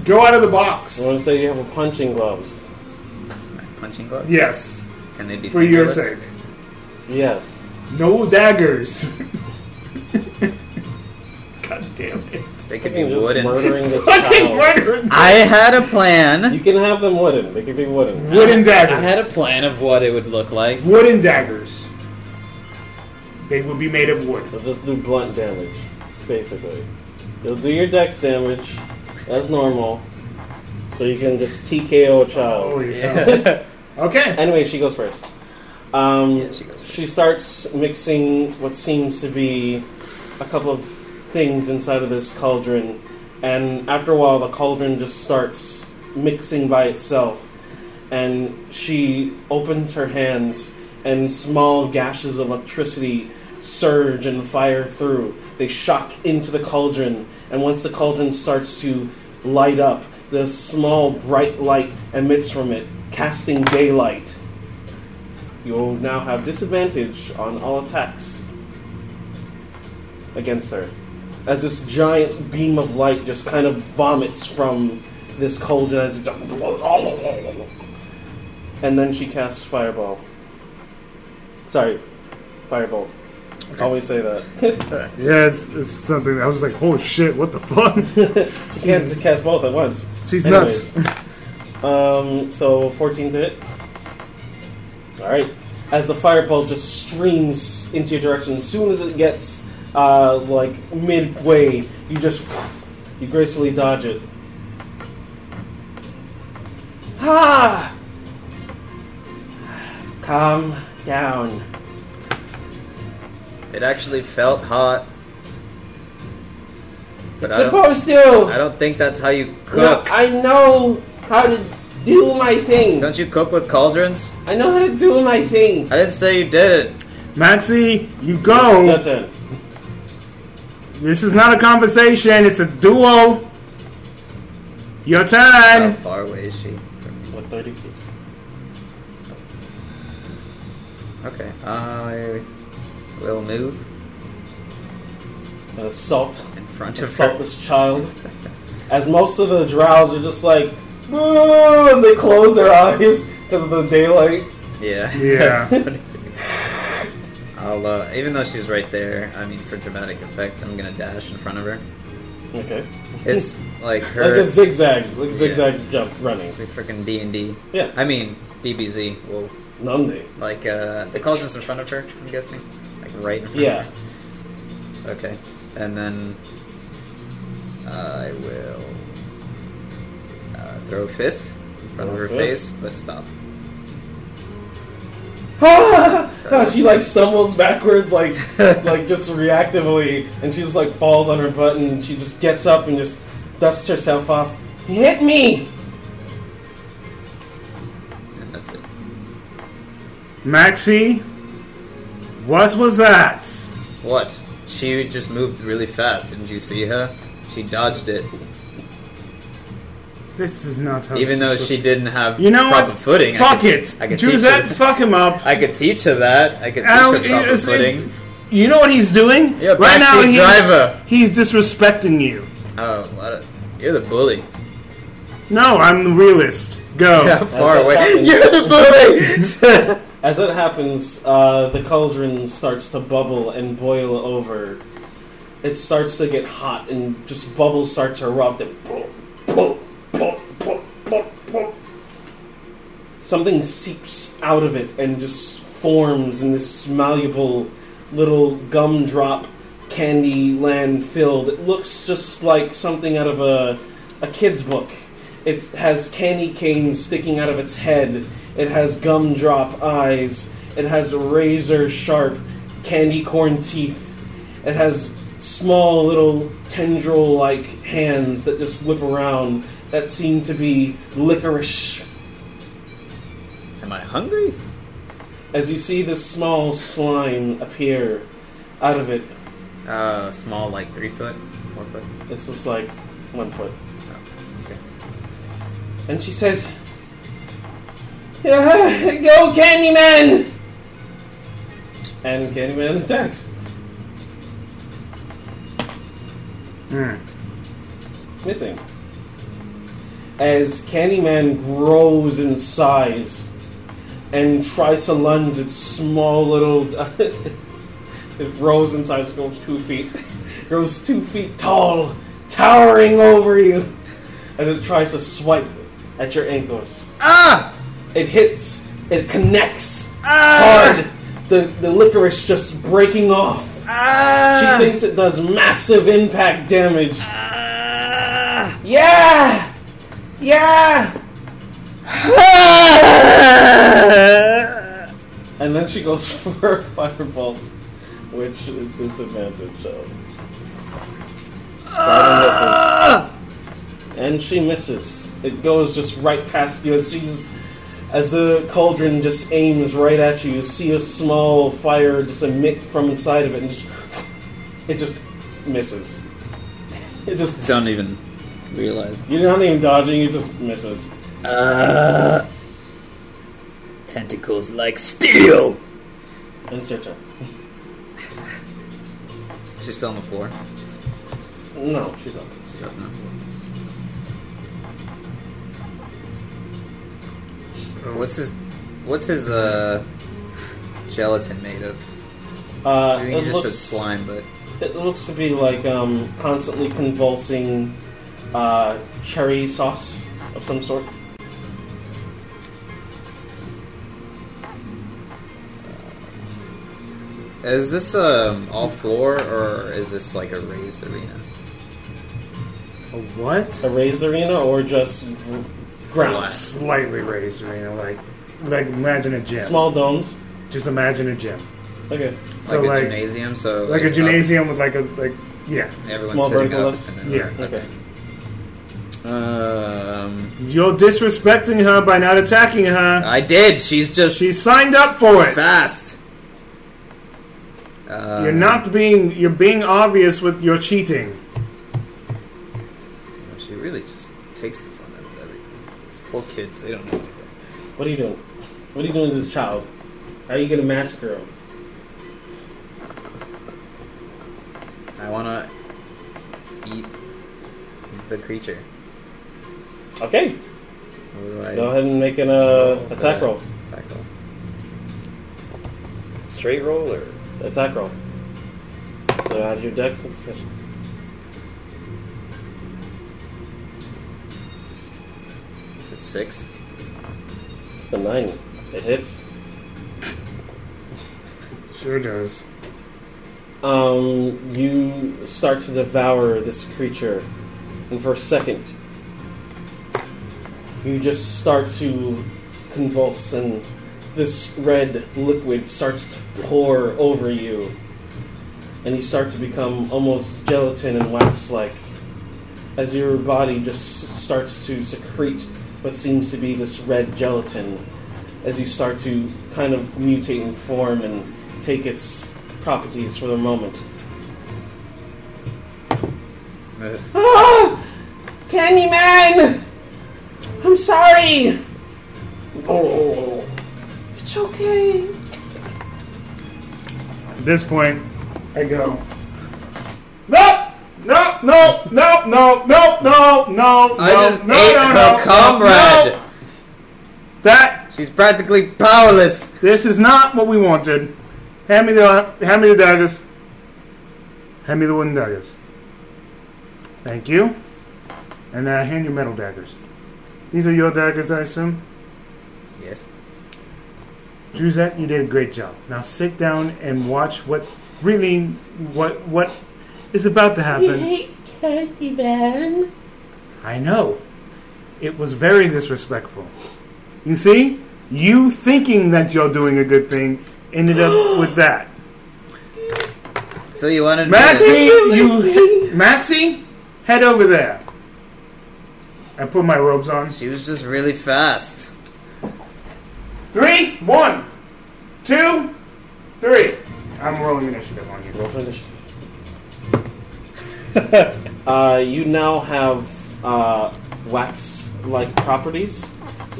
Speaker 2: Go out of the box.
Speaker 3: I want to say you have a punching gloves.
Speaker 1: my punching gloves.
Speaker 2: Yes,
Speaker 1: Can they be
Speaker 2: for your
Speaker 1: fingerless?
Speaker 2: sake.
Speaker 3: Yes.
Speaker 2: No daggers. God damn it!
Speaker 1: They could be
Speaker 3: Freaking just
Speaker 1: wooden.
Speaker 3: murdering this
Speaker 2: Fucking
Speaker 3: child.
Speaker 2: wooden,
Speaker 1: I had a plan.
Speaker 3: You can have them wooden. They can be wooden.
Speaker 2: wooden daggers.
Speaker 1: I had a plan of what it would look like.
Speaker 2: wooden daggers. They would be made of wood.
Speaker 3: They'll just do blunt damage, basically. You'll do your dex damage, as normal, so you can just TKO a child.
Speaker 2: Holy hell. Okay.
Speaker 3: Anyway, she goes first. Um,
Speaker 1: Yeah, she goes first.
Speaker 3: She starts mixing what seems to be a couple of things inside of this cauldron, and after a while, the cauldron just starts mixing by itself. And she opens her hands, and small gashes of electricity surge and fire through. They shock into the cauldron, and once the cauldron starts to light up, the small bright light emits from it, casting daylight. You'll now have disadvantage on all attacks against her. As this giant beam of light just kind of vomits from this cauldron as it And then she casts Fireball. Sorry, Firebolt. I Always say that.
Speaker 6: Yeah, it's, it's something. I was like, holy shit, what the fuck?
Speaker 3: She can't cast both at once.
Speaker 6: She's
Speaker 3: Anyways.
Speaker 6: nuts.
Speaker 3: Um, so 14 to hit. Alright. As the fireball just streams into your direction, as soon as it gets uh, like midway, you just you gracefully dodge it. Ah! Calm down.
Speaker 1: It actually felt hot. But
Speaker 3: it's
Speaker 1: I don't,
Speaker 3: supposed to.
Speaker 1: I don't think that's how you
Speaker 3: No,
Speaker 1: cook.
Speaker 3: I know how to do my thing.
Speaker 1: Don't you cook with cauldrons?
Speaker 3: I know how to do my thing.
Speaker 1: I didn't say you did it.
Speaker 6: Maxie, you go.
Speaker 3: Your turn.
Speaker 6: This is not a conversation. It's a duel. Your
Speaker 1: How
Speaker 6: turn.
Speaker 1: far away is she from me?
Speaker 3: What 30 feet?
Speaker 1: Okay, I will move
Speaker 3: An assault.
Speaker 1: in front of
Speaker 3: Assault
Speaker 1: her.
Speaker 3: this child. As most of the drows are just like, "Boo," as they close their eyes because of the daylight.
Speaker 1: Yeah.
Speaker 6: Yeah.
Speaker 1: I'll, uh, even though she's right there, I mean, for dramatic effect, I'm gonna dash in front of her.
Speaker 3: Okay.
Speaker 1: It's like
Speaker 3: Like a
Speaker 1: her.
Speaker 3: zigzag, like zigzag jump running.
Speaker 1: We freaking D and D.
Speaker 3: Yeah.
Speaker 1: I mean, DBZ. Whoa.
Speaker 3: Nunde.
Speaker 1: Like, uh, the cauldron's in front of her, I'm guessing. Like, right in front
Speaker 3: Yeah.
Speaker 1: of her. Okay. And then I will uh, throw a fist in front
Speaker 3: Throw
Speaker 1: of
Speaker 3: a
Speaker 1: her face,
Speaker 3: fist.
Speaker 1: but stop.
Speaker 3: Ah, she like stumbles backwards, like like just reactively, and she just like falls on her butt, and she just gets up and just dusts herself off. He hit me.
Speaker 1: And that's it.
Speaker 6: Maxie, what was that?
Speaker 1: What? She just moved really fast. Didn't you see her? She dodged it,
Speaker 6: This is not how.
Speaker 1: even
Speaker 6: this
Speaker 1: though
Speaker 6: is
Speaker 1: she didn't have
Speaker 6: Oh, You know
Speaker 1: proper
Speaker 6: what?
Speaker 1: footing. I
Speaker 6: Fuck
Speaker 1: could,
Speaker 6: it.
Speaker 1: I could teach
Speaker 6: Juzette,
Speaker 1: her.
Speaker 6: fuck him up.
Speaker 1: I could teach her that. I could teach
Speaker 6: Ow,
Speaker 1: her proper
Speaker 6: it's- it-
Speaker 1: footing.
Speaker 6: You know what he's doing?
Speaker 1: You're a
Speaker 6: right now,
Speaker 1: backseat
Speaker 6: he-
Speaker 1: driver.
Speaker 6: he's disrespecting you.
Speaker 1: Oh, what a, you're the bully.
Speaker 6: No, I'm the realist. Go.
Speaker 1: Yeah, far
Speaker 3: that
Speaker 1: away.
Speaker 3: happens.
Speaker 1: You're the bully.
Speaker 3: As that happens, uh, the cauldron starts to bubble and boil over. It starts to get hot, and just bubbles start to erupt. And boom, boom, boom, boom, boom, boom. Something seeps out of it and just forms in this malleable little gumdrop candy land filled. It looks just like something out of a, a kid's book. It has candy canes sticking out of its head. It has gumdrop eyes. It has razor sharp candy corn teeth. It has small little tendril like hands that just whip around that seem to be licorice
Speaker 1: Am I hungry?
Speaker 3: as you see this small slime appear out of it,
Speaker 1: Uh, small, like three foot, four foot.
Speaker 3: it's just like one foot.
Speaker 1: okay.
Speaker 3: And she says, "Yeah, Go, Candyman! And Candyman attacks.
Speaker 6: Hmm.
Speaker 3: missing. As Candyman grows in size and tries to lunge its small little. it grows in size, grows two feet, grows two feet tall, towering over you as it tries to swipe at your ankles.
Speaker 1: Ah!
Speaker 3: It hits, it connects
Speaker 1: Ah!
Speaker 3: hard, the, the licorice just breaking off. She
Speaker 1: Ah!
Speaker 3: thinks it does massive impact damage.
Speaker 1: Ah!
Speaker 3: Yeah! Yeah! And then she goes for her firebolt, which is disadvantage, so.
Speaker 1: Ah!
Speaker 3: That misses. And she misses. It goes just right past you as she's. As the cauldron just aims right at you, you see a small fire just emit from inside of it and just. It just misses. It just.
Speaker 1: Don't even realize.
Speaker 3: You're not even dodging, it just misses.
Speaker 1: Ah! Tentacles like steel.
Speaker 3: And it's your turn.
Speaker 1: She's still on the floor.
Speaker 3: No, she's up.
Speaker 1: She's up now. What's his? What's his uh? Gelatin made of?
Speaker 3: Uh,
Speaker 1: I think
Speaker 3: it
Speaker 1: you just
Speaker 3: looks,
Speaker 1: said slime, but
Speaker 3: It looks to be like um, constantly convulsing uh, cherry sauce of some sort.
Speaker 1: is this um all floor or is this like a raised arena?
Speaker 6: A what?
Speaker 3: A raised arena or just gr- grounds?
Speaker 1: Flat.
Speaker 6: Slightly raised arena, like, like imagine a gym.
Speaker 3: Small domes.
Speaker 6: Just imagine a gym,
Speaker 3: Okay.
Speaker 6: So,
Speaker 1: like a
Speaker 6: like-
Speaker 1: gymnasium, so
Speaker 6: like a
Speaker 1: it's up,
Speaker 6: gymnasium with like a like yeah.
Speaker 1: Everyone's
Speaker 3: Small
Speaker 1: sitting
Speaker 3: vertical
Speaker 1: up.
Speaker 3: lifts?
Speaker 1: and then-
Speaker 6: Yeah.
Speaker 3: Okay.
Speaker 1: Um,
Speaker 6: You're disrespecting her by not attacking her.
Speaker 1: I did. She's just
Speaker 6: She signed up for it.
Speaker 1: fast. Uh,
Speaker 6: You're not being you're being obvious with your cheating.
Speaker 1: She really just takes the fun out of everything. These poor kids, they don't know. anything.
Speaker 3: What are you doing? What are you doing to this child? How are you going to massacre him?
Speaker 1: I want to eat the creature.
Speaker 3: Okay.
Speaker 1: What do I
Speaker 3: Go ahead and make an uh, attack roll.
Speaker 1: Attack roll. Straight roll or
Speaker 3: Attack roll. So add your dex and proficiency.
Speaker 1: is it six?
Speaker 3: It's a nine. It hits.
Speaker 6: Sure does.
Speaker 3: Um, you start to devour this creature, and for a second, you just start to convulse and this red liquid starts to pour over you, and you start to become almost gelatin and wax like as your body just s- starts to secrete what seems to be this red gelatin as you start to kind of mutate in form and take its properties for the moment.
Speaker 1: Uh,
Speaker 3: Oh, Candyman! I'm sorry! Oh, it's okay.
Speaker 2: At this point,
Speaker 6: I go.
Speaker 2: no, no, no, no, no, no, no, no,
Speaker 1: I
Speaker 2: no,
Speaker 1: just
Speaker 2: no,
Speaker 1: ate
Speaker 2: no,
Speaker 1: her
Speaker 2: no,
Speaker 1: comrade.
Speaker 2: no. That
Speaker 1: She's practically powerless.
Speaker 2: this is not what we wanted. Hand me the hand me the daggers. Hand me the wooden daggers. Thank you. And then I hand you metal daggers. These are your daggers, I assume.
Speaker 1: Yes.
Speaker 2: Druzette, you did a great job. Now sit down and watch what really what what is about to
Speaker 11: I
Speaker 2: happen.
Speaker 11: hate Candyman.
Speaker 2: I know. It was very disrespectful. You see? You thinking that you're doing a good thing ended up with that.
Speaker 1: So you wanted
Speaker 2: Maxie,
Speaker 1: me
Speaker 2: you Maxie, head over there. I put my robes on.
Speaker 1: to- She was just really fast.
Speaker 2: Three, one, two, three. I'm rolling initiative on you.
Speaker 3: Roll for initiative. uh, you now have uh, wax like properties.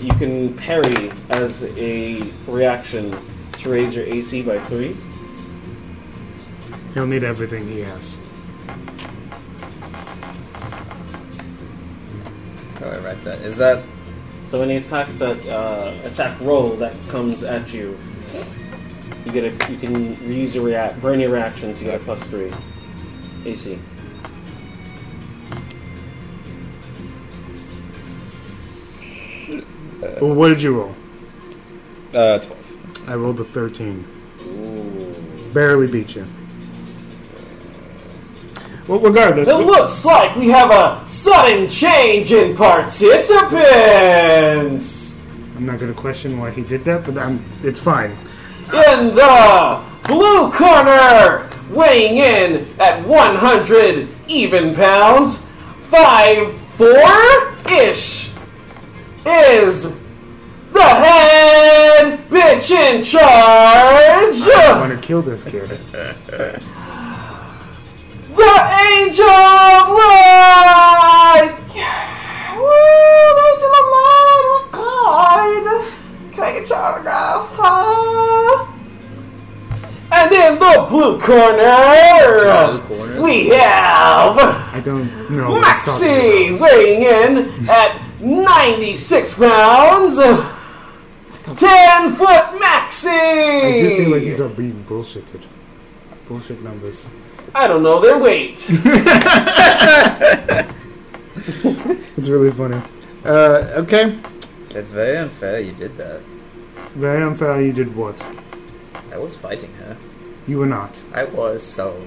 Speaker 3: You can parry as a reaction to raise your AC by three.
Speaker 2: He'll need everything he has.
Speaker 1: How do I write that? Is that
Speaker 3: So any attack that uh, attack roll that comes at you, you get a you can reuse your react burn your reactions. You get a plus three AC.
Speaker 2: Well, what did you roll?
Speaker 1: uh twelve?
Speaker 2: I rolled a 13.
Speaker 3: Ooh.
Speaker 2: Barely beat you. Well, regardless.
Speaker 3: It looks like we have a sudden change in participants
Speaker 2: I'm not going to question why he did that, but I'm, it's fine.
Speaker 3: in the blue corner, weighing in at 100 even pounds, five four ish, is the head bitch in
Speaker 2: I
Speaker 3: charge,
Speaker 2: want to kill this kid.
Speaker 3: the angel of light. Woo, angel of light, oh God. Can I get your autograph? Huh? And in the blue corner,
Speaker 1: Blue corner.
Speaker 3: we have.
Speaker 2: I don't know. what he's talking
Speaker 3: Maxi weighing in at 96 pounds. 10 foot
Speaker 2: about. I do feel like
Speaker 3: Maxi!
Speaker 2: these are being bullshitted. Bullshit numbers.
Speaker 3: I don't know their weight.
Speaker 2: It's really funny.
Speaker 6: Uh, okay.
Speaker 1: It's very unfair you did that.
Speaker 2: Very unfair you did what?
Speaker 1: I was fighting her.
Speaker 2: You were not.
Speaker 1: I was so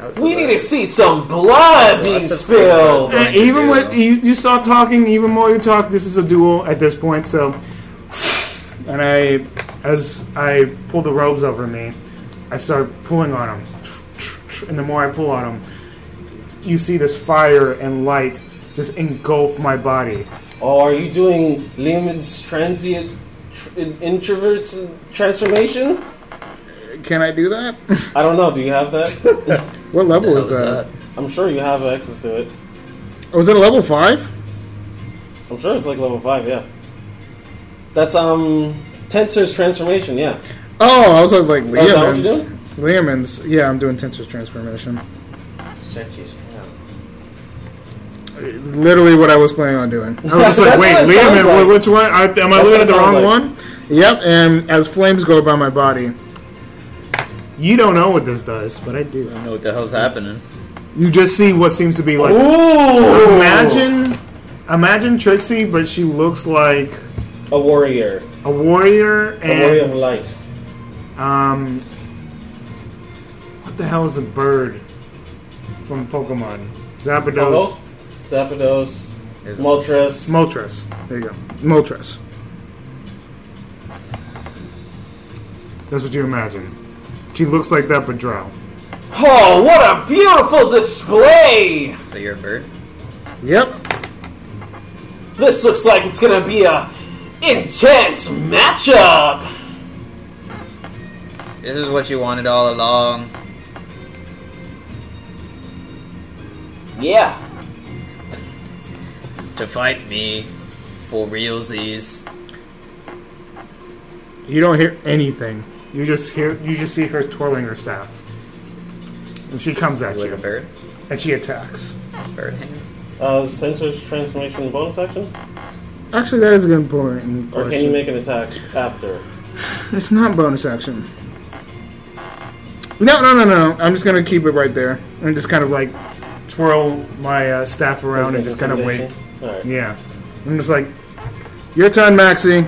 Speaker 1: I was
Speaker 3: we
Speaker 1: the
Speaker 3: need to
Speaker 1: best.
Speaker 3: see some blood being
Speaker 1: Lots of things I was
Speaker 3: spilled.
Speaker 1: doing.
Speaker 2: Uh,
Speaker 1: Thank
Speaker 2: even
Speaker 1: you.
Speaker 2: with you, you start talking, even more you talk. This is a duel at this point, so. And I, as I pull the robes over me, I start pulling on him, and the more I pull on him, you see this fire and light just engulf my body.
Speaker 3: Oh, are you doing Lehman's transient tr- introverts uh, transformation?
Speaker 6: Can I do that?
Speaker 3: I don't know. Do you have that?
Speaker 6: what level
Speaker 1: What
Speaker 6: is
Speaker 1: was
Speaker 6: that?
Speaker 1: that?
Speaker 3: I'm sure you have access to it.
Speaker 6: Oh, is it a level five?
Speaker 3: I'm sure it's like level 5, yeah. That's, um, Tensor's transformation, yeah.
Speaker 6: Oh, I was like
Speaker 3: Oh, is that what you
Speaker 6: Learmon's. Learmon's. Yeah, I'm doing Tensor's transformation. Literally what I was planning on doing.
Speaker 2: I was just like,
Speaker 3: That's
Speaker 2: wait,
Speaker 3: what it
Speaker 2: wait a
Speaker 3: sounds
Speaker 2: minute,
Speaker 3: like.
Speaker 2: wh- which one? I, am I
Speaker 3: That's what
Speaker 2: looking
Speaker 3: it
Speaker 2: at the
Speaker 3: sounds
Speaker 2: wrong one?
Speaker 3: like.
Speaker 6: Yep, and as flames go by my body,
Speaker 2: You don't know what this does, but I do.
Speaker 1: I don't know what the hell's happening.
Speaker 2: You just see what seems to be like
Speaker 3: Ooh!
Speaker 2: Imagine, imagine Trixie, but she looks like
Speaker 3: a warrior,
Speaker 2: a warrior
Speaker 3: a warrior of
Speaker 2: and
Speaker 3: light.
Speaker 2: um, what the hell is the bird from Pokemon? Zapdos,
Speaker 3: Hello? Zapdos,
Speaker 1: There's a-
Speaker 3: Moltres.
Speaker 2: Moltres.
Speaker 6: there you go. Moltres.
Speaker 2: That's what you imagine. She looks like that, but drow.
Speaker 3: Oh, what a beautiful display!
Speaker 1: So you're a bird?
Speaker 6: Yep.
Speaker 3: This looks like it's gonna be a intense matchup.
Speaker 1: This is what you wanted all along.
Speaker 3: Yeah.
Speaker 1: To fight me for realsies.
Speaker 6: You don't hear anything.
Speaker 2: You just hear, you just see her twirling her staff, and she comes at
Speaker 1: Like
Speaker 2: you,
Speaker 1: a bird?
Speaker 2: and she attacks.
Speaker 1: Bird.
Speaker 3: Uh, censor's transformation bonus action?
Speaker 6: Actually, that is a good point.
Speaker 3: Or can you make an attack after?
Speaker 6: It's not bonus action. No, no, no, no. I'm just gonna keep it right there and just kind of like,
Speaker 2: Twirl my uh, staff around and just kind of wait.
Speaker 3: Alright.
Speaker 2: Yeah, I'm just like,
Speaker 6: your turn, Maxie.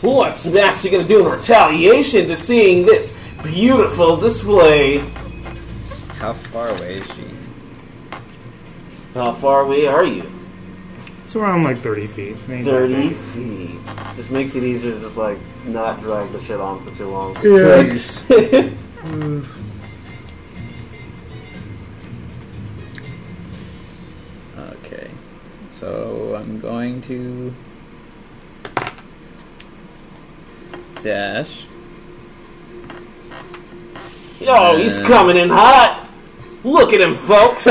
Speaker 3: What's Maxie gonna do in retaliation to seeing this beautiful display?
Speaker 1: How far away is she?
Speaker 3: How far away are you?
Speaker 2: it's around like 30 feet. Ain't that
Speaker 3: 30
Speaker 2: big.
Speaker 3: feet. This makes it easier to just like not drag the shit on for too long.
Speaker 6: Yeah.
Speaker 1: Okay. So I'm going to dash.
Speaker 3: Yo, he's coming in hot! Look at him, folks!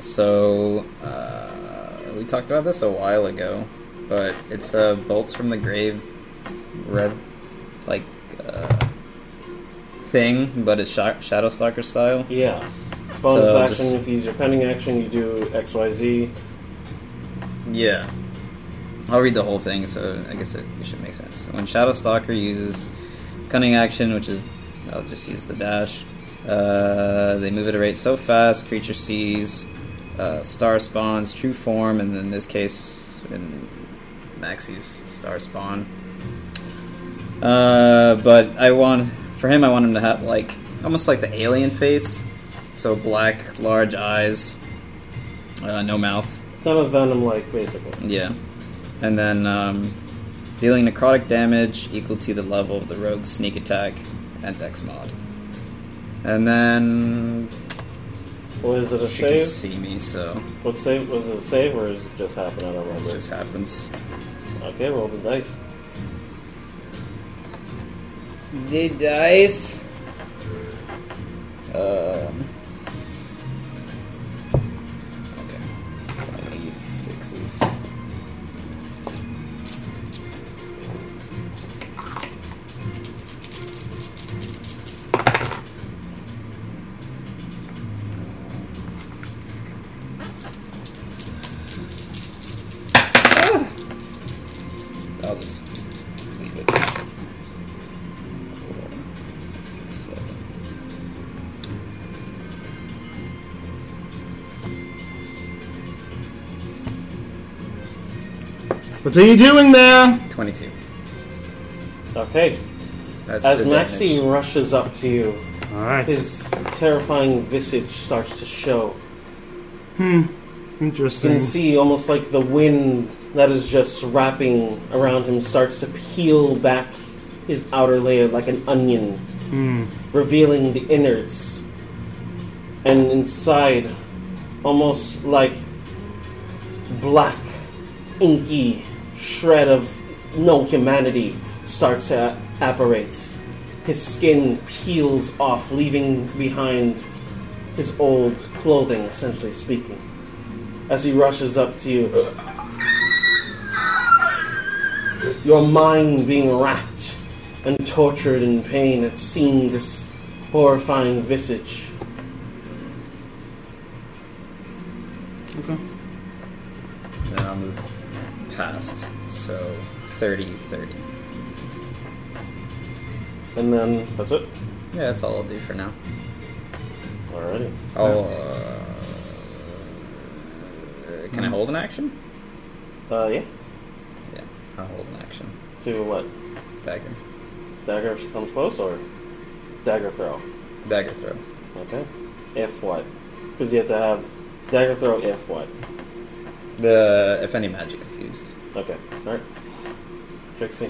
Speaker 1: So uh, we talked about this a while ago, but it's uh, bolts from the grave, red like uh, thing, but it's sh- shadow stalker style.
Speaker 3: yeah. Bonus
Speaker 1: So
Speaker 3: action,
Speaker 1: just-
Speaker 3: if he's your pending action, you do XYZ.
Speaker 1: Yeah. I'll read the whole thing, so I guess it should make sense. When Shadow Stalker uses Cunning Action, which is, I'll just use the dash, uh, they move at a rate so fast, creature sees, uh, star spawns, true form, and in this case, in Maxi's star spawn. Uh, but I want, for him, I want him to have, like, almost like the alien face. So black, large eyes, uh, no mouth.
Speaker 3: Kind of Venom like, basically.
Speaker 1: Yeah. And then um, dealing necrotic damage equal to the level of the rogue's sneak attack and dex mod. And then
Speaker 3: Was it a
Speaker 1: she can
Speaker 3: save?
Speaker 1: see me, so
Speaker 3: What save? Was it a save or is it just happen? I don't
Speaker 1: it
Speaker 3: remember.
Speaker 1: just happens.
Speaker 3: Okay, roll the dice.
Speaker 1: The dice. Um. Okay. So I need sixes. I'll just leave it. Four, six, seven.
Speaker 6: What are you doing there?
Speaker 1: 22.
Speaker 3: Okay,
Speaker 1: That's
Speaker 3: as
Speaker 1: the
Speaker 3: Maxie
Speaker 1: damage.
Speaker 3: rushes up to you,
Speaker 2: All right,
Speaker 3: his terrifying visage starts to show. You
Speaker 2: interesting.
Speaker 3: can see almost like the wind that is just wrapping around him starts to peel back his outer layer like an onion, revealing the innards. And inside, almost like black, inky shred of no humanity starts to apparate. His skin peels off, leaving behind his old clothing, essentially speaking as he rushes up to you. Your mind being racked and tortured in pain at seeing this horrifying visage.
Speaker 1: Then I'll move past. So 30, 30.
Speaker 3: And then that's it.
Speaker 1: Yeah, that's all I'll do for now.
Speaker 3: Alrighty.
Speaker 1: I'll, uh, can I hold an action?
Speaker 3: Uh, yeah.
Speaker 1: Yeah, I'll hold an action.
Speaker 3: To what?
Speaker 1: Dagger.
Speaker 3: Dagger if she comes close or dagger throw?
Speaker 1: Dagger throw.
Speaker 3: Okay. If what? Because you have to have dagger throw if what?
Speaker 1: The if any magic is used,
Speaker 3: Okay, alright. Trixie.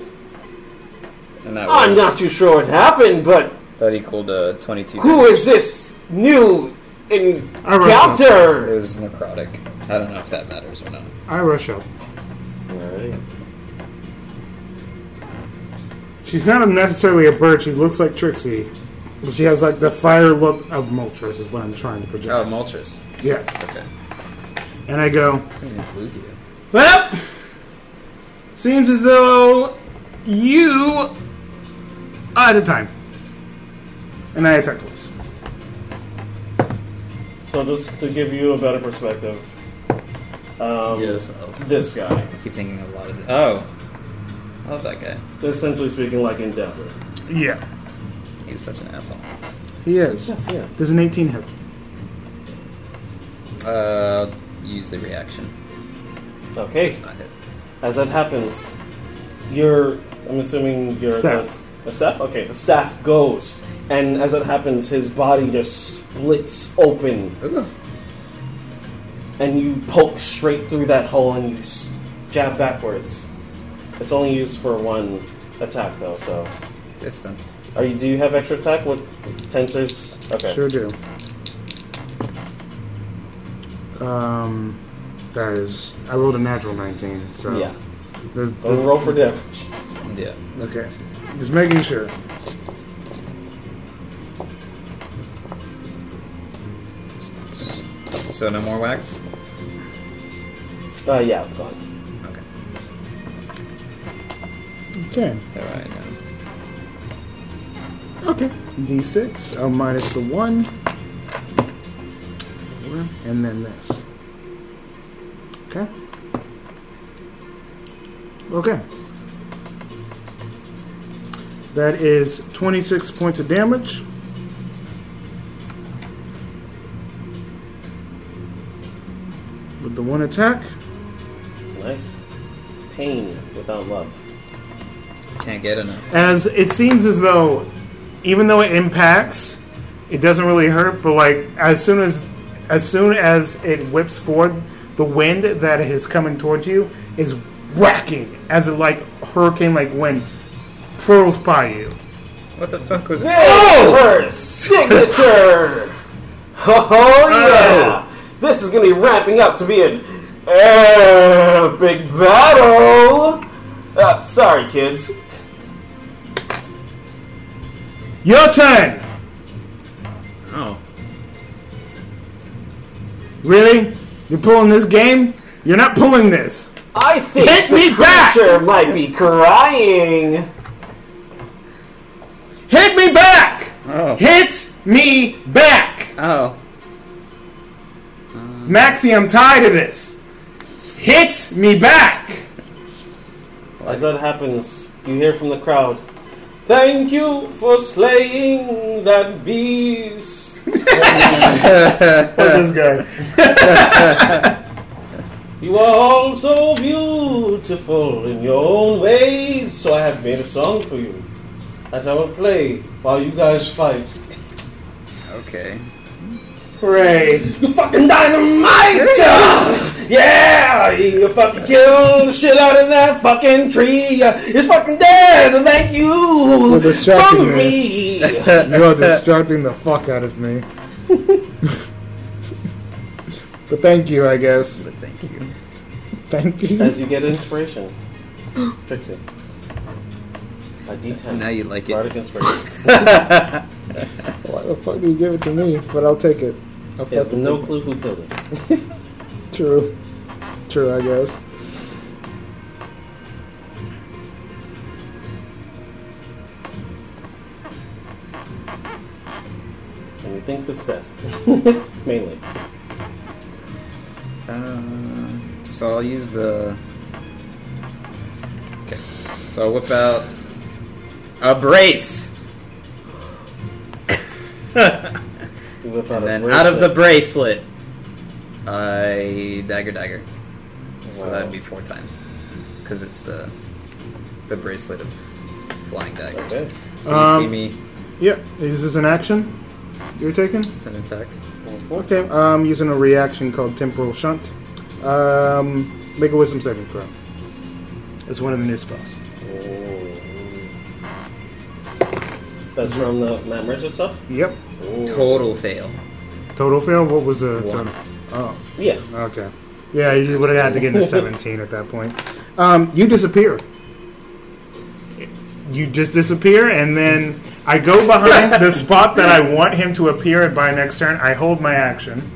Speaker 1: and that
Speaker 3: I'm
Speaker 1: was
Speaker 3: not too sure what happened, but
Speaker 1: that equaled a twenty-two.
Speaker 3: who is this new
Speaker 2: I rush up.
Speaker 1: It
Speaker 3: encounter?
Speaker 1: was necrotic. I don't know if that matters or not.
Speaker 2: I rush up.
Speaker 3: Alright.
Speaker 2: She's not necessarily a bird. She looks like Trixie, but she has like the fire look of Moltres is what I'm trying to project.
Speaker 1: Oh, Moltres.
Speaker 2: yes.
Speaker 1: Okay.
Speaker 2: And I go.
Speaker 1: It's in Lugia.
Speaker 2: Well, seems as though you are the time. And I attack twice.
Speaker 3: So just to give you a better perspective, um,
Speaker 1: Yes. Oh.
Speaker 3: this guy,
Speaker 1: I keep thinking a lot of. Oh, I love that guy.
Speaker 3: essentially speaking, like Endeavor.
Speaker 2: Yeah,
Speaker 1: He's such an asshole.
Speaker 2: he is.
Speaker 3: yes.
Speaker 2: There's an 18 hit.
Speaker 1: Uh, use the reaction.
Speaker 3: Okay,
Speaker 1: It's not hit.
Speaker 3: as that happens, your I'm assuming your
Speaker 2: Staff.
Speaker 3: The, the staff. Okay, the staff goes, and as that happens, his body just splits open,
Speaker 1: Ooh.
Speaker 3: and you poke straight through that hole, and you s- jab backwards. It's only used for one attack, though. So,
Speaker 1: It's done.
Speaker 3: are you? Do you have extra attack with tensors? Okay.
Speaker 2: Sure do. Um, that is. I rolled a natural 19, so.
Speaker 3: Yeah.
Speaker 2: There's,
Speaker 3: Let's
Speaker 2: there's,
Speaker 3: roll for damage.
Speaker 1: Yeah.
Speaker 2: okay. Just making sure.
Speaker 1: So no more wax.
Speaker 3: Uh, yeah, it's gone.
Speaker 1: Okay.
Speaker 2: Okay.
Speaker 1: All right. um, Now.
Speaker 2: Okay. D6. Oh, minus the 1. Four, and then this. Okay. Okay. That is 26 points of damage. With the one attack.
Speaker 3: Nice. Pain without love.
Speaker 1: Can't get enough.
Speaker 2: as it seems as though even though it impacts it doesn't really hurt but like as soon as as soon as it whips forward the wind that is coming towards you is whacking as it like hurricane like wind whirls by you
Speaker 1: What the fuck was that?
Speaker 3: Oh! Her signature! oh, yeah! This is gonna be ramping up to be an epic battle! Uh, sorry, kids.
Speaker 2: your turn
Speaker 1: Oh.
Speaker 2: really you're pulling this game you're not pulling this
Speaker 3: I think
Speaker 2: Hit
Speaker 3: the
Speaker 2: me back!
Speaker 3: creature might be crying.
Speaker 2: hit me back
Speaker 1: Oh.
Speaker 2: hit me back
Speaker 1: Oh.
Speaker 2: maxi i'm tired of this hit me back
Speaker 3: As that happens, you hear from the crowd, Thank you for slaying that beast.
Speaker 2: What's this guy
Speaker 3: You are all so beautiful in your own ways, so I have made a song for you that I will play while you guys fight.
Speaker 1: Okay.
Speaker 2: hooray
Speaker 3: You fucking dynamite! yeah! You fucking kill the shit out of that fucking tree! It's fucking dead! Thank you!
Speaker 2: We're distracting
Speaker 3: From
Speaker 2: her.
Speaker 3: me!
Speaker 2: You're distracting the fuck out of me. but thank you, I guess.
Speaker 1: But thank you.
Speaker 2: Thank you.
Speaker 3: As you get inspiration, Trixie. A D10.
Speaker 1: Now you like it.
Speaker 3: Bardic inspiration.
Speaker 2: Why the fuck do you give it to me? But I'll take it. I'll
Speaker 3: He has
Speaker 2: fucking
Speaker 3: no
Speaker 2: take
Speaker 3: clue who killed it.
Speaker 2: it. True. True, I guess.
Speaker 3: And he thinks it's dead. Mainly.
Speaker 1: Uh, so I'll use the. Okay. So I'll whip out a brace,
Speaker 3: You whip out
Speaker 1: and
Speaker 3: a
Speaker 1: then
Speaker 3: bracelet.
Speaker 1: out of the bracelet, I dagger dagger. So
Speaker 3: Wow.
Speaker 1: that'd be four times, because it's the the bracelet of flying daggers.
Speaker 3: Okay.
Speaker 1: So you
Speaker 2: Um,
Speaker 1: see me.
Speaker 2: Yep. Is this an action you're taking?
Speaker 1: It's an attack.
Speaker 2: Okay. I'm using a reaction called Temporal Shunt.
Speaker 6: Um, make a wisdom saving throw. It's one of the new spells.
Speaker 3: That's from the Matt Mercer stuff?
Speaker 6: Yep.
Speaker 1: Total fail.
Speaker 6: Total fail. What was the
Speaker 1: One.
Speaker 6: total? Oh,
Speaker 3: Yeah.
Speaker 6: okay. Yeah, you would have had to get into seventeen at that point. Um, you disappear.
Speaker 2: You just disappear, and then I go behind the spot that I want him to appear at by next turn. I hold my action.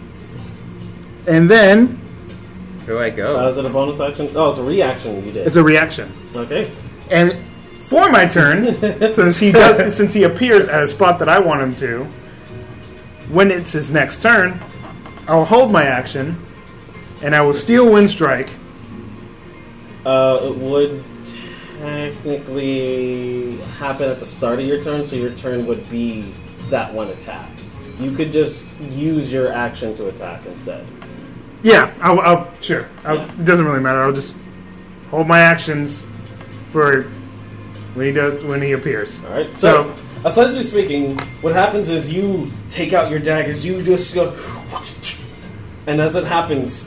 Speaker 6: And then
Speaker 1: Here do I
Speaker 3: Uh,
Speaker 1: go?
Speaker 3: is it a bonus action? Oh, it's a reaction you did.
Speaker 6: it's a reaction.
Speaker 3: Okay.
Speaker 6: And
Speaker 2: For my turn, since he does, since he appears at a spot that I want him to,
Speaker 6: when it's his next turn, I'll hold my action, and I will steal wind strike.
Speaker 3: Uh, it would technically happen at the start of your turn, so your turn would be that one attack. You could just use your action to attack instead.
Speaker 6: Yeah, I'll, I'll sure. I'll,
Speaker 3: Yeah.
Speaker 6: It doesn't really matter. I'll just hold my actions for when he does when he appears.
Speaker 3: All right. So, essentially speaking, what happens is you take out your daggers. You just go, and as it happens,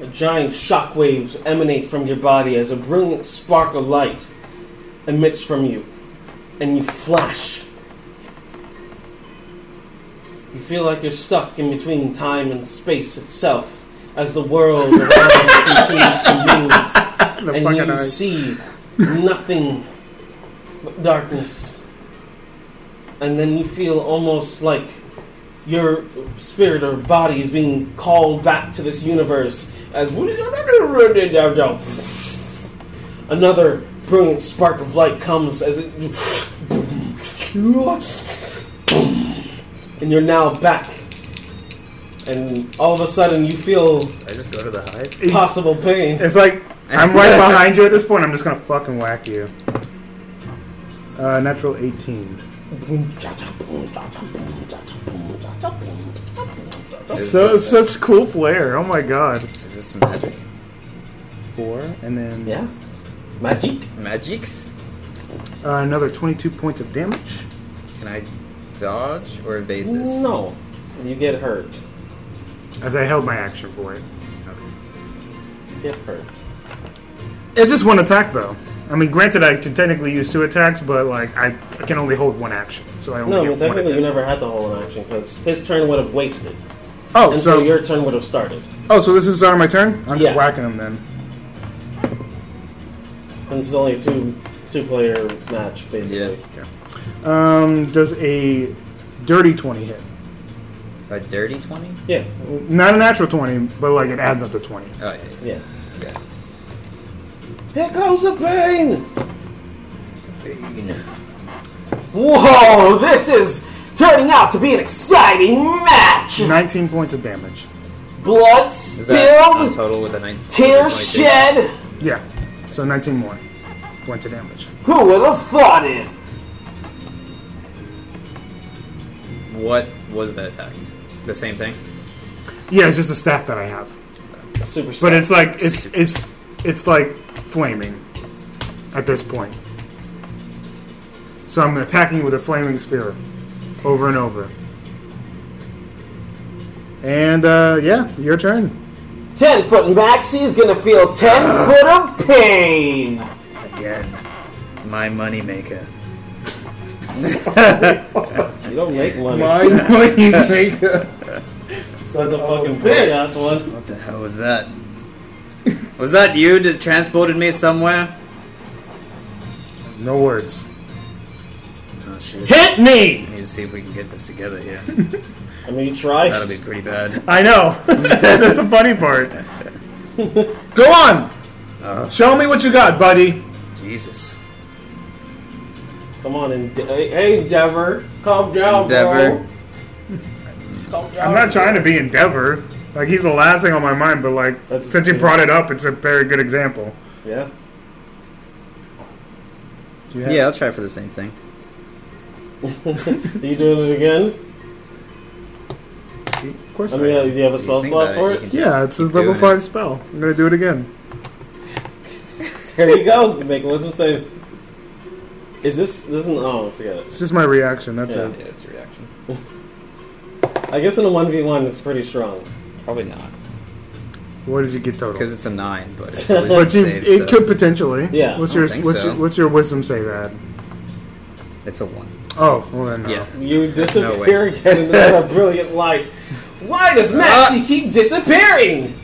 Speaker 3: a giant shockwaves emanate from your body as a brilliant spark of light emits from you, and you flash. You feel like you're stuck in between time and space itself as the world around you continues to move
Speaker 6: The
Speaker 3: and
Speaker 6: fucking
Speaker 3: you
Speaker 6: eyes.
Speaker 3: see nothing but darkness. And then you feel almost like your spirit or body is being called back to this universe as another brilliant spark of light comes as it and you're now back and all of a sudden you feel
Speaker 1: I just go to the hive.
Speaker 3: possible pain
Speaker 6: It's like I'm right behind you at this point. I'm just gonna fucking whack you. Uh, natural 18.
Speaker 1: Is
Speaker 6: So
Speaker 1: this,
Speaker 6: such cool flair. Oh my god.
Speaker 1: is this magic?
Speaker 6: Four and then
Speaker 3: Yeah. Magic.
Speaker 1: Magics?
Speaker 6: uh, another 22 points of damage.
Speaker 1: Can I dodge or evade this?
Speaker 3: No. You get hurt.
Speaker 6: As I held my action for it.
Speaker 3: Get hurt.
Speaker 6: It's just one attack though. I mean, granted, I can technically use two attacks, but like I I can only hold one action, so I only
Speaker 3: No, I mean,
Speaker 6: get one
Speaker 3: technically
Speaker 6: attack.
Speaker 3: you never had to hold an action because his turn would have wasted,
Speaker 6: oh,
Speaker 3: and
Speaker 6: so,
Speaker 3: so, your turn would have started.
Speaker 6: oh, so this is the start of my turn. I'm just
Speaker 3: Yeah.
Speaker 6: whacking him then.
Speaker 3: Since it's only a two two player match, basically.
Speaker 6: Um, does a dirty 20 hit?
Speaker 1: A dirty 20?
Speaker 3: Yeah.
Speaker 6: Not a natural 20, but like it adds up to 20.
Speaker 1: Oh, yeah. yeah.
Speaker 3: Yeah.
Speaker 1: yeah.
Speaker 3: Here comes the pain.
Speaker 1: Pain.
Speaker 3: Whoa! This is turning out to be an exciting match.
Speaker 6: 19 points of damage.
Speaker 3: Blood
Speaker 1: Is that on
Speaker 3: spilled,
Speaker 1: total with a 19?
Speaker 3: tears shed.
Speaker 6: Yeah, so 19 more points of damage.
Speaker 3: Who would have thought it?
Speaker 1: What was the attack? The same thing?
Speaker 6: Yeah, it's just a staff that I have,
Speaker 3: Super.
Speaker 6: but it's like it's it's it's like flaming at this point. So I'm attacking with a flaming spear over and over. And uh, yeah, your turn.
Speaker 3: 10 foot Maxi is gonna feel 10 foot of pain.
Speaker 1: Again. My moneymaker.
Speaker 3: You don't make money. Suck the fucking big ass one.
Speaker 1: What the hell was that? was that you that transported me somewhere?
Speaker 6: No words.
Speaker 1: Oh, shit.
Speaker 6: Hit me!
Speaker 1: We need to see if we can get this together here.
Speaker 3: I mean, you try.
Speaker 1: That'll be pretty bad.
Speaker 6: I know. That's the funny part. Go on.
Speaker 1: Oh,
Speaker 6: Show me what you got, buddy.
Speaker 1: Jesus.
Speaker 3: Come on, and hey, Endeavor, calm down,
Speaker 1: Endeavor.
Speaker 3: bro. Calm down.
Speaker 6: I'm not trying to be Endeavor. Like, he's the last thing on my mind, but, like,
Speaker 3: That's-
Speaker 6: since you brought it up, it's a very good example.
Speaker 3: Yeah.
Speaker 1: Yeah. I'll try for the same thing.
Speaker 3: Are you doing it again?
Speaker 6: Of course
Speaker 3: I mean, uh, do you have a spell
Speaker 1: Think
Speaker 3: slot
Speaker 1: about
Speaker 3: for
Speaker 1: you
Speaker 3: it?
Speaker 1: can just
Speaker 6: Yeah, it's a
Speaker 1: keep
Speaker 6: level
Speaker 1: doing
Speaker 6: 5 spell. I'm going to do it again.
Speaker 3: Here you go. Make a wisdom save. Is this this isn't? Oh, forget it.
Speaker 6: It's just my reaction. That's
Speaker 3: Yeah.
Speaker 1: it. Yeah, it's a reaction.
Speaker 3: I guess in a one v one, it's pretty strong.
Speaker 1: Probably not.
Speaker 2: What did you get total?
Speaker 1: Because it's a nine, but it's
Speaker 2: But you,
Speaker 1: wisdom save,
Speaker 2: it
Speaker 1: so
Speaker 2: could potentially.
Speaker 3: Yeah.
Speaker 2: What's
Speaker 1: I don't
Speaker 2: your
Speaker 1: think
Speaker 2: what's,
Speaker 1: so.
Speaker 2: your what's your wisdom save at?
Speaker 1: it's a one.
Speaker 2: Oh, well then no.
Speaker 1: Yeah.
Speaker 3: You
Speaker 1: no way.
Speaker 3: disappear again in another brilliant light. Why does Maxie keep disappearing?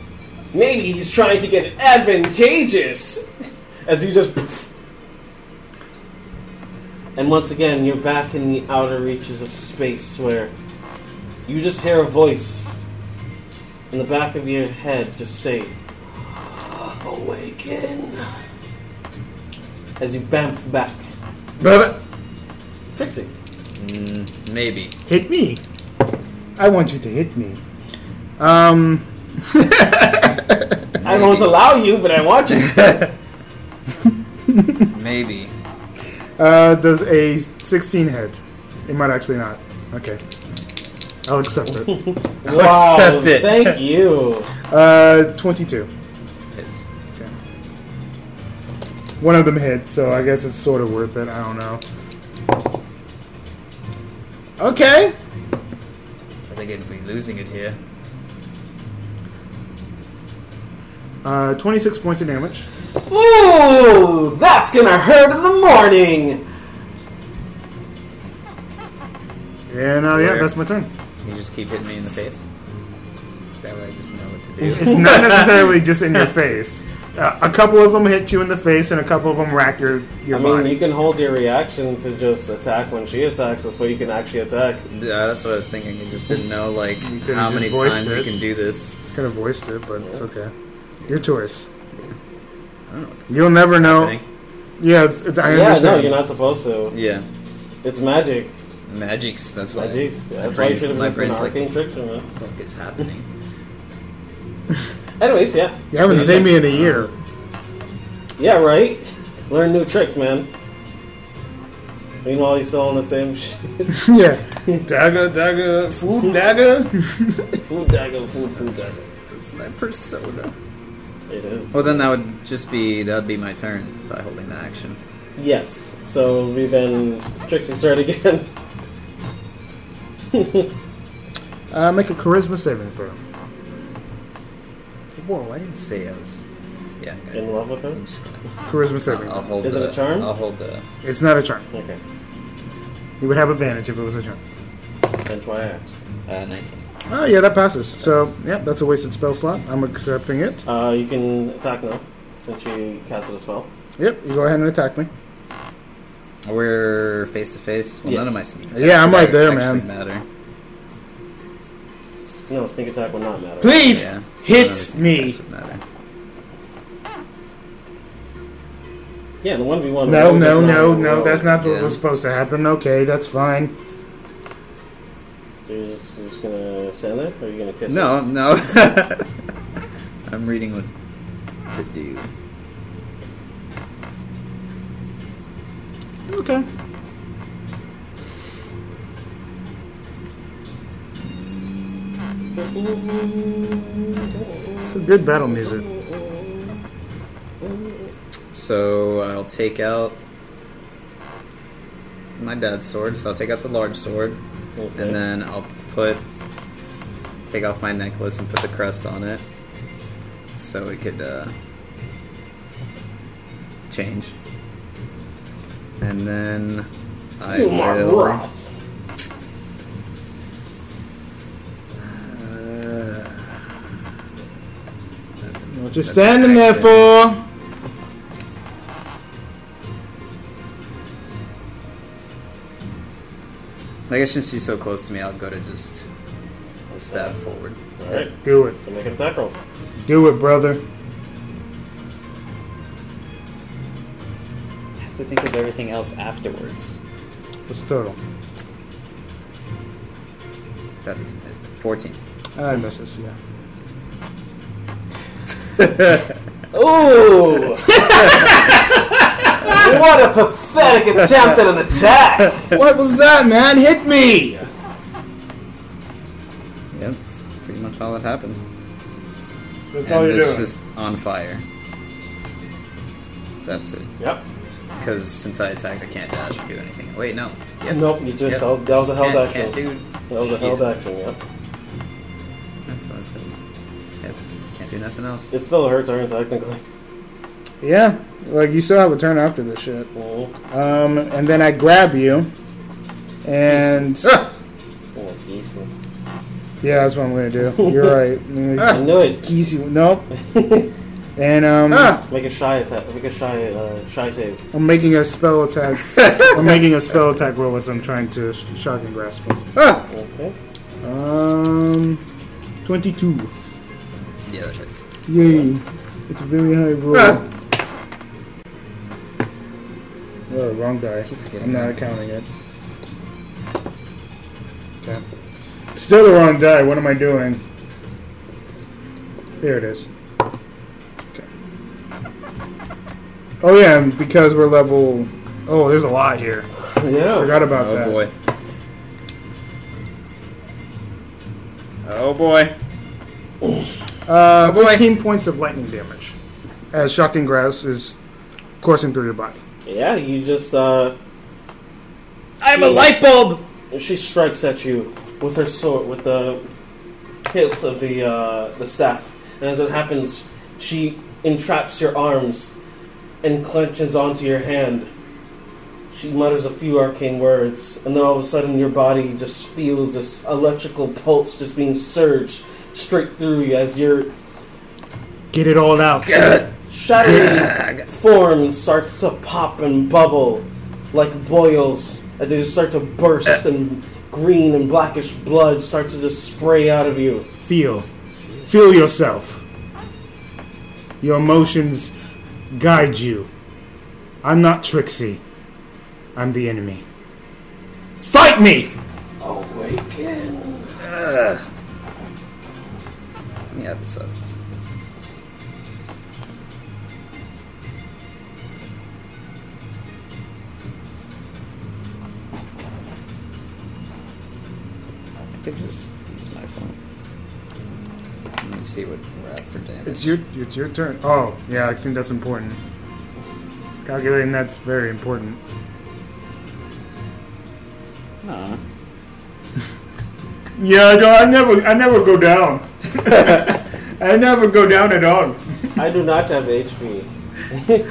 Speaker 3: Maybe he's trying to get advantageous. As you just. And once again, you're back in the outer reaches of space where you just hear a voice in the back of your head just say, Awaken! As you bamf back. Trixie.
Speaker 1: Mm, maybe.
Speaker 6: Hit me. I want you to hit me. Um.
Speaker 3: I won't allow you, but I want you.
Speaker 1: Maybe.
Speaker 6: Uh, does a 16 hit? It might actually not. Okay. I'll accept it.
Speaker 3: Wow,
Speaker 1: accept it.
Speaker 3: Thank you.
Speaker 6: Uh, 22.
Speaker 1: It's
Speaker 6: One of them hit, so I guess it's sort of worth it. I don't know. Okay.
Speaker 1: I think it'd be losing it here.
Speaker 6: Uh, 26 points of damage.
Speaker 3: Ooh, that's gonna hurt in the morning.
Speaker 6: And uh, yeah,
Speaker 1: Where?
Speaker 6: that's my turn.
Speaker 1: You just keep hitting me in the face. That way I just know what to do.
Speaker 6: It's not necessarily just in your face. Uh, a couple of them hit you in the face, and a couple of them rack your, your
Speaker 3: I mean,
Speaker 6: body.
Speaker 3: you can hold your reaction to just attack when she attacks. That's way you can actually attack.
Speaker 1: yeah, Uh, that's what I was thinking. I just didn't know like
Speaker 6: could've
Speaker 1: how
Speaker 6: just
Speaker 1: many
Speaker 6: voiced
Speaker 1: times
Speaker 6: it.
Speaker 1: you can do this.
Speaker 6: Kind of voiced it, but it's okay. Your choice.
Speaker 1: I don't know. What
Speaker 6: You'll never know.
Speaker 1: the
Speaker 6: Yeah, it's, it's, I
Speaker 3: yeah, no,
Speaker 6: understand.
Speaker 3: you're not supposed to.
Speaker 1: Yeah,
Speaker 3: It's magic.
Speaker 1: magics. That's why.
Speaker 3: Magic.
Speaker 1: My
Speaker 3: That's why you
Speaker 1: brain's-
Speaker 3: should have
Speaker 1: my
Speaker 3: listened to
Speaker 1: brain's like,
Speaker 3: arcane tricks from it.
Speaker 1: "What the fuck is happening?"
Speaker 3: Anyways, yeah.
Speaker 6: You haven't
Speaker 3: Yeah.
Speaker 6: seen me in a year.
Speaker 3: Yeah, right? Learn new tricks, man. Meanwhile, you're still on the same shit.
Speaker 6: yeah. Dagger, dagger, food dagger.
Speaker 3: Food dagger, food, food dagger.
Speaker 1: It's my persona.
Speaker 3: It is.
Speaker 1: Well, then that would just be that would be my turn by holding the action.
Speaker 3: Yes. So we then Trixie start again.
Speaker 6: Uh, make a charisma saving throw.
Speaker 1: Whoa! I didn't say I was. Yeah. I'm gonna-
Speaker 3: In love with her?
Speaker 1: I'm just gonna-
Speaker 6: Charisma saving.
Speaker 1: I'll, I'll hold
Speaker 3: Is it
Speaker 1: the.
Speaker 3: a charm?
Speaker 1: I'll hold the.
Speaker 6: It's not a charm.
Speaker 3: Okay.
Speaker 6: You would have advantage if it was a charm.
Speaker 3: That's why I asked.
Speaker 1: Uh, Nineteen.
Speaker 6: Oh yeah, that passes. So yeah, that's a wasted spell slot. I'm accepting it.
Speaker 3: Uh, you can attack now, since you casted a spell.
Speaker 6: Yep, you go ahead and attack me.
Speaker 1: We're face to face. Well,
Speaker 3: Yes.
Speaker 1: none of my sneak.
Speaker 6: Yeah,
Speaker 1: attacks
Speaker 6: I'm right there,
Speaker 1: actually
Speaker 6: man.
Speaker 1: Matter.
Speaker 3: No, sneak attack will not matter.
Speaker 6: Please
Speaker 1: Yeah. None of
Speaker 6: hit
Speaker 1: his
Speaker 6: me.
Speaker 1: attacks would matter.
Speaker 3: Yeah, the one v one.
Speaker 6: No, no, no, no. That's not what
Speaker 1: Yeah.
Speaker 6: was supposed to happen. Okay, that's fine.
Speaker 3: So you're just, you're just gonna stand there, or are you gonna kiss?
Speaker 1: No,
Speaker 3: her?
Speaker 1: no. I'm reading what to do.
Speaker 6: Okay. Some good battle music.
Speaker 1: So I'll take out my dad's sword. So I'll take out the large sword,
Speaker 3: Okay.
Speaker 1: and then I'll put take off my necklace and put the crest on it, so it could uh, change. And then I
Speaker 3: Feel my
Speaker 1: will.
Speaker 3: wrath.
Speaker 1: Uh, that's-
Speaker 6: What you
Speaker 1: that's
Speaker 6: standing there
Speaker 1: action.
Speaker 6: for?
Speaker 1: I guess since she's so close to me, I'll go to just stab forward.
Speaker 3: All right.
Speaker 6: Do it.
Speaker 3: So make an attack roll.
Speaker 6: Do it, brother.
Speaker 1: I have to think of everything else afterwards.
Speaker 6: What's the total?
Speaker 1: That doesn't hit. 14.
Speaker 6: Uh, misses, yeah.
Speaker 3: Ooh! what a pathetic attempt at an attack!
Speaker 6: what was that, man? Hit me!
Speaker 1: Yeah, that's pretty much all that happened.
Speaker 6: That's
Speaker 1: and it's just on fire. That's it.
Speaker 3: Yep.
Speaker 1: Because since I attacked, I can't dash or do anything. Wait, no. Yes.
Speaker 3: Nope. You just
Speaker 1: Yep.
Speaker 3: held, that was a held
Speaker 1: Can't,
Speaker 3: action.
Speaker 1: can't do.
Speaker 3: That was a held action. Yep.
Speaker 1: can't do nothing else.
Speaker 3: It still hurts, turn technically.
Speaker 6: Yeah, like you still have a turn after this shit.
Speaker 3: Oh,
Speaker 6: Um, and then I grab you, and
Speaker 3: oh, easy.
Speaker 6: yeah, that's what I'm gonna do. You're right. I'm gonna
Speaker 3: I knew it.
Speaker 6: Geese you. No. And um,
Speaker 3: Make a shy attack. Make a shy, uh, shy save.
Speaker 6: I'm making a spell attack.
Speaker 2: I'm making a spell attack roll as I'm trying to sh- shock and grasp him.
Speaker 3: Okay.
Speaker 6: Um, 22.
Speaker 1: Yeah, that hits.
Speaker 6: Yay. It's a very high roll. Oh, wrong die. I'm not counting it. Okay. Still the wrong die. What am I doing? There it is. Okay. Oh yeah, and because we're level. Oh, there's a lot here.
Speaker 3: Yeah.
Speaker 6: Forgot about
Speaker 1: Oh
Speaker 6: that.
Speaker 1: boy. Oh boy.
Speaker 6: Uh,
Speaker 1: Oh, boy.
Speaker 6: 15 points of lightning damage. As shocking grass is coursing through your body.
Speaker 3: Yeah, you just, uh,
Speaker 1: I'm a light bulb.
Speaker 3: she strikes at you with her sword, with the hilt of the, uh, the staff. And as it happens, she entraps your arms and clenches onto your hand. She mutters a few arcane words, and then all of a sudden your body just feels this electrical pulse just being surged straight through you as your
Speaker 2: Get it all out.
Speaker 3: shattering form starts to pop and bubble like boils and they just start to burst and green and blackish blood starts to just spray out of you
Speaker 2: Feel. Feel yourself. Your emotions guide you. I'm not Trixie. I'm the enemy. Fight me!
Speaker 3: awaken
Speaker 1: Let me add this up. I could just use my phone. Let me see what we're at for damage.
Speaker 6: It's your it's your turn. Oh yeah, I think that's important. Calculating that's very important.
Speaker 1: Aw.
Speaker 6: Yeah, no, I never I never go down. I never go down at all.
Speaker 3: i do not have hp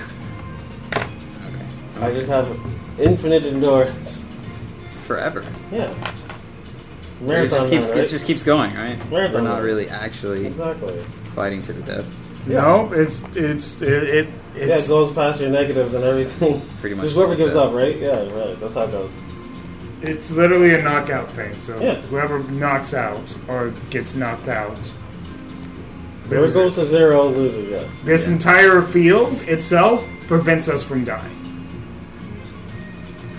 Speaker 3: i just have infinite endurance
Speaker 1: Forever.
Speaker 3: yeah
Speaker 1: It
Speaker 3: marathon
Speaker 1: just keeps
Speaker 3: run, right?
Speaker 1: it just keeps going, right?
Speaker 3: Marathon
Speaker 1: We're not
Speaker 3: run.
Speaker 1: really actually
Speaker 3: exactly
Speaker 1: fighting to the death.
Speaker 6: No, it's it's it, it
Speaker 3: yeah
Speaker 6: it's
Speaker 3: it goes past your negatives and everything
Speaker 1: Pretty much.
Speaker 3: just whoever
Speaker 1: like
Speaker 3: gives
Speaker 1: that.
Speaker 3: up right yeah right that's how it goes
Speaker 6: it's literally a knockout thing. So
Speaker 3: Yeah.
Speaker 6: whoever knocks out or gets knocked out.
Speaker 3: whoever goes to zero loses yes
Speaker 6: This
Speaker 1: Yeah.
Speaker 6: entire field itself prevents us from dying.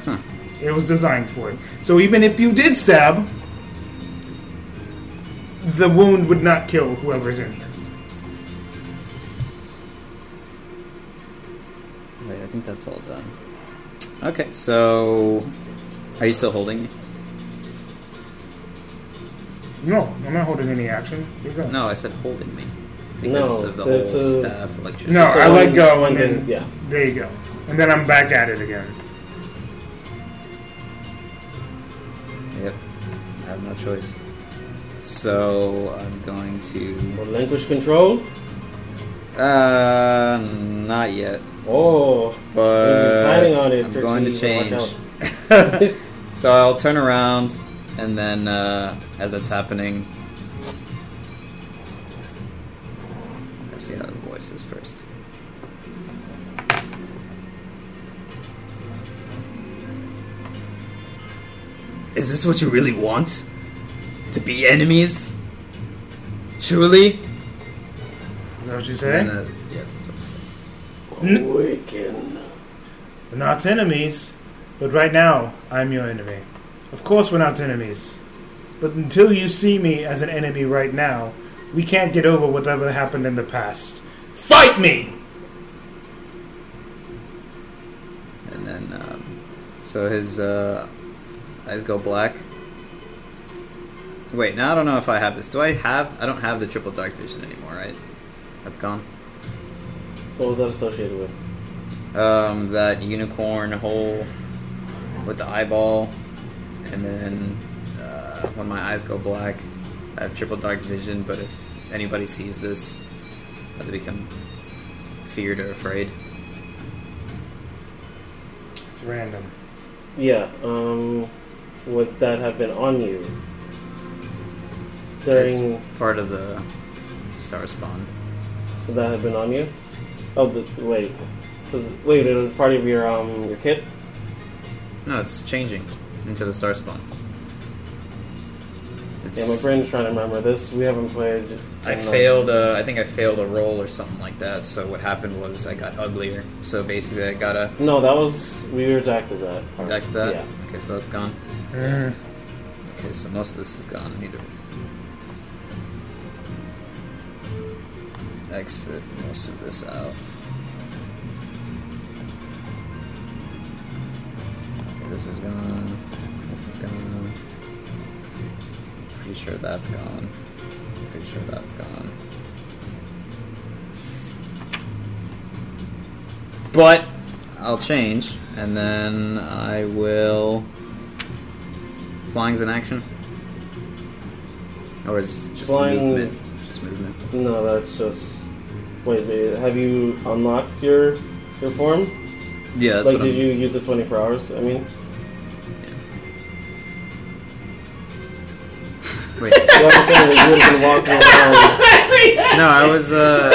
Speaker 1: Huh.
Speaker 6: It was designed for it. So even if you did stab, the wound would not kill whoever's in here.
Speaker 1: Wait, I think that's all done. Okay, so are you still holding me?
Speaker 6: No, I'm not holding any action. You're good.
Speaker 1: No, I said holding me. Because
Speaker 3: No,
Speaker 1: of the
Speaker 3: that's
Speaker 1: whole
Speaker 3: a-
Speaker 1: staff electricity.
Speaker 6: No,
Speaker 3: So
Speaker 6: I let
Speaker 3: one-
Speaker 6: go
Speaker 3: one
Speaker 6: and
Speaker 3: can-
Speaker 6: then
Speaker 3: yeah
Speaker 6: there you go. And then I'm back at it again.
Speaker 1: Yep. I have no choice. So I'm going to
Speaker 3: Relinquish control?
Speaker 1: uh not yet.
Speaker 3: Oh,
Speaker 1: But
Speaker 3: He's planning on it,
Speaker 1: Uh, I'm
Speaker 3: Trixie,
Speaker 1: going to
Speaker 3: watch
Speaker 1: change.
Speaker 3: out.
Speaker 1: so I'll turn around and then uh, as it's happening Let's see how the voice is first. Is this what you really want? To be enemies? Truly?
Speaker 6: Is that what you
Speaker 1: And
Speaker 6: say?
Speaker 1: then, uh, yes, that's what I said.
Speaker 3: awaken.
Speaker 6: We're not enemies, but right now I'm your enemy. Of course we're not enemies. But until you see me as an enemy right now, we can't get over whatever happened in the past. Fight me!
Speaker 1: And then, um, so his uh, eyes go black. Wait, now I don't know if I have this. Do I have? I don't have the triple dark vision anymore, right? That's gone.
Speaker 3: What was that associated with?
Speaker 1: Um, that unicorn hole with the eyeball, and then uh, when my eyes go black, I have triple dark vision. But if anybody sees this, Have they become feared or afraid?
Speaker 6: It's random.
Speaker 3: Yeah, um, would that have been on you? During,
Speaker 1: Part of the star spawn.
Speaker 3: would that have been on you? Oh, the, wait. Was, wait, it was part of your, um, your kit?
Speaker 1: No, it's changing into the star spawn. It's,
Speaker 3: Yeah, my brain's trying to remember this. We haven't played.
Speaker 1: I
Speaker 3: in, um,
Speaker 1: failed. Uh, I think I failed a roll or something like that. So what happened was I got uglier. So basically, I got a
Speaker 3: No, that was, we redacted that. part.
Speaker 1: back to that.
Speaker 3: Yeah.
Speaker 1: Okay, so that's gone. Uh,
Speaker 6: Mm.
Speaker 1: Okay, so most of this is gone. I need to exit most of this out. Okay, this is gone. This is gone. Pretty sure that's gone. Pretty sure that's gone. But I'll change, and then I will. Flying's an action? Or is it just
Speaker 3: Flying-
Speaker 1: movement? Just movement.
Speaker 3: No, that's just. Wait, wait, have you unlocked your your form?
Speaker 1: Yeah, that's
Speaker 3: like,
Speaker 1: what
Speaker 3: did
Speaker 1: I'm...
Speaker 3: you use the 24 hours? I mean,
Speaker 1: Wait.
Speaker 3: you have to say that you would have been walking around.
Speaker 1: No, I was, uh...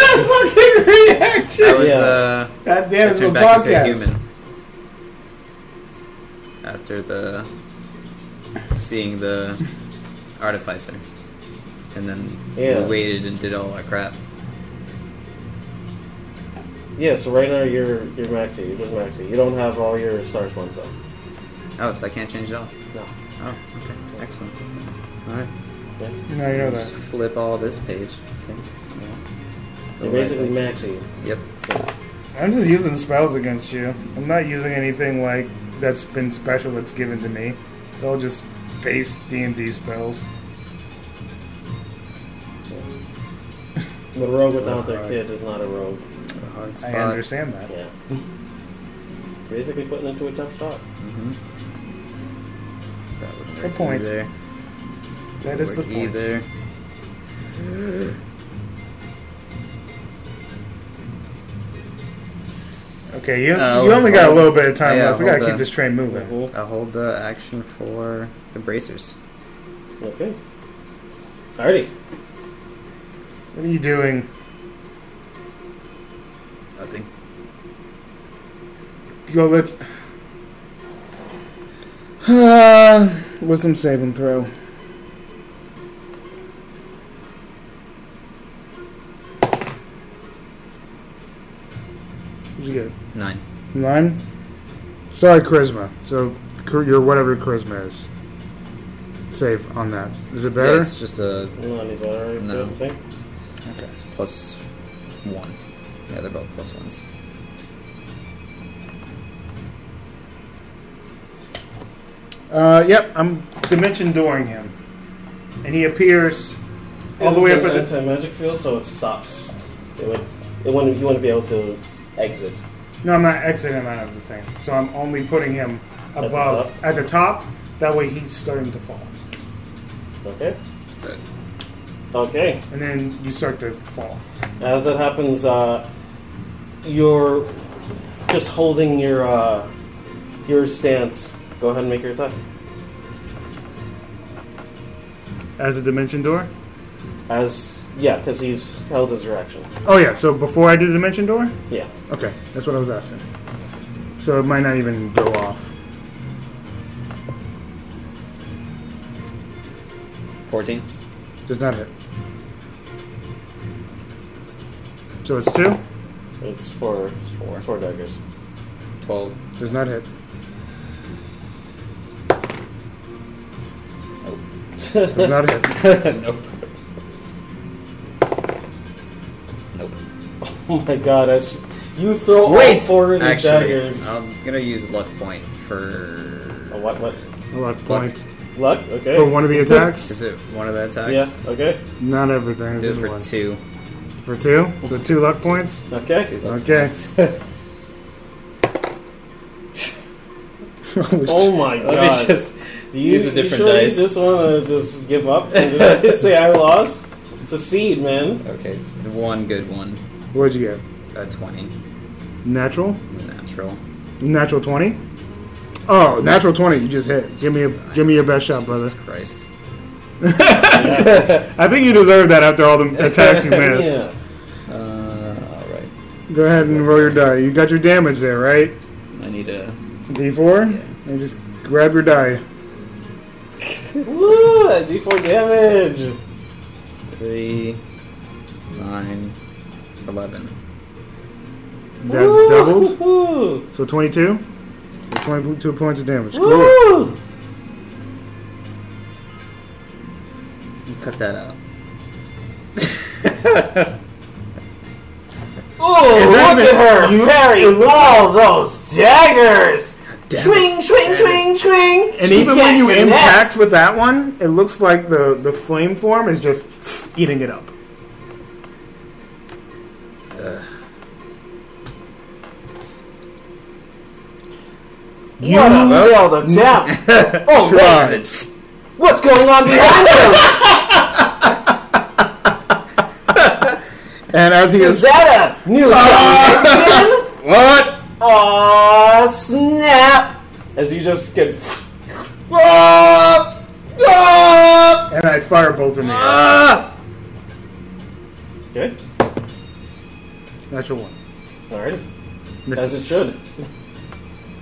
Speaker 6: Fucking reaction.
Speaker 1: I was,
Speaker 3: Yeah.
Speaker 1: uh...
Speaker 6: That
Speaker 1: I
Speaker 6: damn is a
Speaker 1: turned back into a
Speaker 6: podcast.
Speaker 1: human. After the... Seeing the artificer. And then
Speaker 3: Yeah.
Speaker 1: we waited and did all our crap.
Speaker 3: Yeah, so right now you're you're Maxi. You're just Maxi. You don't have all your stars one stuff.
Speaker 1: Oh, so I can't change it all.
Speaker 3: No.
Speaker 1: Oh, okay. Excellent. Alright.
Speaker 6: No, you know that.
Speaker 1: Just flip all this page. Okay.
Speaker 3: You're basically Maxi.
Speaker 1: Yep.
Speaker 6: I'm just using spells against you. I'm not using anything like that's been special that's given to me. It's all just base D and D spells.
Speaker 3: The rogue without their
Speaker 1: Alright.
Speaker 3: kid is not a rogue.
Speaker 1: A hard
Speaker 6: I
Speaker 1: spot.
Speaker 6: understand that.
Speaker 3: Yeah. basically putting into a tough shot.
Speaker 1: Mm-hmm. That would
Speaker 6: It's a point.
Speaker 1: Either.
Speaker 6: That is the
Speaker 1: Work
Speaker 6: point.
Speaker 1: either.
Speaker 6: Okay, you,
Speaker 1: Uh,
Speaker 6: you only got a
Speaker 1: hold-
Speaker 6: little bit of time
Speaker 1: yeah,
Speaker 6: left. We gotta
Speaker 1: hold
Speaker 6: keep
Speaker 1: on.
Speaker 6: this train moving.
Speaker 3: Mhm.
Speaker 1: I'll hold the action for the bracers.
Speaker 3: Okay. Alrighty.
Speaker 6: What are you doing?
Speaker 1: Nothing.
Speaker 6: Go let. Uh, wisdom saving throw. What'd you get?
Speaker 1: Nine.
Speaker 6: Nine. Sorry, charisma. So char- your whatever charisma is. Save on that. Is it
Speaker 1: Yeah,
Speaker 6: better?
Speaker 1: it's just a
Speaker 3: No, any better?
Speaker 1: No.
Speaker 3: I don't think.
Speaker 1: okay. it's plus one. Yeah, they're both plus ones.
Speaker 6: Uh, yep. I'm dimension dooring him, and he appears all
Speaker 3: It's
Speaker 6: the way up
Speaker 3: an
Speaker 6: at the.
Speaker 3: anti-magic field, so it stops. It would. It wouldn't. You wouldn't be able to exit.
Speaker 6: No, I'm not exiting him out of the thing. So I'm only putting him
Speaker 3: the
Speaker 6: above at the top. That way he's starting to fall,
Speaker 3: Okay. Okay.
Speaker 6: and then you start to fall.
Speaker 3: As it happens, uh, you're just holding your uh, your stance. Go ahead and make your attack.
Speaker 6: As a dimension door.
Speaker 3: As yeah, because he's held his reaction.
Speaker 6: Oh yeah. So before I do the dimension door.
Speaker 3: Yeah.
Speaker 6: Okay, that's what I was asking. So it might not even go off.
Speaker 1: 14?
Speaker 6: Does not hit. So it's two.
Speaker 3: It's four. It's four. Four daggers.
Speaker 1: 12?
Speaker 6: Does not hit. Does not hit.
Speaker 1: nope. Nope.
Speaker 3: Oh my god! As you throw all
Speaker 1: Wait!
Speaker 3: four of these
Speaker 1: Actually, um,
Speaker 3: daggers.
Speaker 1: I'm gonna use luck point for.
Speaker 3: A what? What?
Speaker 6: A lot of point
Speaker 3: Luck. Okay.
Speaker 6: for one of the attacks.
Speaker 1: Is it one of the attacks?
Speaker 3: Yeah. Okay.
Speaker 6: Not everything.
Speaker 1: It is
Speaker 6: This
Speaker 1: for
Speaker 6: one
Speaker 1: two.
Speaker 6: for two. So two luck points.
Speaker 3: Okay.
Speaker 6: Okay.
Speaker 3: Oh my god!
Speaker 1: Let me just
Speaker 3: Do you,
Speaker 1: Use a different
Speaker 3: you sure
Speaker 1: dice.
Speaker 3: You just want to just give up and just say I lost. Succeed, man.
Speaker 1: Okay, the one good one.
Speaker 6: What'd you get?
Speaker 1: A 20.
Speaker 6: Natural?
Speaker 1: Natural.
Speaker 6: Natural 20? Oh, natural 20. You just hit. Give me a, give me your best shot, brother.
Speaker 1: Jesus Christ.
Speaker 6: I think you deserve that after all the attacks you missed.
Speaker 3: Yeah.
Speaker 1: Uh, alright.
Speaker 6: Go ahead and roll your die. You got your damage there, right?
Speaker 1: I need a.
Speaker 6: D4? And just grab your die.
Speaker 3: Woo! That D4 damage.
Speaker 1: 3, 9, 11.
Speaker 6: That's
Speaker 3: Woo!
Speaker 6: doubled.
Speaker 3: Woo!
Speaker 6: So 22? So 22 points of damage. Cool.
Speaker 3: Woo!
Speaker 1: You cut that out.
Speaker 3: Oh,
Speaker 6: that
Speaker 3: look
Speaker 6: even-
Speaker 3: at her
Speaker 6: you-
Speaker 3: carry
Speaker 6: it looks
Speaker 3: all those daggers.
Speaker 1: Damn
Speaker 3: Swing, swing, swing, swing.
Speaker 6: And
Speaker 3: She
Speaker 6: even when
Speaker 3: can't
Speaker 6: you
Speaker 3: connect.
Speaker 6: impact with that one, it looks like the, the flame form is just eating it up.
Speaker 3: you what a failed attempt. oh,
Speaker 6: Try.
Speaker 3: man. What's going on behind her?
Speaker 6: And as he
Speaker 3: Is
Speaker 6: is,
Speaker 3: that a new
Speaker 6: Uh-huh.
Speaker 3: connection?
Speaker 1: What?
Speaker 3: Aw, Oh, snap! As you just get.
Speaker 6: and I firebolt him. in.
Speaker 1: Ah!
Speaker 3: Good.
Speaker 6: Natural one.
Speaker 3: Alright. As it
Speaker 6: Misses.
Speaker 3: should.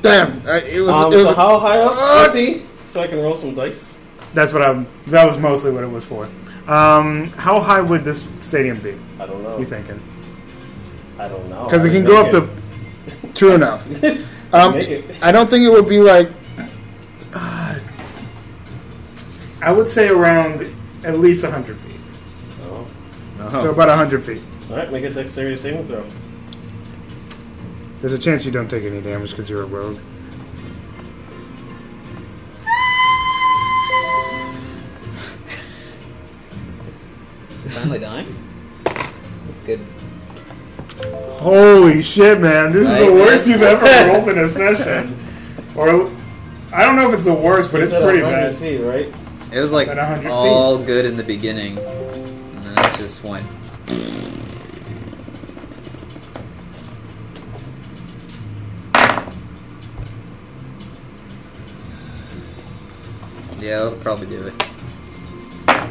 Speaker 6: Damn, I, it was.
Speaker 3: Um,
Speaker 6: it was
Speaker 3: so, how high up is he? So I can roll some dice.
Speaker 6: that's what I'm. That was mostly what it was for. Um, how high would this stadium be?
Speaker 3: I don't know.
Speaker 6: You thinking?
Speaker 3: I don't know.
Speaker 6: Because
Speaker 3: I
Speaker 6: it can
Speaker 3: would
Speaker 6: go up
Speaker 3: make
Speaker 6: to. True enough. Um,
Speaker 3: Make it.
Speaker 6: I don't think it would be like. uh, I would say around at least hundred feet.
Speaker 3: Oh.
Speaker 6: So about hundred feet.
Speaker 3: Alright, make a dexterity saving throw.
Speaker 6: There's a chance you don't take any damage because you're a rogue.
Speaker 1: Finally dying? That's good.
Speaker 6: Holy shit, man! This is
Speaker 1: Right,
Speaker 6: the worst
Speaker 1: man?
Speaker 6: you've ever rolled in a session. Or I don't know if it's the worst, but
Speaker 3: Is
Speaker 6: it's
Speaker 3: that
Speaker 6: pretty
Speaker 3: 100
Speaker 6: bad.
Speaker 3: Feet, right?
Speaker 1: It was like
Speaker 6: It's at 100 feet.
Speaker 1: all good in the beginning, and then it just went. Yeah, that'll probably do it.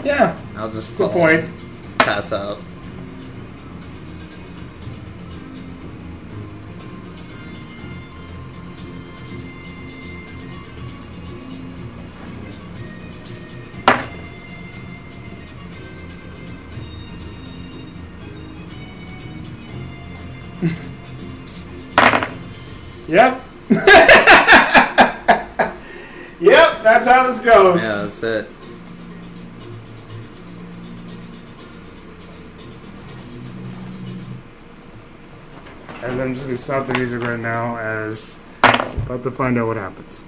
Speaker 6: Yeah,
Speaker 1: I'll just
Speaker 3: Oh.
Speaker 6: good
Speaker 1: fall,
Speaker 6: point.
Speaker 1: pass out.
Speaker 6: Yep. yep, that's how this goes.
Speaker 1: Yeah, that's it.
Speaker 6: As I'm just gonna stop the music right now, as about to find out what happens.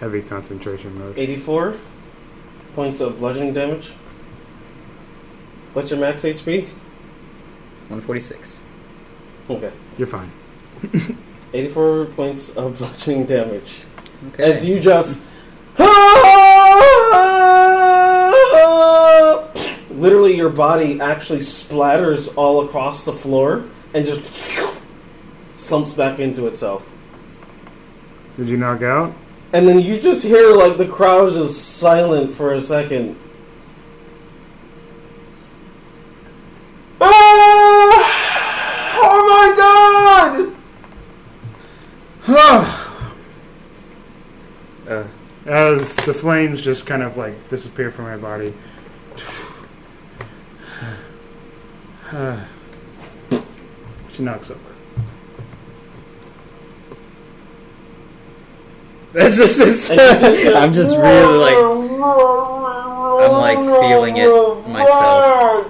Speaker 6: Heavy concentration mode.
Speaker 3: 84 points of bludgeoning damage. What's your max HP?
Speaker 1: 146.
Speaker 3: Okay.
Speaker 6: You're fine.
Speaker 3: 84 points of bludgeoning damage.
Speaker 1: Okay.
Speaker 3: As you just. Literally, your body actually splatters all across the floor and just slumps back into itself.
Speaker 6: Did you knock out?
Speaker 3: And then you just hear like the crowd is just silent for a second. Ah! Oh my god!
Speaker 1: Uh,
Speaker 6: As the flames just kind of like disappear from my body. she knocks over.
Speaker 1: that's just.
Speaker 3: And you
Speaker 1: I'm just really like. I'm like feeling it myself.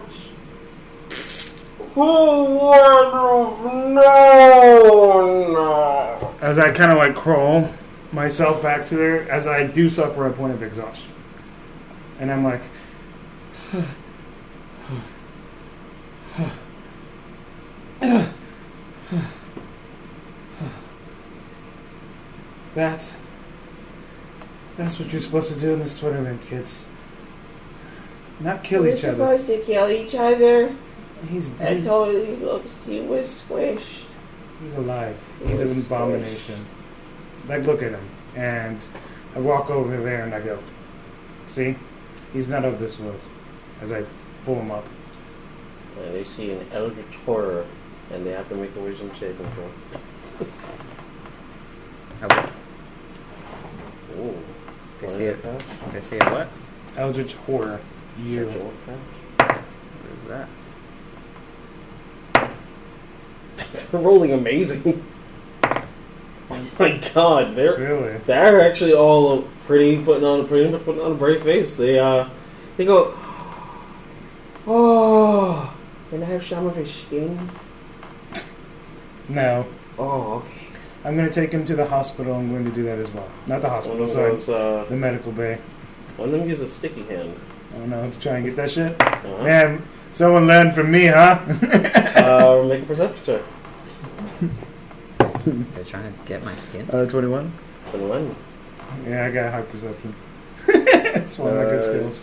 Speaker 6: As I kind of like crawl myself back to there, as I do suffer a point of exhaustion. And I'm like, that,
Speaker 2: That's what you're supposed to do in this tournament, kids. Not kill
Speaker 12: We're
Speaker 2: each other.
Speaker 12: supposed to kill each other.
Speaker 2: He's
Speaker 12: I
Speaker 2: he's,
Speaker 12: totally looks. He was squished.
Speaker 2: he's alive.
Speaker 12: He
Speaker 2: He's
Speaker 12: was
Speaker 2: an
Speaker 12: squished.
Speaker 2: abomination. Like, look at him. And I walk over there and I go, see, he's not of this world. As I pull him up.
Speaker 3: And they see an eldritch horror, and they have to make a wisdom saving throw.
Speaker 1: Oh,
Speaker 3: Ooh.
Speaker 1: they
Speaker 3: One
Speaker 1: see
Speaker 3: in
Speaker 1: it.
Speaker 3: the
Speaker 1: They see it. What?
Speaker 2: Eldritch horror.
Speaker 3: pouch. Check
Speaker 2: You.
Speaker 3: your pouch.
Speaker 1: What is that?
Speaker 3: They're rolling amazing. oh my god, they're
Speaker 2: Really?
Speaker 3: they're actually all pretty putting on a pretty much putting on a brave face. They uh they go Oh can I have some of his skin?
Speaker 2: No.
Speaker 3: Oh okay.
Speaker 2: I'm going to take him to the hospital. I'm going to do that as well. Not the
Speaker 3: One
Speaker 2: hospital,
Speaker 3: of
Speaker 2: sorry.
Speaker 3: those uh
Speaker 2: The medical bay.
Speaker 3: one of them gives a sticky hand.
Speaker 2: I don't know. Let's try and get that shit.
Speaker 3: Uh-huh.
Speaker 2: Man, someone learned from me, huh?
Speaker 3: uh make a perception check.
Speaker 1: They're trying to get my skin.
Speaker 2: Uh, 21.
Speaker 3: And one.
Speaker 2: Yeah, I got high perception. That's one of my good
Speaker 3: Uh,
Speaker 2: skills.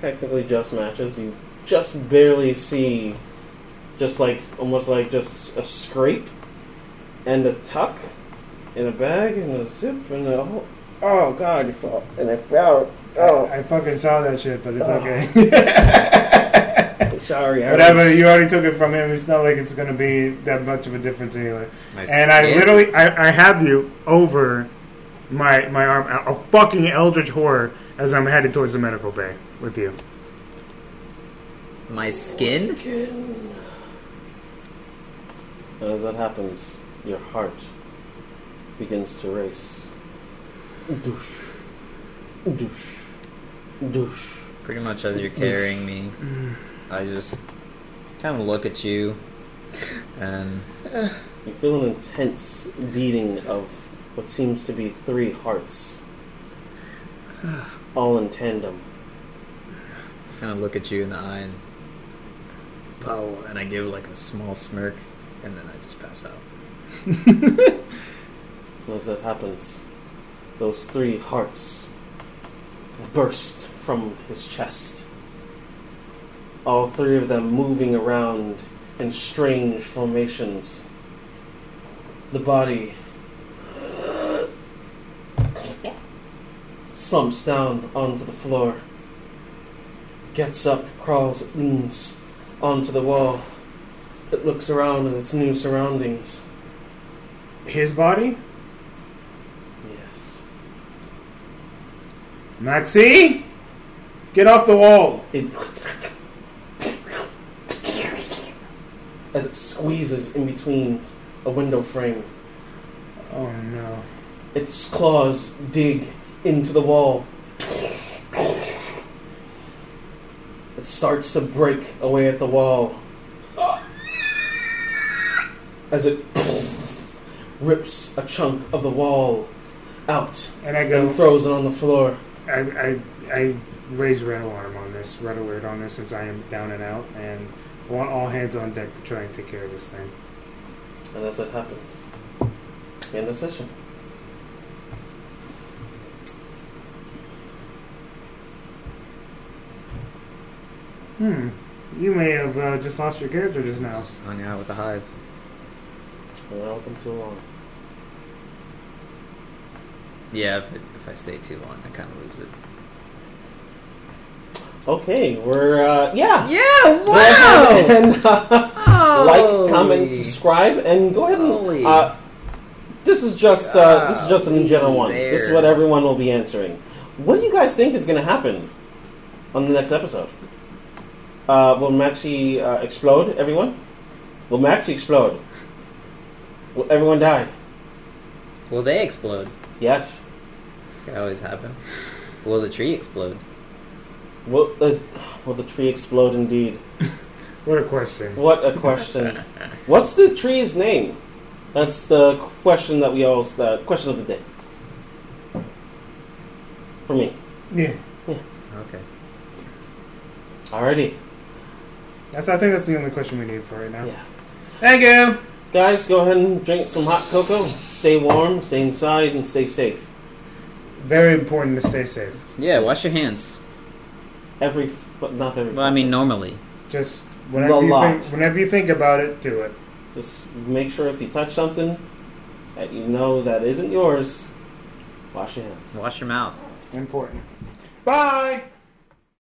Speaker 3: technically just matches. You just barely see, just like almost like just a scrape, and a tuck, and a bag, and a zip, and a hole. Oh god, you fell, and I fell. Oh,
Speaker 2: I fucking saw that shit, but it's
Speaker 3: Oh.
Speaker 2: okay.
Speaker 3: sorry. I
Speaker 2: Whatever, you already took it from him. It's not like it's gonna be that much of a difference anyway.
Speaker 1: My
Speaker 2: And I
Speaker 1: skin?
Speaker 2: literally, I,
Speaker 13: I, I have you over my my arm. A a fucking eldritch horror as I'm headed towards the medical bay with you.
Speaker 1: My skin?
Speaker 3: And as that happens, your heart begins to race. Doosh, doosh, doosh.
Speaker 1: Pretty much as you're carrying me, I just kind of look at you, and
Speaker 3: You feel an intense beating of what seems to be three hearts, all in tandem.
Speaker 1: kind of look at you in the eye, and pow, and I give like a small smirk, and then I just pass out.
Speaker 3: And as that happens, those three hearts burst from his chest. All three of them moving around in strange formations. The body slumps down onto the floor, gets up, crawls, leans onto the wall. It looks around at its new surroundings.
Speaker 2: his body,
Speaker 3: Yes.
Speaker 2: Maxie, get off the wall.
Speaker 3: It as it squeezes in between a window frame.
Speaker 2: Oh no!
Speaker 3: Its claws dig into the wall. It starts to break away at the wall. As it rips a chunk of the wall out
Speaker 2: And I
Speaker 3: and
Speaker 2: go,
Speaker 3: throws it on the floor.
Speaker 2: I, I, I raise red alarm on this, red alert on this, since I am down and out, and I want all hands on deck to try and take care of this thing.
Speaker 3: And as that happens, we end the session.
Speaker 2: Hmm. You may have uh, just lost your character just now.
Speaker 1: Just hung out with the hive.
Speaker 3: We're not with them too long.
Speaker 1: Yeah, if, it, if I stay too long, I kind of lose it.
Speaker 3: Okay, we're uh, yeah.
Speaker 1: Yeah!
Speaker 3: Go ahead and, uh, like, comment, subscribe, and go ahead
Speaker 1: Oh. Holy.
Speaker 3: and. Uh, this is just uh, this is just an in general
Speaker 1: Golly
Speaker 3: one. This is
Speaker 1: there.
Speaker 3: what everyone will be answering. What do you guys think is going to happen on the next episode? Uh, will Maxi uh, explode? Everyone? Will Maxi explode? Will everyone die?
Speaker 1: Will they explode?
Speaker 3: Yes.
Speaker 1: That always happen. Will the tree explode?
Speaker 3: Will the will the tree explode? Indeed.
Speaker 2: What a question.
Speaker 3: What a question. What's the tree's name? That's the question that we all the question of the day. For me.
Speaker 2: Yeah.
Speaker 1: Okay.
Speaker 3: Alrighty.
Speaker 2: That's, I think that's the only question we need for right now.
Speaker 3: Yeah.
Speaker 2: Thank you.
Speaker 3: Guys, go ahead and drink some hot cocoa. Stay warm, stay inside, and stay safe.
Speaker 2: Very important to stay safe.
Speaker 1: Yeah, wash your hands.
Speaker 3: Every, but not every.
Speaker 1: Well, I mean, normally.
Speaker 2: Just whenever you
Speaker 3: lot.
Speaker 2: think, whenever you think about it, do it.
Speaker 3: Just make sure if you touch something that you know that isn't yours, wash your hands.
Speaker 1: Wash your mouth.
Speaker 2: Important. Bye.